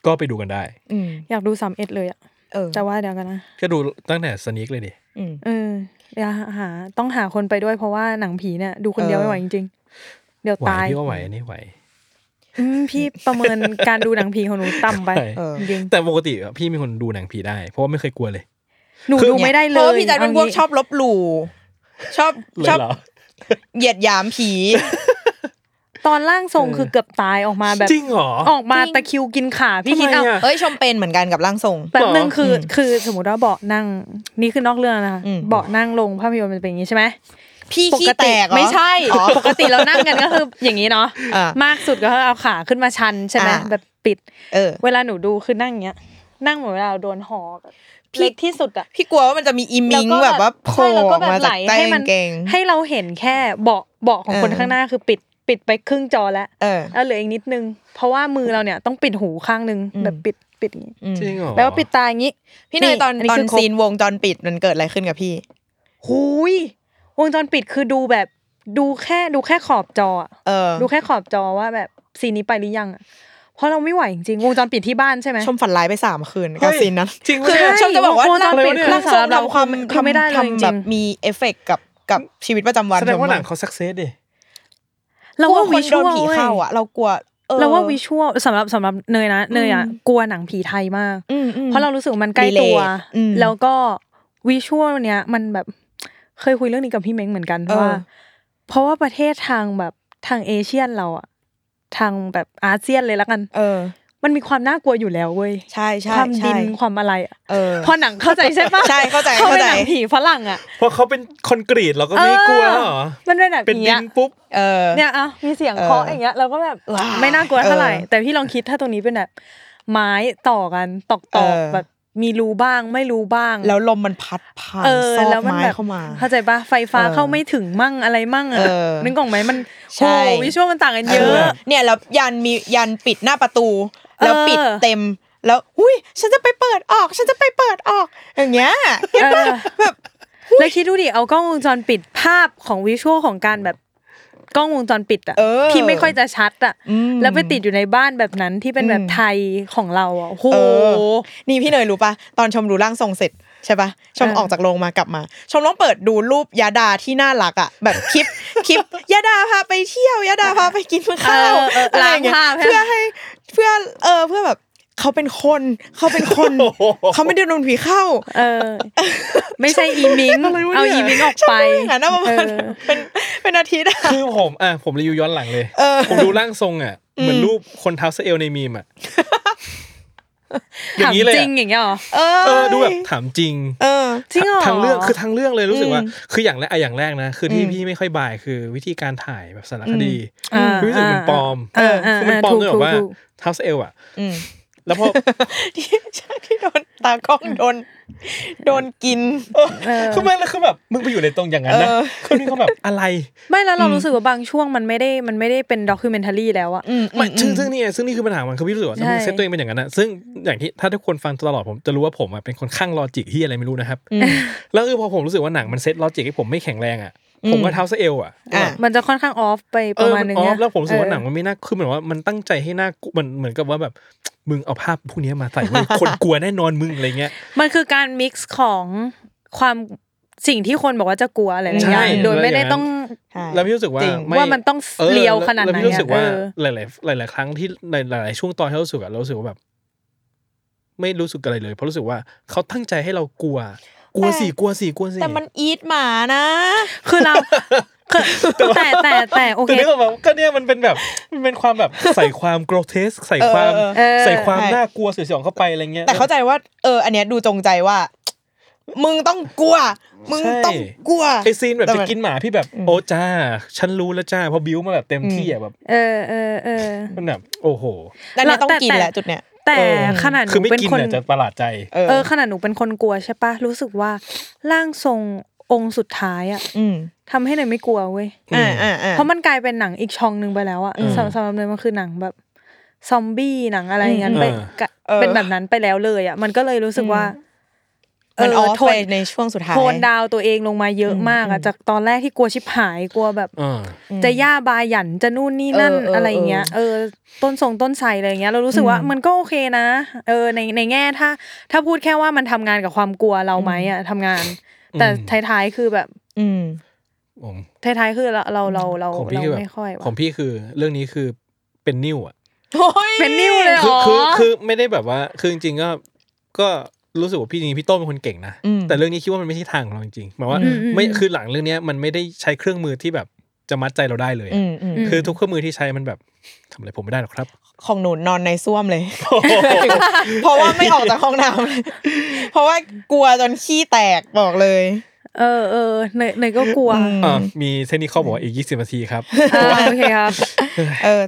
Speaker 2: ก็ไปดูกันได้
Speaker 3: อืม
Speaker 4: อยากดูสามเอ็ดเลยอะ
Speaker 3: เออ
Speaker 4: แต่ว่าเดี๋ยวกันนะ
Speaker 2: ก็ดูตั้งแต่สนีคเลยดิ
Speaker 3: อืม
Speaker 4: เออเดี๋ยวหาต้องหาคนไปด้วยเพราะว่าหนังผีเนี่ยดูคนเดียว
Speaker 3: เออ
Speaker 4: ไม่ไหวจริงๆ เดี๋ยว
Speaker 2: ไหว
Speaker 4: ตาย
Speaker 2: พี่ว่าไหวอันนี้ไหว
Speaker 4: อืมพี่ประเมินการดูหนังผีของหนูต่ำไป
Speaker 2: ใช่
Speaker 3: เออ
Speaker 4: จริง
Speaker 2: แต่ปกติอะพี่มีคนดูหนังผีได้ เพราะว่าไม่เคยกลัวเลย
Speaker 4: ๆหนูดูไม่ได้เลย
Speaker 3: เพราะว่าพี่จัดเป็นพวกชอบลบหลู่ชอบ
Speaker 2: เล
Speaker 3: ชอย บ
Speaker 2: เหรอ
Speaker 3: เหยียดหยามผี
Speaker 4: ตอนร่างทรง
Speaker 2: เออ
Speaker 4: คือเกือบตายออกมาแบบ
Speaker 2: จริงเหรอ
Speaker 4: ออกมาตะคริวกินขาพี่คิด
Speaker 2: ทำไม
Speaker 4: เอา
Speaker 2: อะ
Speaker 3: เอ้ยชมเป็นเหมือนกันกับร่างทรง
Speaker 4: แป๊บนึง
Speaker 2: หรอ
Speaker 4: คือคือสมมติว่าเบาะนั่งนี่คือนอกเรื่องนะคะ
Speaker 3: อืม
Speaker 4: เบาะนั่งลงภาพยนตร์มันเป็นอย่างนี้ใช่ไหม
Speaker 3: พี่
Speaker 4: ป
Speaker 3: ขี้
Speaker 4: ก
Speaker 3: แต
Speaker 4: ติ
Speaker 3: กเหรอ
Speaker 4: ไม่ใช่
Speaker 3: อ๋อ
Speaker 4: ปกติเรานั่งกันก็คือ (laughs) อย่างนี้เนาะ
Speaker 3: อ่ะ
Speaker 4: มากสุดก็คือเอาขาขึ้นมาชันใช่ไหม
Speaker 3: อ่ะ
Speaker 4: แบบปิด
Speaker 3: เออ
Speaker 4: เวลาหนูดูคือนั่งอย่างเงี้ย นั่งเหมือนเวลาเราโดนหอก
Speaker 3: พี่
Speaker 4: เล็กที่สุดอะ
Speaker 3: พี่กลัวว่ามันจะมีอีมิงแบบว่าโผล่
Speaker 4: ใช่แล้ว
Speaker 3: ออก
Speaker 4: แบบ
Speaker 3: มา
Speaker 4: ไหล
Speaker 3: จากใต้
Speaker 4: ให้มั
Speaker 3: กานงเกง
Speaker 4: ให้เราเห็นแค่เบาะเบาะของคน
Speaker 3: เออ
Speaker 4: ข้างหน้าคือปิดปิดไปครึ่งจอแล้ว
Speaker 3: เออ
Speaker 4: แล้วเหลืออีกนิดนึง เพราะว่ามือเราเนี่ยต้องปิดหูข้างนึง
Speaker 3: อืม
Speaker 4: แบบปิดปิดอย่างงี้
Speaker 3: อืม
Speaker 2: จริงเหรอ
Speaker 4: แล้วก็ปิดตาอย่างงี้
Speaker 3: พี่เนยตอน
Speaker 4: นี่
Speaker 3: ตอน น
Speaker 4: อันี้คือครบ
Speaker 3: ซีนวงจรปิดมันเกิดอะไรขึ้นกับพี่
Speaker 4: หุยวงจรปิดคือดูแบบดูแค่ดูแค่ขอบจออะ
Speaker 3: เออ
Speaker 4: ดูแค่ขอบจอว่าแบบซีนนี้ไปหรือยังอะเพราะเราไม่ไหวจริงๆวงจรปิดที่บ้านใช่ไหม
Speaker 3: ชมฝันร้ายไปสามคืน
Speaker 2: เฮ้ย
Speaker 3: กับซีนนั้น
Speaker 2: จริงเหรอ
Speaker 3: คือ
Speaker 4: ใช่
Speaker 3: ชมจะบอกว่า
Speaker 4: โอ้โห
Speaker 3: ร่าง
Speaker 4: จำเป็น
Speaker 3: ร่างทรงทำความ
Speaker 4: คือไม่ได้เลย
Speaker 3: ทำ
Speaker 4: จริง
Speaker 3: แบบมีเอฟเฟกต์กับกับชีวิตประจำวัน
Speaker 2: แสดงว่า
Speaker 3: ชม
Speaker 2: หนังเขาสักเซสดิ
Speaker 4: เรา
Speaker 3: กลั
Speaker 4: ว่า
Speaker 3: ค
Speaker 4: วิ
Speaker 3: น
Speaker 4: ช
Speaker 3: โด
Speaker 4: วน ล
Speaker 3: ผีเข้าอ่ะ เรากลัวเออ
Speaker 4: เราว่าวิชวลสำหรับสำหรับเนยนะเนยอ่ะ
Speaker 3: อืม
Speaker 4: กลัวหนังผีไทยมาก
Speaker 3: อืมอืม
Speaker 4: เพราะเรารู้สึกว่ามันใกล้ตัว
Speaker 3: Relate อืม
Speaker 4: แล้วก็วิชวลเนี้ยมันแบบเคยคุยเรื่องนี้กับพี่เม้งเหมือนกัน
Speaker 3: เออ
Speaker 4: ว่า เพราะว่าประเทศทางแบบทางเอเชียนเราอะทางแบบอาเซียนเลยละกัน
Speaker 3: เออ
Speaker 4: มันมีความน่ากลัวอยู่แล้วเว้ย
Speaker 3: ใช่ใช่
Speaker 4: ความดิน
Speaker 3: ใช่
Speaker 4: ความอะไรอะ
Speaker 3: เออ
Speaker 4: พอหนังเข้าใจใช่ปะ
Speaker 3: ใช่เข้าใจ
Speaker 4: เขาเป็น
Speaker 3: เข้าใจ
Speaker 4: หนังผีฝรั่งอ่ะ
Speaker 2: เพราะเขาเป็นคอนกรีตเราก็ไม่กลัวแล้วเหรอ
Speaker 4: มันเป็นแบบ
Speaker 2: เป็นดิ
Speaker 4: เนี้ย
Speaker 2: นปุ๊บ
Speaker 3: เออ
Speaker 4: เนี่ยอ่ะมีเสียงเคาะ
Speaker 3: เอออ
Speaker 4: อย่างเงี้ยเราก็แบบ
Speaker 3: ว้าว
Speaker 4: ไม่น่ากลัวเท่าไหร่
Speaker 3: เออ
Speaker 4: แต่พี่ลองคิดถ้าตรงนี้เป็นแบบ ไม้ต่อกันตอก
Speaker 3: เอ
Speaker 4: ตอก
Speaker 3: อ
Speaker 4: แบบมีรูบ้างไม่รูบ้าง
Speaker 3: แล้วลมมันพัดผ่าน
Speaker 4: เออ
Speaker 3: ซอก
Speaker 4: แล้วมัน
Speaker 3: ไม้
Speaker 4: แบบ
Speaker 3: เข้ามา
Speaker 4: เข้าใจปะไฟฟ้า
Speaker 3: เออ
Speaker 4: เข้าไม่ถึงมั่งอะไรมั่งอะ
Speaker 3: เออ
Speaker 4: นึกออกไหมมัน
Speaker 3: ใช่
Speaker 4: โอ้โหวิชวลมันต่างกันเยอะ
Speaker 3: เนี่ยแล้วยันมียันปิดหน้าประตู แล้ว
Speaker 4: เออ
Speaker 3: ปิดเต็ม แล้วหุยฉันจะไปเปิดออก ฉันจะไปเปิดออก อย่างเงี้ย (laughs) เห็น
Speaker 4: เอ
Speaker 3: ปะ
Speaker 4: อ
Speaker 3: แบบ
Speaker 4: แล้วคิดดูดิเอากล้องวงจรปิดภาพของวิชวลของการแบบกล้องวงจรปิดอะ
Speaker 3: เออ
Speaker 4: ที่ไม่ค่อยจะชัดอะ
Speaker 3: อืม
Speaker 4: แล้วไปติดอยู่ในบ้านแบบนั้นที่เป็นแบบ
Speaker 3: อืม
Speaker 4: ไทยของเราอ่ะโอ้โห
Speaker 3: เออนี่พี่เนยรู้ปะตอนชมดูร่างทรงเสร็จใช่ปะชม
Speaker 4: เออ
Speaker 3: ออกจากโรงมากลับมา ชมต้องเปิดดูรูปยาดาที่น่ารักอ่ะแบบค (laughs) ลิป คลิปยาดาพาไปเที่ยวยาดาพาไปกินข้าว
Speaker 4: เออเออ
Speaker 3: อะไร
Speaker 4: ล้า
Speaker 3: อง ย่างเงี้ย
Speaker 4: ภาพ
Speaker 3: เพื่อให้เพื่อเออเพื่อแบบเขาเป็นคนเขาเป็นคน
Speaker 4: (laughs)
Speaker 3: เขาไม่ได้โดนผีเข้า
Speaker 4: เออ ไม่ใช่อีมิง
Speaker 3: อะไรวะเนี่ย
Speaker 4: เอาอีมิงออกไป
Speaker 3: ใช่ไหมอย่างนั้นอะประมาณ
Speaker 4: เออ
Speaker 3: เป็นเป็นอาทิตย์อะ
Speaker 2: คือผมอ่ะผมรีวิวย้อนหลังเลย
Speaker 3: เออ
Speaker 2: ผมดูร่างทรงอ่ะ เหมือนรูปคนเท้าเซเอลในมีมอ่ะ อย่า
Speaker 4: ถาม
Speaker 2: งนี้เลย
Speaker 4: จริ
Speaker 2: อะ
Speaker 4: งอย่างเงี้ยเหรอ
Speaker 3: เออ
Speaker 2: เออดูแบบถามจริง
Speaker 3: เออ
Speaker 4: จริงเหรอ
Speaker 2: ทางเรื่องคือทางเรื่องเลยรู้สึกว่า
Speaker 3: อืม
Speaker 2: คืออย่างแรกอะอย่างแรกนะ คือที่
Speaker 3: อืม
Speaker 2: พี่ไม่ค่อยบายคือวิธีการถ่ายแบบสารคดี
Speaker 4: อ่า
Speaker 2: รู้สึกเหมือนปลอม
Speaker 4: เออเออ
Speaker 2: คือมันปลอม
Speaker 4: ถูก
Speaker 2: ด้วยแบ
Speaker 4: ถู
Speaker 2: บ
Speaker 4: ก
Speaker 2: ว่า
Speaker 4: ถูก
Speaker 2: เท้าเซเอลอ่ะ
Speaker 3: อืม
Speaker 2: แล้วพอ
Speaker 5: ที่ที่โดนตากล้องโดนโดนกิน
Speaker 4: เออ
Speaker 2: คือมันแล้วคือแบบมึงไปอยู่ในตรงอย่างนั้นนะ
Speaker 5: เออ
Speaker 2: คือนี่เขาแบบอะไร
Speaker 4: ไม่แล้วเรารู้สึกว่าบางช่วงมันไม่ได้มันไม่ได้เป็นด็อกิเมนทารีแล้วอะ
Speaker 5: อืม
Speaker 2: ไม่ซึ่งซึ่ง
Speaker 5: อืม
Speaker 2: นี่ไงซึ่งนี่คือปัญหาของมันคือพี่รู้สึกว่าถ้ามึง
Speaker 4: ใช่
Speaker 2: เซตตัวเองเป็นอย่างนั้นนะซึ่งอย่างที่ถ้าทุกคนฟังตลอดผมจะรู้ว่าผมอะเป็นคนข้างลอจิกที่อะไรไม่รู้นะครับ
Speaker 5: อืม
Speaker 2: แล้วคือพอผมรู้สึกว่าหนังมันเซตลอจิกให้ผมไม่แข็งแรงอ่ะผมก็เท้าซะเอวอ่ะ
Speaker 5: อ่ะ
Speaker 4: มันจะค่อนข้างออฟไป
Speaker 2: เอ
Speaker 4: ประ
Speaker 2: อ
Speaker 4: มาณ
Speaker 2: มัน
Speaker 4: นึง
Speaker 2: ออ
Speaker 4: เนี่
Speaker 2: ฟ
Speaker 4: ย
Speaker 2: แล้วผมรู้สึกว่า
Speaker 4: เออ
Speaker 2: หนังมันไม่น่าคือเหมือนว่ามันตั้งใจให้น่ากลัวมันเหมือนกับว่าแบบ มึงเอาภาพพวกเนี้ยมาใส่มึงคนกลัวแน่นอนมึงอะไรเงี้ย
Speaker 4: มันคือการมิกซ์ของความสิ่งที่คนบอกว่าจะกลัวอะไรหลายๆอย่าง
Speaker 2: ใช่
Speaker 4: โดยไม่ได้ต้อง
Speaker 5: ใช่
Speaker 2: แล้วพี่รู้สึกว่า
Speaker 5: จริง
Speaker 2: ไ
Speaker 4: ว่ามันต้อง
Speaker 2: ออ
Speaker 4: เลียวขนาดไหน
Speaker 2: แล้ว
Speaker 4: อะ
Speaker 2: พี่รู้สึกว่า
Speaker 4: เออ
Speaker 2: หลาย ๆ หลาย ๆ ครั้งที่ในหลาย ๆ ช่วงตอนที่เรารู้สึกอะเรารู้สึกว่าแบบ ไม่รู้สึกอะไรเลยเพราะรู้สึกว่าเขาตั้งใจให้เรากลัว กลัวสิกลัวสิกลัวสิ
Speaker 5: แต่มันอีทหมานะ
Speaker 4: คือเราคือแต่แต่แต่โอ
Speaker 2: แต่
Speaker 4: เค
Speaker 2: นึกออกปะก็เนี่ยมันเป็นแบบมันเป็นความแบบใส่ความโกรเทสใส่ความ
Speaker 5: เออเออ
Speaker 4: เออ
Speaker 2: ใส่ความ
Speaker 5: ใช่
Speaker 2: น่ากลัวสยดสยองเข้าไปอะไรเงี้ย
Speaker 5: แต่เข้าใจว่า เออ อันเนี้ยดูจงใจว่า มึงต้องกลัว มึง
Speaker 2: ใช่
Speaker 5: ต้องกลัว
Speaker 2: ไอซีนแบบ
Speaker 5: แต่
Speaker 2: จะ
Speaker 5: มัน
Speaker 2: กินหมาพี่แบบโอ้จ้า ฉันรู้แล้วจ้าเพอบิวมาแบบเต็มที่อะแบบ
Speaker 4: เออเออเออ
Speaker 2: มันแบบโอ้โห
Speaker 5: แต่เนี่ยต้อง
Speaker 4: แต่
Speaker 5: กิน
Speaker 4: แต่
Speaker 5: แหละจุดเนี้ย
Speaker 4: แต่
Speaker 2: เออ
Speaker 4: ขนาดห
Speaker 2: คือ
Speaker 4: นู
Speaker 2: ไม่
Speaker 4: เป็น
Speaker 2: กิน
Speaker 4: คน
Speaker 2: อะจะประหลาดใจ
Speaker 5: เออ
Speaker 4: เออขนาดหนูเป็นคนกลัวใช่ปะรู้สึกว่าร่างทรงองค์สุดท้ายอะ
Speaker 5: อืม
Speaker 4: ทำให้หนูไม่กลัวเว้ย
Speaker 5: อ่าอ่าอ่า
Speaker 4: เพราะมันกลายเป็นหนังอีกช่องหนึ่งไปแล้วอะ
Speaker 5: อืม
Speaker 4: สำสำหรับเลยมันคือหนังแบบซอมบี้หนังอะไรอย่างนั้น
Speaker 2: อืม
Speaker 4: ไป
Speaker 2: เออ
Speaker 4: กะ
Speaker 5: เออ
Speaker 4: เป็นแบบนั้นไปแล้วเลยอะมันก็เลยรู้สึกว่า
Speaker 5: มันออฟ
Speaker 4: โท
Speaker 5: ไป
Speaker 4: น
Speaker 5: ในช่วงสุดท้าย
Speaker 4: โทนดาวตัวเองลงมาเยอะมากอะจากตอนแรกที่กลัวชิบหายกลัวแบบ
Speaker 2: อ่า
Speaker 4: จะย่าบาหยันจะนู่นนี่นั่น
Speaker 5: เออเออ
Speaker 4: อะไรอย่างเงี้ยเออต้นทรงต้นไทรอะไรอย่างเงี้ยเรารู้สึกว่ามันก็โอเคนะ เออในในแง่ถ้า ถ้าพูดแค่ว่ามันทำงานกับความกลัวเราไหมอะทำงาน
Speaker 2: อืม
Speaker 4: แต่ท้ายๆคือแบบ
Speaker 5: อืม
Speaker 2: ผม
Speaker 4: ท้ายๆคือเราเราเราเรา
Speaker 2: ของพี่
Speaker 4: เรา
Speaker 2: คือแบบ
Speaker 4: ไม่ค่อยว่ะ
Speaker 2: ของพี่คือเรื่องนี้คือเป็นนิ้วอ่ะ
Speaker 4: เป็นนิ้วเลยเหร
Speaker 2: คือ
Speaker 4: อ
Speaker 2: คือคือไม่ได้แบบว่าคือจริงๆก็ก็รู้สึกว่าพี่จริงๆพี่โต้งเป็นคนเก่งนะ
Speaker 5: อืม
Speaker 2: แต่เรื่องนี้คิดว่ามันไม่ใช่ทางของเราจริงๆหมายว่า
Speaker 5: อืม
Speaker 2: ไม่คือหลังเรื่องเนี้ยมันไม่ได้ใช้เครื่องมือที่แบบจะมัดใจเราได้เลยอะ
Speaker 5: อืมอืม
Speaker 4: ม
Speaker 2: คือทุกเครื่องมือที่ใช้มันแบบทำอะไรผมไม่ได้หรอกครับ
Speaker 5: ของหนูนอนในส้วมเลย
Speaker 4: (laughs)
Speaker 5: เพราะว่าไม่ออกจากห้องน้ำเลยเพราะว่ากลัวจนขี้แตกบอกเลย
Speaker 4: เออเออเนยเนยก็กลัว
Speaker 5: อืม
Speaker 2: อ่ะมีเทคนิคเขาบอกว่าอีก 20นาทีครับ
Speaker 4: อ่าโอเคครับ
Speaker 5: เออ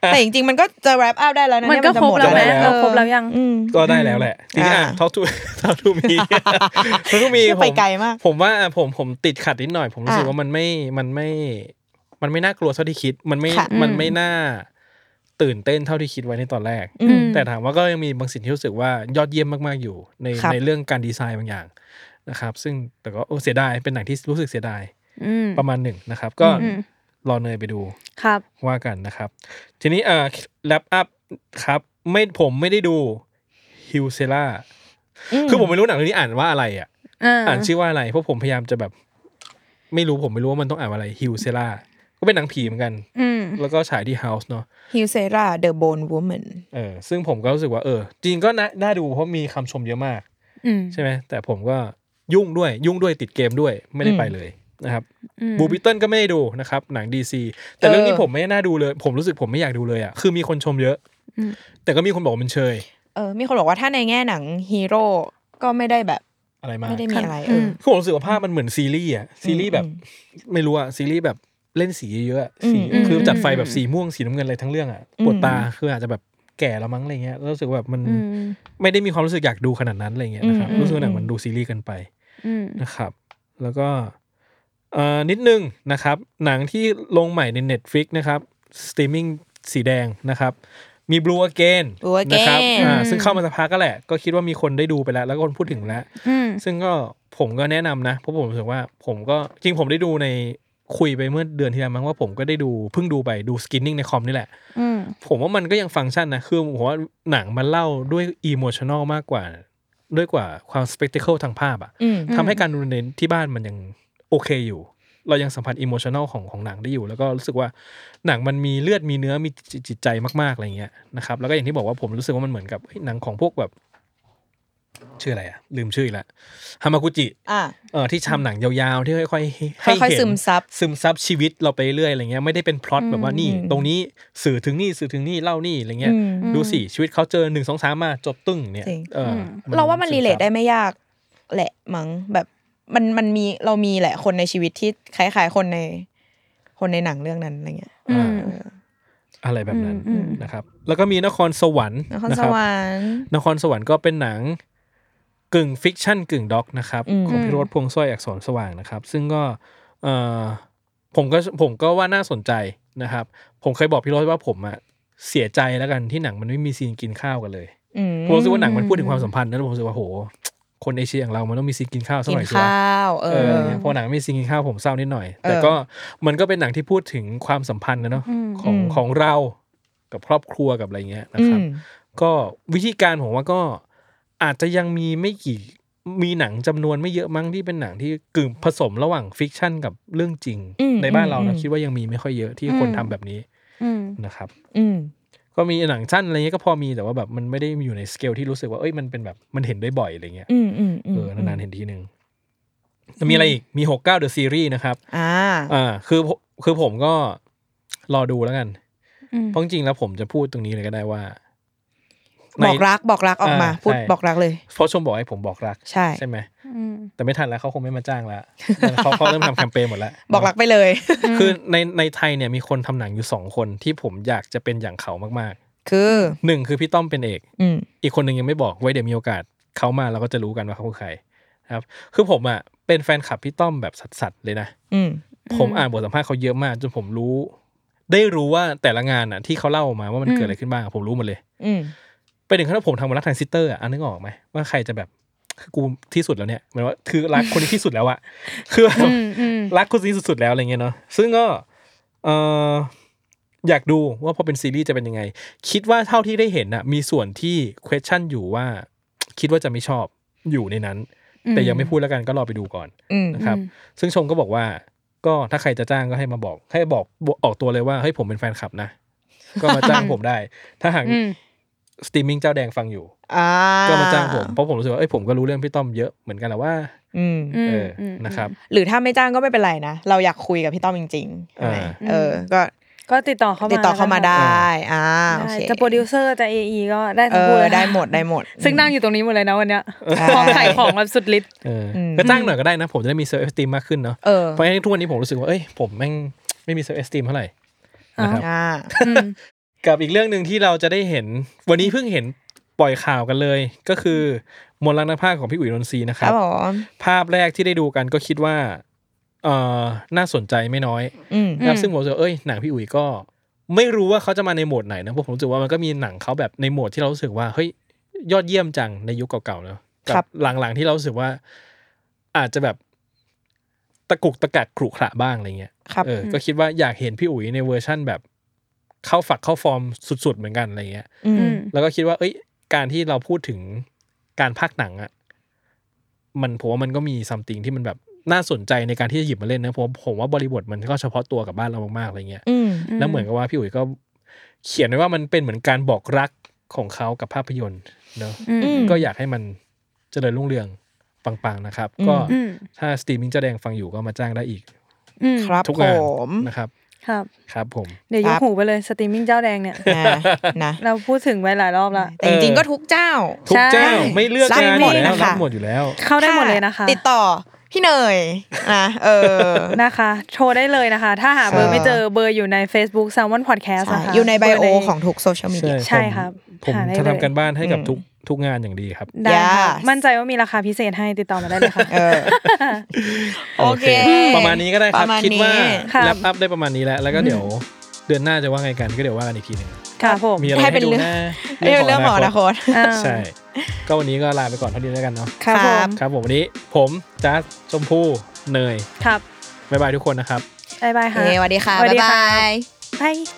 Speaker 5: แต่จริงๆ มันก็จะ wrap up ได้แล้วนะ
Speaker 4: มันก็ครบแล้ว
Speaker 2: จะหมด
Speaker 4: ไหม
Speaker 2: แล้ว
Speaker 4: เออครบแล้วยัง
Speaker 5: อืม
Speaker 2: ก็ได้แล้วแหละจริงๆอ่ะ
Speaker 5: อ่า
Speaker 2: เท่าทู (laughs) เท่าทู
Speaker 5: (laughs)
Speaker 2: มีเท่าทูมี
Speaker 5: พูดไป
Speaker 2: ผม
Speaker 5: ไกลมาก
Speaker 2: ผมว่าผมผมติดขัดนิดหน่อย ผมรู้สึก
Speaker 5: อ่ะ
Speaker 2: ว่ามันไม่มันไม่ มันไม่น่ากลัวเท่าที่คิด มันไม่
Speaker 5: ค่ะ
Speaker 2: มัน
Speaker 4: อืม
Speaker 2: ไม่น่าตื่นเต้นเท่าที่คิดไว้ในตอนแรก
Speaker 5: อืม
Speaker 2: แต่ถามว่าก็ยังมีบางสิ่งที่รู้สึกว่ายอดเยี่ยมมากๆอยู่ ใน
Speaker 5: ครับ
Speaker 2: ในเรื่องการดีไซน์บางอย่างนะครับ ซึ่งแต่ก็โอ้เสียดายเป็นหนังที่รู้สึกเสียดาย
Speaker 4: อืม
Speaker 2: ประมาณหนึ่งนะครับ ก็
Speaker 4: อืม
Speaker 2: รอเนยไปดู
Speaker 4: ครับ
Speaker 2: ว่ากันนะครับ ทีนี้เอ่อแลปอัพครับไม่ผมไม่ได้ดูฮิวเซล่าคือผมไม่รู้หนังเรื่องนี้อ่านว่าอะไรอ่ะอ่านชื่อว่าอะไร เพราะผมพยายามจะแบบ ไม่รู้ผมไม่รู้ว่ามันต้องอ่านว่าอะไรฮิวเซล่าก็เป็นหนังผีเหมือนกัน
Speaker 4: อืม
Speaker 2: แล้วก็ฉายที่เฮาส์เนาะ
Speaker 5: ฮิวเซราเดอะโบนวูแมน
Speaker 2: เออซึ่งผมก็รู้สึกว่าเออจริงก็น่าน่าดูเพราะมีคำชมเยอะมาก
Speaker 4: อืม
Speaker 2: ใช่ไหมแต่ผมก็ยุ่งด้วย ยุ่งด้วยติดเกมด้วยไม่ได้ไปเลยนะครับ
Speaker 4: อืม
Speaker 2: บูบิเติลก็ไม่ได้ดูนะครับ หนังดีซีแต่เรื่องนี้ผมไม่น่าดูเลย ผมรู้สึกผมไม่อยากดูเลยอ่ะคือมีคนชมเยอะ
Speaker 4: อืม
Speaker 2: แต่ก็มีคนบอกว่ามันเชย
Speaker 5: เออ มีคนบอกว่าถ้าในแง่หนังฮีโร่ก็ไม่ได้แบบ
Speaker 2: อะไรมาก
Speaker 5: ไม่ได้มีอะไรเอ
Speaker 4: อื
Speaker 5: อ
Speaker 4: ม
Speaker 2: คือผมรู้สึกว่าภาพมันเหมือนซีรีส์อ่ะซีรีส์แบบ ไม่รู้อ่ะซีรีส์แบบเล่นสีเยอะๆอะสี
Speaker 4: อืม
Speaker 2: คือจัดไฟ
Speaker 4: อืม
Speaker 2: แบบสีม่วงสีน้ำเงินอะไรทั้งเรื่องอ่ะปวดตาคืออาจจะแบบแก่แล้วมั้งอะไรเงี้ยแล้วรู้สึกว่าแบบมัน
Speaker 4: อืม
Speaker 2: ไม่ได้มีความรู้สึกอยากดูขนาดนั้นอะไรเงี้ยนะครับ
Speaker 5: อืม
Speaker 2: รู้สึกว่าหนังมันดูซีรีส์เกันไป
Speaker 4: อืม
Speaker 2: นะครับ แล้วก็เอ่อนิดนึงนะครับ หนังที่ลงใหม่ใน Netflix นะครับสตรีมมิ่งสีแดงนะครับ มี Blue Again
Speaker 5: Blue Again
Speaker 2: นะครัอ่า
Speaker 4: อืม
Speaker 2: ซึ่งเข้ามาสักพักก็แหละ ก็คิดว่ามีคนได้ดูไปแล้ว แล้วก็คนพูดถึงแล้ว
Speaker 4: อืม
Speaker 2: (laughs) ซึ่งก็ผมก็แนะนำนะ เพราะผมรู้สึกว่าผมก็จริงผมได้ดูในคุยไปเมื่อเดือนที่แล้วมั้งว่าผมก็ได้ดูเพิ่งดูไปดูสกินนิ่งในคอมนี่แหละ
Speaker 4: อืม
Speaker 2: ผมว่ามันก็ยังฟังก์ชันนะ คือผมว่าหนังมันเล่าด้วยอีโมชันอลมากกว่า ด้วยกว่าความสเปกติเคิลทางภาพอะ
Speaker 5: อืม
Speaker 4: อืม
Speaker 2: ทำให้การดูในที่บ้านมันยังโอเคอยู่ เรายังสัมผัสอิโมชันอลของของหนังได้อยู่ แล้วก็รู้สึกว่าหนังมันมีเลือดมีเนื้อมีจิตจิตใจมากๆอะไรเงี้ยนะครับ แล้วก็อย่างที่บอกว่าผมรู้สึกว่ามันเหมือนกับเฮ้ยหนังของพวกแบบ ชื่ออะไรอะลืมชื่ออีกละฮามากุจิ
Speaker 5: อ่ะ
Speaker 2: เอ่อที่ทำหนังยาวๆ ที่ค่อยๆให้ให้
Speaker 5: ค่อยๆ
Speaker 2: เห็น
Speaker 5: ซึมซับ
Speaker 2: ซึมซับชีวิตเราไปเรื่อยอะไรเงี้ยไม่ได้เป็นพล็อตแบบว่านี่
Speaker 5: อืม
Speaker 2: ตรงนี้สื่อถึงนี่สื่อถึงนี่เล่านี่อะไรเงี้ย
Speaker 5: อืม
Speaker 2: ดูสิชีวิตเขาเจอหนึ่งสองสามมาจบตึ้งเนี่ย
Speaker 5: จริง
Speaker 2: เอออ
Speaker 5: เราว่ามัน
Speaker 2: ซึ
Speaker 5: รีเล
Speaker 2: ซั
Speaker 5: ท
Speaker 2: บ
Speaker 5: ได้ไม่ยากแหละมั้งแบบมันมันมีเรามีแหละคนในชีวิตที่คล้ายๆคนใน คนในหนังเรื่องนั้นอะไรเงี้ย
Speaker 4: อืม
Speaker 2: อะไรแบบนั้น
Speaker 4: อืมอืม
Speaker 2: นะครับ แล้วก็มีนครสวรรค์
Speaker 5: นคร
Speaker 2: นะ
Speaker 5: ส
Speaker 2: รับ
Speaker 5: วรรค์
Speaker 2: นครสวรรค์ก็เป็นหนังกึ่งฟิกชันกึ่งด็อกนะครับ
Speaker 5: อืม
Speaker 2: ของพิโรธพวงสร้อยอักษรสว่างนะครับ ซึ่งก็เออผมก็ผมก็ว่าน่าสนใจนะครับ ผมเคยบอกพี่โรธว่าผมอะเสียใจแล้วกันที่หนังมันไม่มีซีนกินข้าวกันเลย
Speaker 5: อืม
Speaker 2: ผมรู้สึกว่าหนังมันพูดถึงความสัมพันธ์นะแล้วผมรู้สึกว่าโห คนเอเชียอย่างเรามันต้องมีซีนกินข้าวสัก
Speaker 5: กิ
Speaker 2: ห
Speaker 5: น
Speaker 2: น่อยสิวะ
Speaker 5: ข้าวเอ
Speaker 2: เออ
Speaker 5: อ
Speaker 2: อะไรเงี้ยพอหนังมีซีนกินข้าวผมเศร้านิดหน่อย แต่
Speaker 5: เออ
Speaker 2: ก็มันก็เป็นหนังที่พูดถึงความสัมพันธ์นะเนาะ
Speaker 4: อืม
Speaker 2: ของ
Speaker 5: อืม
Speaker 2: ของเรากับครอบครัวกับอะไรเงี้ยนะ
Speaker 5: อื
Speaker 2: ครับ
Speaker 5: ม
Speaker 2: ก็วิธีการผมว่าก็อาจจะยังมีไม่กี่มีหนังจำนวนไม่เยอะมั้งที่เป็นหนังที่กึ่งผสมระหว่างฟิกชันกับเรื่องจริง ในบ้านเรานะคิดว่ายังมีไม่ค่อยเยอะที่คนทำแบบนี้
Speaker 4: อืม
Speaker 2: นะครับ
Speaker 5: อืม
Speaker 2: ก็มีหนังสั้นอะไรเงี้ยก็พอมีแต่ว่าแบบมันไม่ได้อยู่ในสเกลที่รู้สึกว่าเอ้ยมันเป็นแบบมันเห็นได้บ่อยอะไรเงี้ย
Speaker 5: อืมอืมม
Speaker 2: เออนานๆเห็นทีหนึ่งแล้วมีอะไรอีกมีหกเก้าเดอะซีรีส์นะครับ
Speaker 5: อ่า
Speaker 2: อ่าคือผมคือผมก็รอดูแล้วกัน
Speaker 4: อืม
Speaker 2: เพราะจริงๆแล้วผมจะพูดตรงนี้เลยก็ได้ว่าใน
Speaker 5: บอกรักบอกรักออกมา
Speaker 2: อ่า
Speaker 5: พูด
Speaker 2: ใช่
Speaker 5: บอกรักเลย
Speaker 2: เพราะชมบอกให้ผมบอกรัก
Speaker 5: ใช่
Speaker 2: ใช่ไหม
Speaker 4: อืม
Speaker 2: แต่ไม่ทันแล้วเขาคงไม่มาจ้าง
Speaker 5: (laughs)
Speaker 2: แล้ว เขาเขาเริ่มทำแคมเปญหมดแล้ว
Speaker 5: บอกรักไปเลย (laughs)
Speaker 2: คือในในไทยเนี่ยมีคนทำหนังอยู่สองคนที่ผมอยากจะเป็นอย่างเขามาก
Speaker 5: คือ
Speaker 2: ๆหนึ่งคือพี่ต้อมเป็นเอก
Speaker 5: อืม
Speaker 2: อีกคนหนึ่งยังไม่บอกไว้เดี๋ยวมีโอกาสเขามาเราก็จะรู้กันว่าเขาคือใครนะครับ คือผมอ่ะเป็นแฟนคลับพี่ต้อมแบบสัดๆเลยนะ
Speaker 5: อืม
Speaker 2: ผมอ่านบทสัมภาษณ์เขาเยอะมาก จนผมรู้ ได้รู้ว่าแต่ละงานอ่ะที่เขาเล่ามาว่ามัน
Speaker 4: อืม
Speaker 2: เกิดอะไรขึ้นบ้างอะผมรู้หมดเลย
Speaker 5: อืม
Speaker 2: ไปถึงขั้นว่าผมทำวันรักทรานซิสเตอร์อ่ะอันนึกออกไหมว่าใครจะแบบคือกูที่สุดแล้วเนี่ยหมายว่าคือรักคนนี้ที่สุดแล้วอะ (laughs) คือแบบ
Speaker 4: อืมอืม
Speaker 2: รักคนนี้สุดๆแล้วอะไรเงี้ยเนาะซึ่งก็เอออยากดูว่าพอเป็นซีรีส์จะเป็นยังไง คิดว่าเท่าที่ได้เห็นอ่ะมีส่วนที่ question อยู่ว่า คิดว่าจะไม่ชอบอยู่ในนั้น แต่ยังไม่พูดแล้วกันก็รอไปดูก่อน
Speaker 5: อืม
Speaker 2: นะครับซึ่งชมก็บอกว่าก็ถ้าใครจะจ้างก็ให้มาบอก ให้บอกออกตัวเลยว่าเฮ้ยผมเป็นแฟนคลับนะ ก็มาจ้างผมได้ ถ้าหาก
Speaker 4: อืม
Speaker 2: สตรีมมิ่งเจ้าแดงฟังอยู่
Speaker 5: อ่า
Speaker 2: ก็มาจ้างผมเพราะผมรู้สึกว่าเอ้ยผมก็รู้เรื่องพี่ต้อมเยอะเหมือนกันแหละว่า
Speaker 5: อืม
Speaker 4: อืม
Speaker 2: เอออ
Speaker 4: ม
Speaker 2: นะครับ
Speaker 5: หรือถ้าไม่จ้างก็ไม่เป็นไรนะ เราอยากคุยกับพี่ต้อมจริงๆใช่ไหมเออ ก็
Speaker 4: ก็ติดต่อเข้ามา
Speaker 5: ติดต่อเข้ามาได้อ่า
Speaker 4: ได้
Speaker 5: โอเค
Speaker 4: จะโปรดิวเซอร์จะเอไอก็ได้
Speaker 5: เอ
Speaker 4: ทั้งคู่
Speaker 5: อ
Speaker 4: เลยนะ
Speaker 5: ได้หมดได้หมด
Speaker 4: ซึ่งนั่งอยู่ตรงนี้หมดเลยนะวันเนี้ย
Speaker 5: ใช่
Speaker 4: พร้อมขายของแบบสุดฤทธิ์
Speaker 2: เอออ
Speaker 5: ม
Speaker 2: ก็จ้างหน่อยก็ได้นะ ผมจะได้มีเซอร์เอสตีมมากขึ้นเนาะ
Speaker 5: เออ
Speaker 2: เพราะฉะนั้นทุกวันนี้ผมรู้สึกว่าเอ้ยผมแม่งไม่มีเซอร์เอสตีมเท่าไหร่นะครับ
Speaker 5: อ่า
Speaker 4: อืม
Speaker 2: กับอีกเรื่องหนึ่งที่เราจะได้เห็นวันนี้เพิ่งเห็นปล่อยข่าวกันเลย ก็คือมนต์รักนักภาคของพี่อุ๋ยนนทรีนะค
Speaker 5: ค
Speaker 2: รั
Speaker 5: รับ บผม
Speaker 2: ภาพแรกที่ได้ดูกันก็คิดว่าเออน่าสนใจไม่น้อย
Speaker 5: อืม
Speaker 2: นะครับ
Speaker 4: อืม
Speaker 2: ซึ่งผมรู้สึกว่าเอ้ยหนังพี่อุ๋ยก็ ไม่รู้ว่าเขาจะมาในโหมดไหนนะเพราะผมรู้สึกว่ามันก็มีหนังเขาแบบในโหมดที่เรารู้สึกว่าเฮ้ยยอดเยี่ยมจังในยุคเก่าๆเนอะกั
Speaker 5: ครับ
Speaker 2: หลังๆที่เรารู้สึกว่า อาจจะแบบตะกุกตะกักขรุขระบ้างอะไรเงี้ย
Speaker 5: ครับ
Speaker 2: เออก็คิดว่าอยากเห็นพี่อุ๋ยในเวอร์ชั่นแบบ เข้าฝักเข้าฟอร์มสุดๆเหมือนกันอะไรเงี้ย
Speaker 5: อื
Speaker 4: อื
Speaker 5: ม
Speaker 4: ม
Speaker 2: แล้วก็คิดว่า เอ้ย การที่เราพูดถึงการพากย์หนังอะมันผมว่ามันก็มีซัมติงที่มันแบบน่าสนใจในการที่จะหยิบมาเล่นนะผมผมว่าบริบทมันก็เฉพาะตัวกับบ้านเรามากๆอะไรเงี้ย
Speaker 5: อืม
Speaker 2: แล้วเหมือนกับว่าพี่อุ๋ยก็ เขียนไว้ว่ามันเป็นเหมือนการบอกรักของเขากับภาพยนตร์เนอะ
Speaker 4: อืม
Speaker 5: อืม
Speaker 2: ก็อยากให้มันเจริญรุ่งเรืองปังๆนะครับ
Speaker 5: อืม
Speaker 2: ก็
Speaker 4: อืม
Speaker 2: ถ้าสตรีมมิ่งเจ้าแดงฟังอยู่ก็มาจ้างได้อีก
Speaker 4: อืม
Speaker 5: ครับ
Speaker 2: ทุก
Speaker 5: ผ
Speaker 2: งาน
Speaker 5: ม
Speaker 2: นะครับ
Speaker 4: ครับ
Speaker 2: ครับ ผม
Speaker 4: เดี๋ยวย
Speaker 5: ครั
Speaker 4: ก
Speaker 5: บ
Speaker 4: หูไปเลยสตรีมมิ่งเจ้าแดงเนี่ย
Speaker 5: นะนะ
Speaker 4: เราพูดถึงไว้หลายรอบละ
Speaker 5: แต่จริงๆก็ทุกเจ้า
Speaker 2: ทุกเจ้า
Speaker 5: ใช่
Speaker 2: ไม่เลือก
Speaker 5: รับ
Speaker 2: งาน
Speaker 5: หมด
Speaker 2: อยู่แล้ว
Speaker 5: นะคะ
Speaker 2: รับหมดอยู่แล้ว
Speaker 4: เข้าได้หมดเลยนะคะ
Speaker 5: ติดต่อพี่เนยนะเออ
Speaker 4: นะคะ โทรได้เลยนะคะ ถ้าหาเบอร์ไม่เจอเบอร์อยู่ใน Facebook Salmon Podcast
Speaker 5: ใช่
Speaker 4: นะคะ
Speaker 5: อยู่ในไบ
Speaker 4: เร์
Speaker 5: โอของทุกโซเชียลมีเดีย
Speaker 4: ใช่ครับ
Speaker 2: ผม
Speaker 4: หาได้
Speaker 2: จะ
Speaker 4: เลย
Speaker 2: ทำกันบ้านให้กับ
Speaker 5: อืม
Speaker 2: ทุกทุกงานอย่างดีครับ
Speaker 4: ได้ค่ะ
Speaker 5: Yes
Speaker 4: มั่นใจว่ามีราคาพิเศษให้ติดต่อมาได้เลยค่ะ
Speaker 5: (laughs) เออ โอเค
Speaker 2: ประมาณนี้ก็ได้ครั
Speaker 5: ป
Speaker 2: บ
Speaker 5: ระมาณ
Speaker 2: คิดว่า
Speaker 5: นี้
Speaker 4: ค่ะ
Speaker 2: แลปอัพได้ประมาณนี้แล้ว แล้วก็เดี๋ยวเดือนหน้าจะว่าไงกันก็เดี๋ยวว่ากันอีกทีหนึ่ง
Speaker 4: ค่ะผม
Speaker 2: มีอะไร
Speaker 5: ให้เป็
Speaker 2: ให้
Speaker 5: น
Speaker 2: ดู
Speaker 5: เรื่องเรื่อง
Speaker 2: นะ
Speaker 5: เรื่องของอนาคต
Speaker 4: อ่า
Speaker 2: ใช่ ก็วันนี้ก็ลาไปก่อนเท่านี้แล้วกันเนาะ
Speaker 4: ครับ
Speaker 5: ค
Speaker 4: ผ
Speaker 5: รั
Speaker 4: ม
Speaker 5: บ
Speaker 2: ครับผมวันนี้ผมจัสชมพู่เนย
Speaker 4: ครับ
Speaker 2: บ๊ายบายทุกคนนะครับ
Speaker 4: บ๊ายบาย
Speaker 5: เอ
Speaker 4: ค่ะ
Speaker 5: สวัสดีค่ะ
Speaker 4: สวัส
Speaker 5: บ๊า
Speaker 4: ดี
Speaker 5: ย
Speaker 4: ค่ะ
Speaker 5: บาย
Speaker 4: บาย